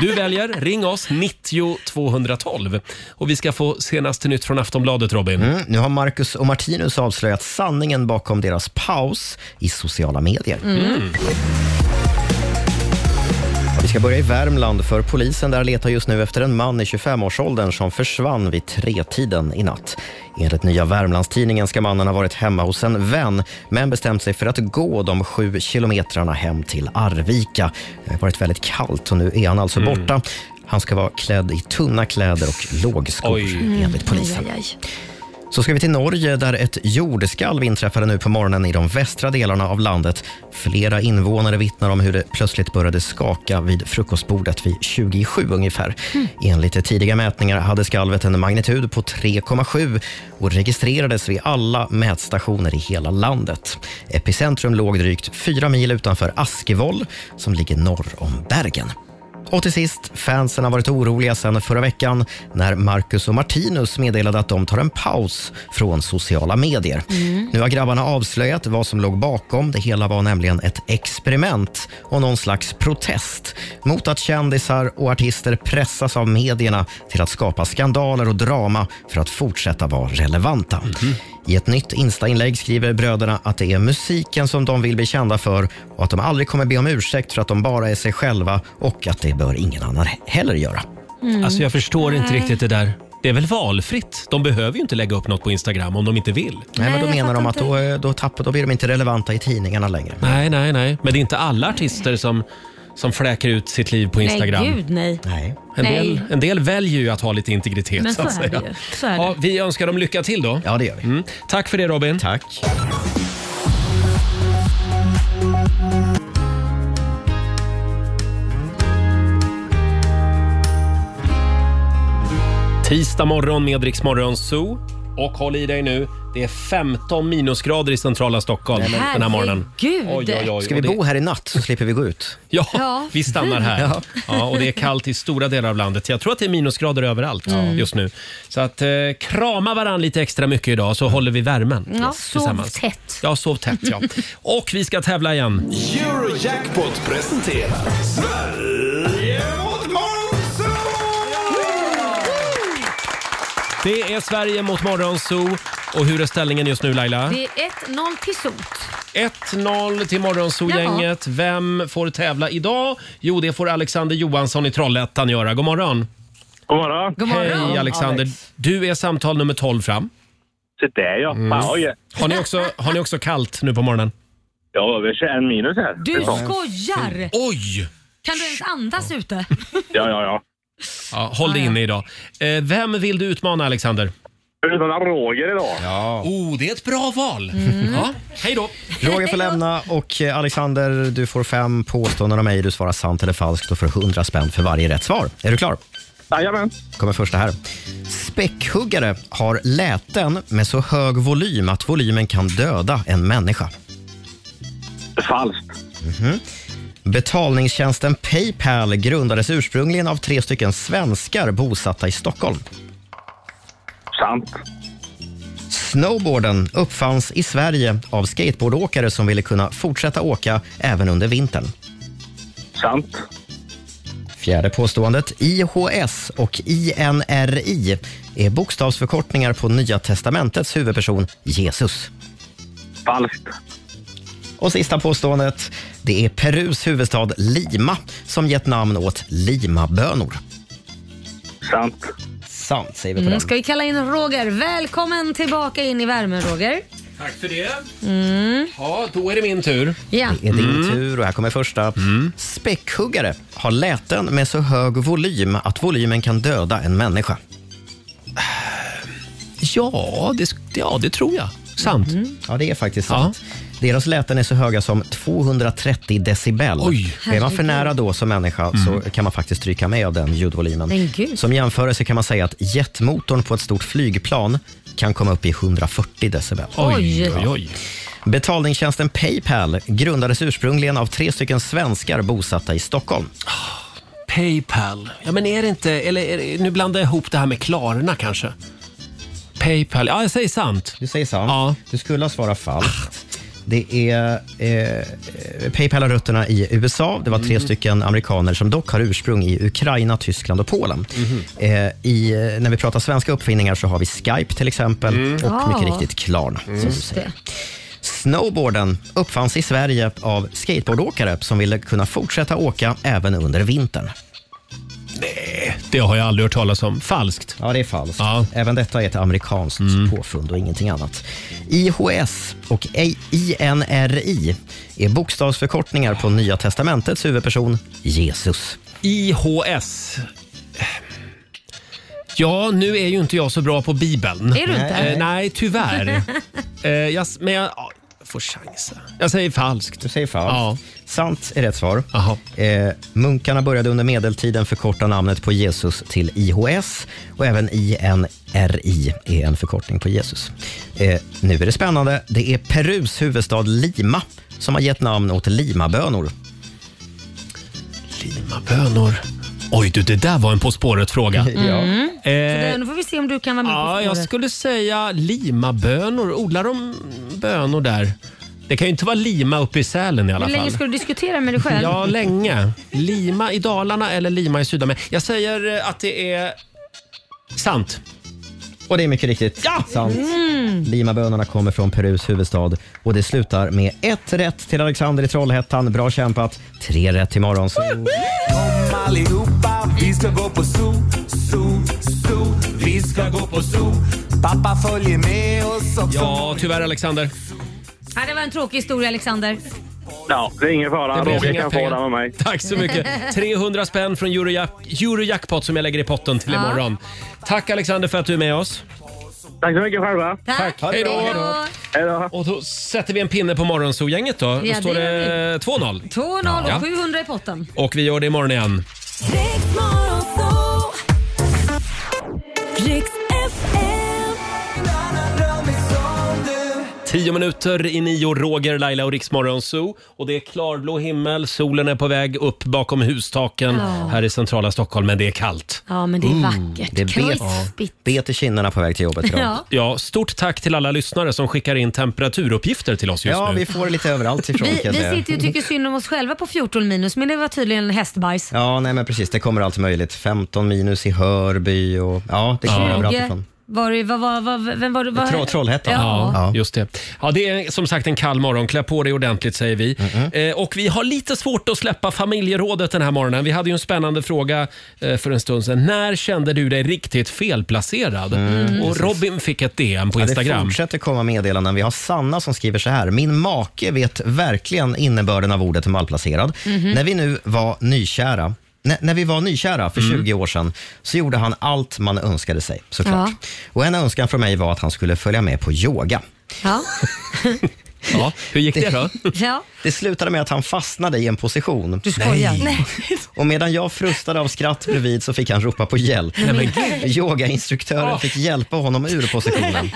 Speaker 1: Du väljer. Ring oss 90 212. Och vi ska få senaste nytt från Aftonbladet, Robin.
Speaker 3: Mm, nu har Marcus och Martinus avslöjat sanningen bakom deras paus i sociala medier.
Speaker 11: Mm.
Speaker 3: Vi ska börja i Värmland, för polisen där letar just nu efter en man i 25-årsåldern som försvann vid tretiden i natt. Enligt Nya Värmlandstidningen ska mannen ha varit hemma hos en vän men bestämt sig för att gå de sju kilometrarna hem till Arvika. Det har varit väldigt kallt och nu är han alltså
Speaker 11: Mm.
Speaker 3: borta. Han ska vara klädd i tunna kläder och lågskor enligt polisen. Så ska vi till Norge där ett jordskalv inträffade nu på morgonen i de västra delarna av landet. Flera invånare vittnar om hur det plötsligt började skaka vid frukostbordet vid 27 ungefär. Enligt tidiga mätningar hade skalvet en magnitud på 3,7 och registrerades vid alla mätstationer i hela landet. Epicentrum låg drygt fyra mil utanför Askevoll som ligger norr om Bergen. Och till sist, fansen har varit oroliga sedan förra veckan när Marcus och Martinus meddelade att de tar en paus från sociala medier. Nu har grabbarna avslöjat vad som låg bakom. Det hela var nämligen ett experiment och någon slags protest mot att kändisar och artister pressas av
Speaker 1: Mhm.
Speaker 3: medierna till att skapa skandaler och drama för att fortsätta vara relevanta. I ett nytt Insta-inlägg skriver bröderna att det är musiken som de vill bli kända för och att de aldrig kommer be om ursäkt för att de bara är sig själva och att det bör ingen annan heller göra.
Speaker 1: Mm. Alltså jag förstår inte
Speaker 3: Nej.
Speaker 1: riktigt det där. Det är väl valfritt? De behöver ju inte lägga upp något på Instagram om de inte vill.
Speaker 3: Nej, men då menar de att då, eh, då, tappar, då blir de inte relevanta i tidningarna längre.
Speaker 1: Nej, nej, nej. Men det är inte alla artister som, som fläker ut sitt liv på Instagram.
Speaker 2: Nej, gud nej.
Speaker 3: Nej.
Speaker 1: En,
Speaker 2: Nej.
Speaker 1: Del, en del väljer ju att ha lite integritet.
Speaker 2: Men så
Speaker 1: att
Speaker 2: är det
Speaker 1: säga.
Speaker 2: ju. Så är
Speaker 1: Ja,
Speaker 2: det.
Speaker 1: vi önskar dem lycka till då.
Speaker 3: Ja, det gör vi.
Speaker 1: Mm. Tack för det Robin.
Speaker 3: Tack.
Speaker 1: Tisdag morgon med Rix Morgon Zoo. Och håll i dig nu, det är 15 minusgrader i centrala Stockholm
Speaker 3: Nej, men-
Speaker 1: den här morgonen.
Speaker 2: Herregud.
Speaker 1: Oj, oj, oj.
Speaker 3: Ska vi
Speaker 1: Och det-
Speaker 3: bo här i natt så slipper vi gå ut?
Speaker 1: Ja,
Speaker 2: Ja.
Speaker 1: vi stannar här. Ja.
Speaker 3: Ja.
Speaker 1: och det är kallt i stora delar av landet. Jag tror att det är minusgrader överallt
Speaker 2: Mm.
Speaker 1: just nu. Så att eh, krama varandra lite extra mycket idag så håller vi värmen.
Speaker 2: Ja,
Speaker 1: Yes,
Speaker 2: sov tätt.
Speaker 1: Ja, sov tätt ja. Och vi ska tävla igen.
Speaker 4: Eurojackpot presenterar Sverige mot Monzo!
Speaker 1: Det är Sverige mot Morgonzoo. Och hur är ställningen just nu Laila?
Speaker 2: Det är 1-0 till sot.
Speaker 1: 1-0 till Morgonzoo-gänget. Vem får tävla idag? Jo, det får Alexander Johansson i Trollhättan göra. God morgon!
Speaker 14: God morgon!
Speaker 2: God morgon.
Speaker 1: Hej Alexander! Du är samtal nummer 12 fram. Mm.
Speaker 14: Se där ja. Fan vad gött.
Speaker 1: Har ni, också, har ni också kallt nu på morgonen?
Speaker 14: Ja, över 21 minus här.
Speaker 2: Du skojar!
Speaker 1: Oj!
Speaker 2: Kan du ens andas ute?
Speaker 14: Ja, ja, ja.
Speaker 1: Ja, håll dig inne idag. Eh, vem vill du utmana Alexander?
Speaker 14: Utan Roger idag.
Speaker 3: Ja.
Speaker 1: Oh, det är ett bra val!
Speaker 2: Mm.
Speaker 1: Ja, hej då!
Speaker 3: Roger får lämna och eh, Alexander, du får fem påståenden av mig. Du svarar sant eller falskt och får 100 spänn för varje rätt svar. Är du klar?
Speaker 14: Jajamän.
Speaker 3: kommer första här. Späckhuggare har läten med så hög volym att volymen kan döda en människa.
Speaker 14: Falskt.
Speaker 3: Mhm. Betalningstjänsten Paypal grundades ursprungligen av tre stycken svenskar bosatta i Stockholm.
Speaker 14: Sant.
Speaker 3: Snowboarden uppfanns i Sverige av skateboardåkare som ville kunna fortsätta åka även under vintern.
Speaker 14: Sant.
Speaker 3: Fjärde påståendet. IHS och INRI är bokstavsförkortningar på Nya testamentets huvudperson Jesus.
Speaker 14: Falskt.
Speaker 3: Och sista påståendet. Det är Perus huvudstad Lima som gett namn åt limabönor.
Speaker 14: Sant.
Speaker 3: Sant säger vi på
Speaker 2: Mm,
Speaker 3: den.
Speaker 2: ska vi kalla in Roger? Välkommen tillbaka in i värmen Roger.
Speaker 1: Tack för det.
Speaker 2: Mm.
Speaker 1: Ja, då är det min tur. Mm.
Speaker 2: Ja.
Speaker 3: Det är din tur och här kommer första. Späckhuggare har läten med så hög volym att volymen kan döda en människa.
Speaker 1: Ja, det, ja, det tror jag. Sant.
Speaker 3: Mm. Ja, det är faktiskt sant. Deras läten är så höga som 230 decibel.
Speaker 1: Oj. Mm.
Speaker 3: Är man för
Speaker 1: Herregud.
Speaker 3: nära då som människa så kan man faktiskt stryka med den ljudvolymen.
Speaker 2: Men gud.
Speaker 3: Som jämförelse kan man säga att jetmotorn på ett stort flygplan kan komma upp i 140 decibel.
Speaker 2: Oj. Oj,
Speaker 1: oj.
Speaker 3: Betalningstjänsten Paypal grundades ursprungligen av tre stycken svenskar bosatta i Stockholm.
Speaker 1: Paypal. Ja, men är det inte... Eller är det, nu blandar jag ihop det här med Klarna kanske. Paypal. Ja, jag säger sant.
Speaker 3: Du säger sant. Du skulle ha svarat falskt. Det är eh, eh, Paypal har rötterna i USA. Det var tre
Speaker 1: Mm.
Speaker 3: stycken amerikaner som dock har ursprung i Ukraina, Tyskland och Polen. Eh, i, eh, när vi pratar svenska uppfinningar så har vi Skype till exempel och
Speaker 2: Ja.
Speaker 3: mycket riktigt Klarna.
Speaker 1: Mm.
Speaker 3: Som du
Speaker 2: Just
Speaker 3: säger.
Speaker 2: det.
Speaker 3: Snowboarden uppfanns i Sverige av skateboardåkare som ville kunna fortsätta åka även under vintern.
Speaker 1: Det har jag aldrig hört talas om. Falskt. Mm.
Speaker 3: Ja, det är falskt. Även detta är ett amerikanskt påfund och ingenting annat. IHS och A- INRI är bokstavsförkortningar på Nya Testamentets huvudperson Jesus.
Speaker 1: IHS. Ja, nu är ju inte jag så bra på Bibeln.
Speaker 3: Är du inte?
Speaker 1: Eh, nej, tyvärr. eh, jag, s- men jag ja, jag får chansa. Jag säger falskt.
Speaker 3: Du säger falskt. Sant är rätt svar. Eh, munkarna började under medeltiden förkorta namnet på Jesus till IHS och även INRI är en förkortning på Jesus. Eh, nu är det spännande. Det är Perus huvudstad Lima som har gett namn åt limabönor.
Speaker 1: Bönor. Oj du, det där var en På spåret-fråga.
Speaker 2: Mm. Så
Speaker 1: Eh,
Speaker 2: där, nu får vi se om du kan vara med
Speaker 1: ja,
Speaker 2: på
Speaker 1: jag
Speaker 2: spåret.
Speaker 1: skulle säga limabönor. Odlar de bönor där? Det kan ju inte vara lima uppe i Sälen i alla
Speaker 2: Hur länge
Speaker 1: fall.
Speaker 2: ska du diskutera med dig själv?
Speaker 1: Ja, länge. Lima i Dalarna eller Lima i Sydamerika. Jag säger eh, att det är sant.
Speaker 3: Och det är mycket riktigt sant.
Speaker 2: Mm.
Speaker 3: Limabönorna kommer från Perus huvudstad och det slutar med ett rätt till Alexander i Trollhättan. Bra kämpat! Tre rätt imorgon. Så...
Speaker 11: Kom allihopa, vi ska gå på zoo, zoo, zoo. Vi ska gå på zoo. Pappa följer med oss också.
Speaker 1: Ja, tyvärr Alexander.
Speaker 2: Ja, det var en tråkig historia Alexander.
Speaker 14: Ja, det är ingen fara.
Speaker 1: blev
Speaker 14: Roger
Speaker 1: inga
Speaker 14: kan få
Speaker 1: pengar.
Speaker 14: den med mig.
Speaker 1: Tack så mycket. 300 spänn från Eurojack- Eurojackpot som jag lägger i potten till
Speaker 2: Ja.
Speaker 1: imorgon. Tack Alexander för att du är med oss.
Speaker 14: Tack så mycket själva.
Speaker 2: Tack.
Speaker 1: Hej
Speaker 2: Hej
Speaker 1: då.
Speaker 2: då.
Speaker 1: Och då sätter vi en pinne på morgonsogänget då. Då
Speaker 2: Ja,
Speaker 1: står
Speaker 2: det
Speaker 1: det 2-0.
Speaker 2: 2-0
Speaker 1: Ja.
Speaker 2: och 700 i potten.
Speaker 1: Och vi gör det imorgon igen.
Speaker 11: Riks FM.
Speaker 1: Tio minuter i nio, Roger, Laila och Riksmorgon Zoo. Och det är klarblå himmel, solen är på väg upp bakom hustaken
Speaker 2: Ja.
Speaker 1: här i centrala Stockholm, men det är kallt.
Speaker 2: Ja, men det är
Speaker 1: Mm,
Speaker 2: vackert.
Speaker 1: det bet-
Speaker 2: Krispigt.
Speaker 3: Bet i kinderna på väg till jobbet idag.
Speaker 2: Ja.
Speaker 1: Ja, stort tack till alla lyssnare som skickar in temperaturuppgifter till oss just
Speaker 3: Ja,
Speaker 1: nu.
Speaker 3: vi får det lite överallt ifrån
Speaker 2: Vi,
Speaker 3: kan jag
Speaker 2: vi
Speaker 3: säga.
Speaker 2: sitter ju och tycker synd om oss själva på 14 minus, men det var tydligen hästbajs.
Speaker 3: Ja, nej men precis. Det kommer allt möjligt. 15 minus i Hörby och ja, det kommer överallt
Speaker 2: Roger,
Speaker 3: ifrån.
Speaker 2: var det, vad var, vad, vem var det? Vad,
Speaker 3: Tro- Trollhättan.
Speaker 2: Ja.
Speaker 1: Ja, just det. Ja, det är som sagt en kall morgon. Klä på dig ordentligt säger vi. Eh, och vi har lite svårt att släppa familjerådet den här morgonen. Vi hade ju en spännande fråga eh, för en stund sedan. När kände du dig riktigt felplacerad? Och Robin fick ett DM på
Speaker 3: Mm. Ja, Det
Speaker 1: Instagram.
Speaker 3: fortsätter komma meddelanden. Vi har Sanna som skriver så här. Min make vet verkligen innebörden av ordet malplacerad.
Speaker 11: Mhm.
Speaker 3: När vi nu var nykära när- när vi var nykära
Speaker 1: Mm.
Speaker 3: för 20 år sedan så gjorde han allt man önskade sig såklart.
Speaker 11: Ja.
Speaker 3: Och en önskan från mig var att han skulle följa med på yoga.
Speaker 2: Ja.
Speaker 1: ja, hur gick det då?
Speaker 2: ja.
Speaker 3: Det slutade med att han fastnade i en position. Du
Speaker 2: skojar. Nej.
Speaker 3: Och medan jag frustade av skratt bredvid så fick han ropa på hjälp.
Speaker 11: Nej, men gud.
Speaker 3: Yogainstruktören
Speaker 1: Ah.
Speaker 11: Åh.
Speaker 3: fick hjälpa honom ur positionen.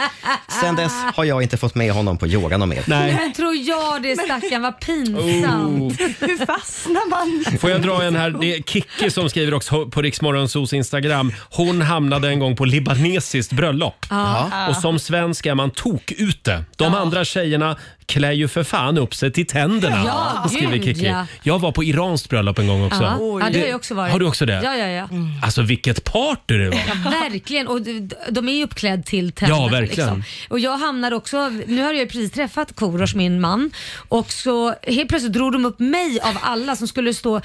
Speaker 3: Sen dess har jag inte fått med honom på yoga någon mer.
Speaker 2: Men tror jag det stackarn, vad pinsamt. Hur fastnar man?
Speaker 1: Oh. Får jag dra en här? Det är Kikki som skriver också på Riksmorgonsos Instagram. Hon hamnade en gång på libanesiskt bröllop.
Speaker 2: Ja.
Speaker 1: Och som svensk är man tok ute. De andra tjejerna klär ju för fan upp sig till tänderna.
Speaker 2: Ja,
Speaker 1: skriver
Speaker 2: gud,
Speaker 1: Kikki.
Speaker 2: ja.
Speaker 1: Jag var på iranskt bröllop en gång också.
Speaker 2: Ja. ja, det har jag också varit.
Speaker 1: Har du också det?
Speaker 2: Ja, ja, ja.
Speaker 7: Mm.
Speaker 1: Alltså vilket party det var.
Speaker 2: Ja, verkligen. Och de- de är ju uppklädda till tänderna.
Speaker 1: Ja, verkligen.
Speaker 2: Och jag hamnade också, nu har jag ju precis träffat Korosh, min man, och så helt plötsligt drog de upp mig av alla som skulle stå,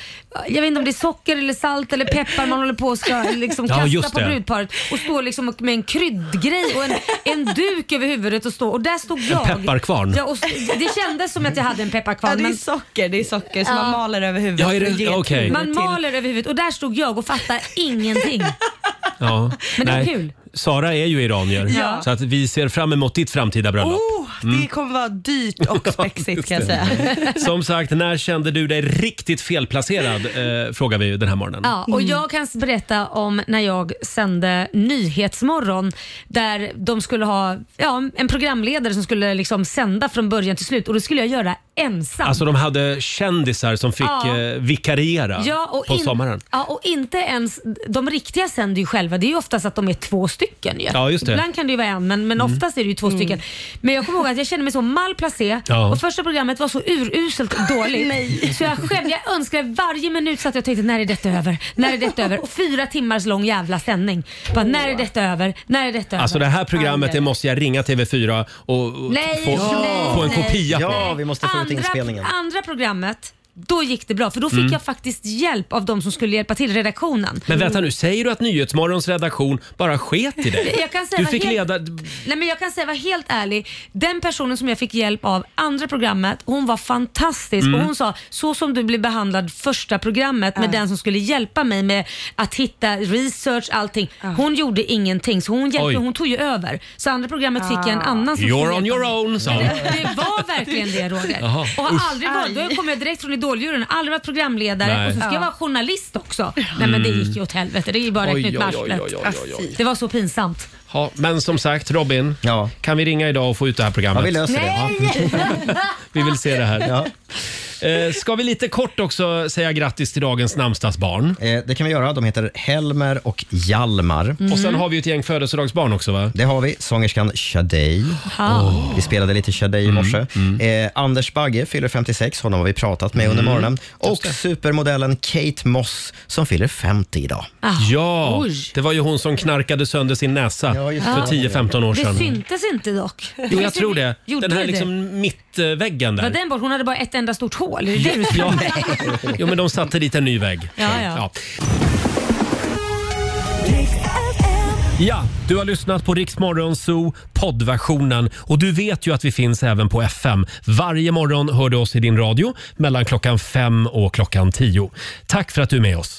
Speaker 2: jag vet inte om det är socker eller salt eller peppar man håller på och ska liksom
Speaker 1: Ja,
Speaker 2: kasta
Speaker 1: just
Speaker 2: på
Speaker 1: det.
Speaker 2: brudparet och stå liksom med en kryddgrej och en, en duk över huvudet och stå och där stod jag.
Speaker 1: pepparkvarn.
Speaker 2: Ja, och s- det kändes som att jag hade en pepparkvarn.
Speaker 7: Ja, det är
Speaker 2: men-
Speaker 7: socker, det är socker som
Speaker 2: Ja.
Speaker 7: man maler över huvudet.
Speaker 1: Ja, är det-
Speaker 7: och ger
Speaker 1: okej.
Speaker 7: till-
Speaker 2: Man
Speaker 7: till-
Speaker 2: maler över huvudet och där stod jag och fattade ingenting.
Speaker 1: Mm. Ja.
Speaker 2: Men det var
Speaker 1: Nej.
Speaker 2: kul.
Speaker 1: Sara är ju iranier.
Speaker 7: Ja.
Speaker 1: Så att vi ser fram emot ditt framtida bröllop.
Speaker 7: Oh,
Speaker 1: Mm.
Speaker 7: det kommer vara dyrt och spexigt kan jag säga.
Speaker 1: Som sagt, när kände du dig riktigt felplacerad? Eh, frågar vi ju den här morgonen.
Speaker 2: Ja, och jag kan berätta om när jag sände Nyhetsmorgon där de skulle ha ja, en programledare som skulle liksom sända från början till slut och det skulle jag göra ensam.
Speaker 1: Alltså de hade kändisar som fick
Speaker 2: Ja.
Speaker 1: eh, vikariera
Speaker 2: Ja, och
Speaker 1: på
Speaker 2: in-
Speaker 1: sommaren.
Speaker 2: Ja, och inte ens de riktiga sänder ju själva. Det är ju oftast att de är två stycken. Ju.
Speaker 1: Ja, just det.
Speaker 2: Ibland kan det ju vara en, men, men
Speaker 1: Mm.
Speaker 2: oftast är det ju två stycken. Men jag kommer ihåg att jag kände mig så malplacé
Speaker 1: Ja.
Speaker 2: och första programmet var så uruselt dåligt. Så jag skämde. Jag önskade varje minut så att jag tänkte när är detta över? När är detta över? Fyra timmars lång jävla sändning. Bara, när är detta över? När är detta över?
Speaker 1: Alltså det här programmet,
Speaker 2: Aj,
Speaker 1: det måste jag ringa TV4 och, och
Speaker 2: Nej,
Speaker 1: få,
Speaker 2: nej,
Speaker 1: få en
Speaker 2: nej.
Speaker 1: kopia på.
Speaker 2: Ja, vi
Speaker 3: måste
Speaker 2: andra, andra programmet, då gick det bra för då fick
Speaker 1: Mm.
Speaker 2: jag faktiskt hjälp av de som skulle hjälpa till, redaktionen.
Speaker 1: Men vänta nu, säger du att Nyhetsmorgons redaktion bara sket i dig?
Speaker 2: Jag kan säga
Speaker 1: du
Speaker 2: vad
Speaker 1: fick
Speaker 2: helt-
Speaker 1: leda...
Speaker 2: Nej men jag kan säga vara helt ärlig, den personen som jag fick hjälp av andra programmet, hon var fantastisk
Speaker 1: Mm.
Speaker 2: och hon sa så som du blev behandlad första programmet med den som skulle hjälpa mig med att hitta research, allting. Hon gjorde ingenting så hon
Speaker 1: Oj.
Speaker 2: hjälpte, hon tog ju över. Så andra programmet fick jag en annan som skulle
Speaker 1: You're on
Speaker 2: hjälpa
Speaker 1: your
Speaker 2: mig.
Speaker 1: own, sa
Speaker 2: Men
Speaker 1: hon.
Speaker 2: det, det var verkligen det Roger.
Speaker 1: Jaha.
Speaker 2: Och har
Speaker 1: Usch.
Speaker 2: aldrig varit, då kom jag direkt från Idoljuryn, aldrig varit programledare
Speaker 1: Nej.
Speaker 2: och så ska jag
Speaker 1: Ja.
Speaker 2: vara journalist också. Nej men det gick ju åt helvete, det är ju bara att
Speaker 1: Oj,
Speaker 2: räkna ut
Speaker 1: oj,
Speaker 2: med
Speaker 1: oj,
Speaker 2: arslet.
Speaker 1: oj, oj, oj, oj.
Speaker 2: Det var så pinsamt.
Speaker 1: Ja, men som sagt, Robin. Kan vi ringa idag och få ut det här programmet?
Speaker 3: Ja, vi löser det.
Speaker 2: Nej!
Speaker 1: Vi vill se det här. Eh, ska vi lite kort också säga grattis till dagens namnsdagsbarn?
Speaker 3: Eh, det kan vi göra. De heter Helmer och Hjalmar.
Speaker 1: Mhm. Och sen har vi ju ett gäng födelsedagsbarn också va? Ah.
Speaker 3: Det har vi. Sångerskan Sade.
Speaker 1: Aha.
Speaker 3: Åh. Vi spelade lite Sade
Speaker 1: Mm,
Speaker 3: i morse. Eh, Anders Bagge fyller 56. Honom har vi pratat med under
Speaker 1: Mm.
Speaker 3: morgonen. Och supermodellen Kate Moss som fyller 50 idag.
Speaker 1: Ja,
Speaker 2: Ah, Oj.
Speaker 1: det var ju hon som knarkade sönder sin näsa
Speaker 2: det.
Speaker 1: för 10-15 år sedan.
Speaker 2: Det syntes inte dock.
Speaker 1: Jo, jag tror det.
Speaker 2: Gjorde
Speaker 1: Den här
Speaker 2: det?
Speaker 1: liksom mittväggen
Speaker 2: Var
Speaker 1: där.
Speaker 2: den bort? Hon hade bara ett enda stort hål. Är det det du skulle säga?
Speaker 1: Jo, men de satte dit en ny vägg.
Speaker 2: Ja, ja.
Speaker 1: Ja, du har lyssnat på Riksmorgon Zoo poddversionen och du vet ju att vi finns även på FM. Varje morgon hör du oss i din radio mellan klockan fem och klockan tio. Tack för att du är med oss.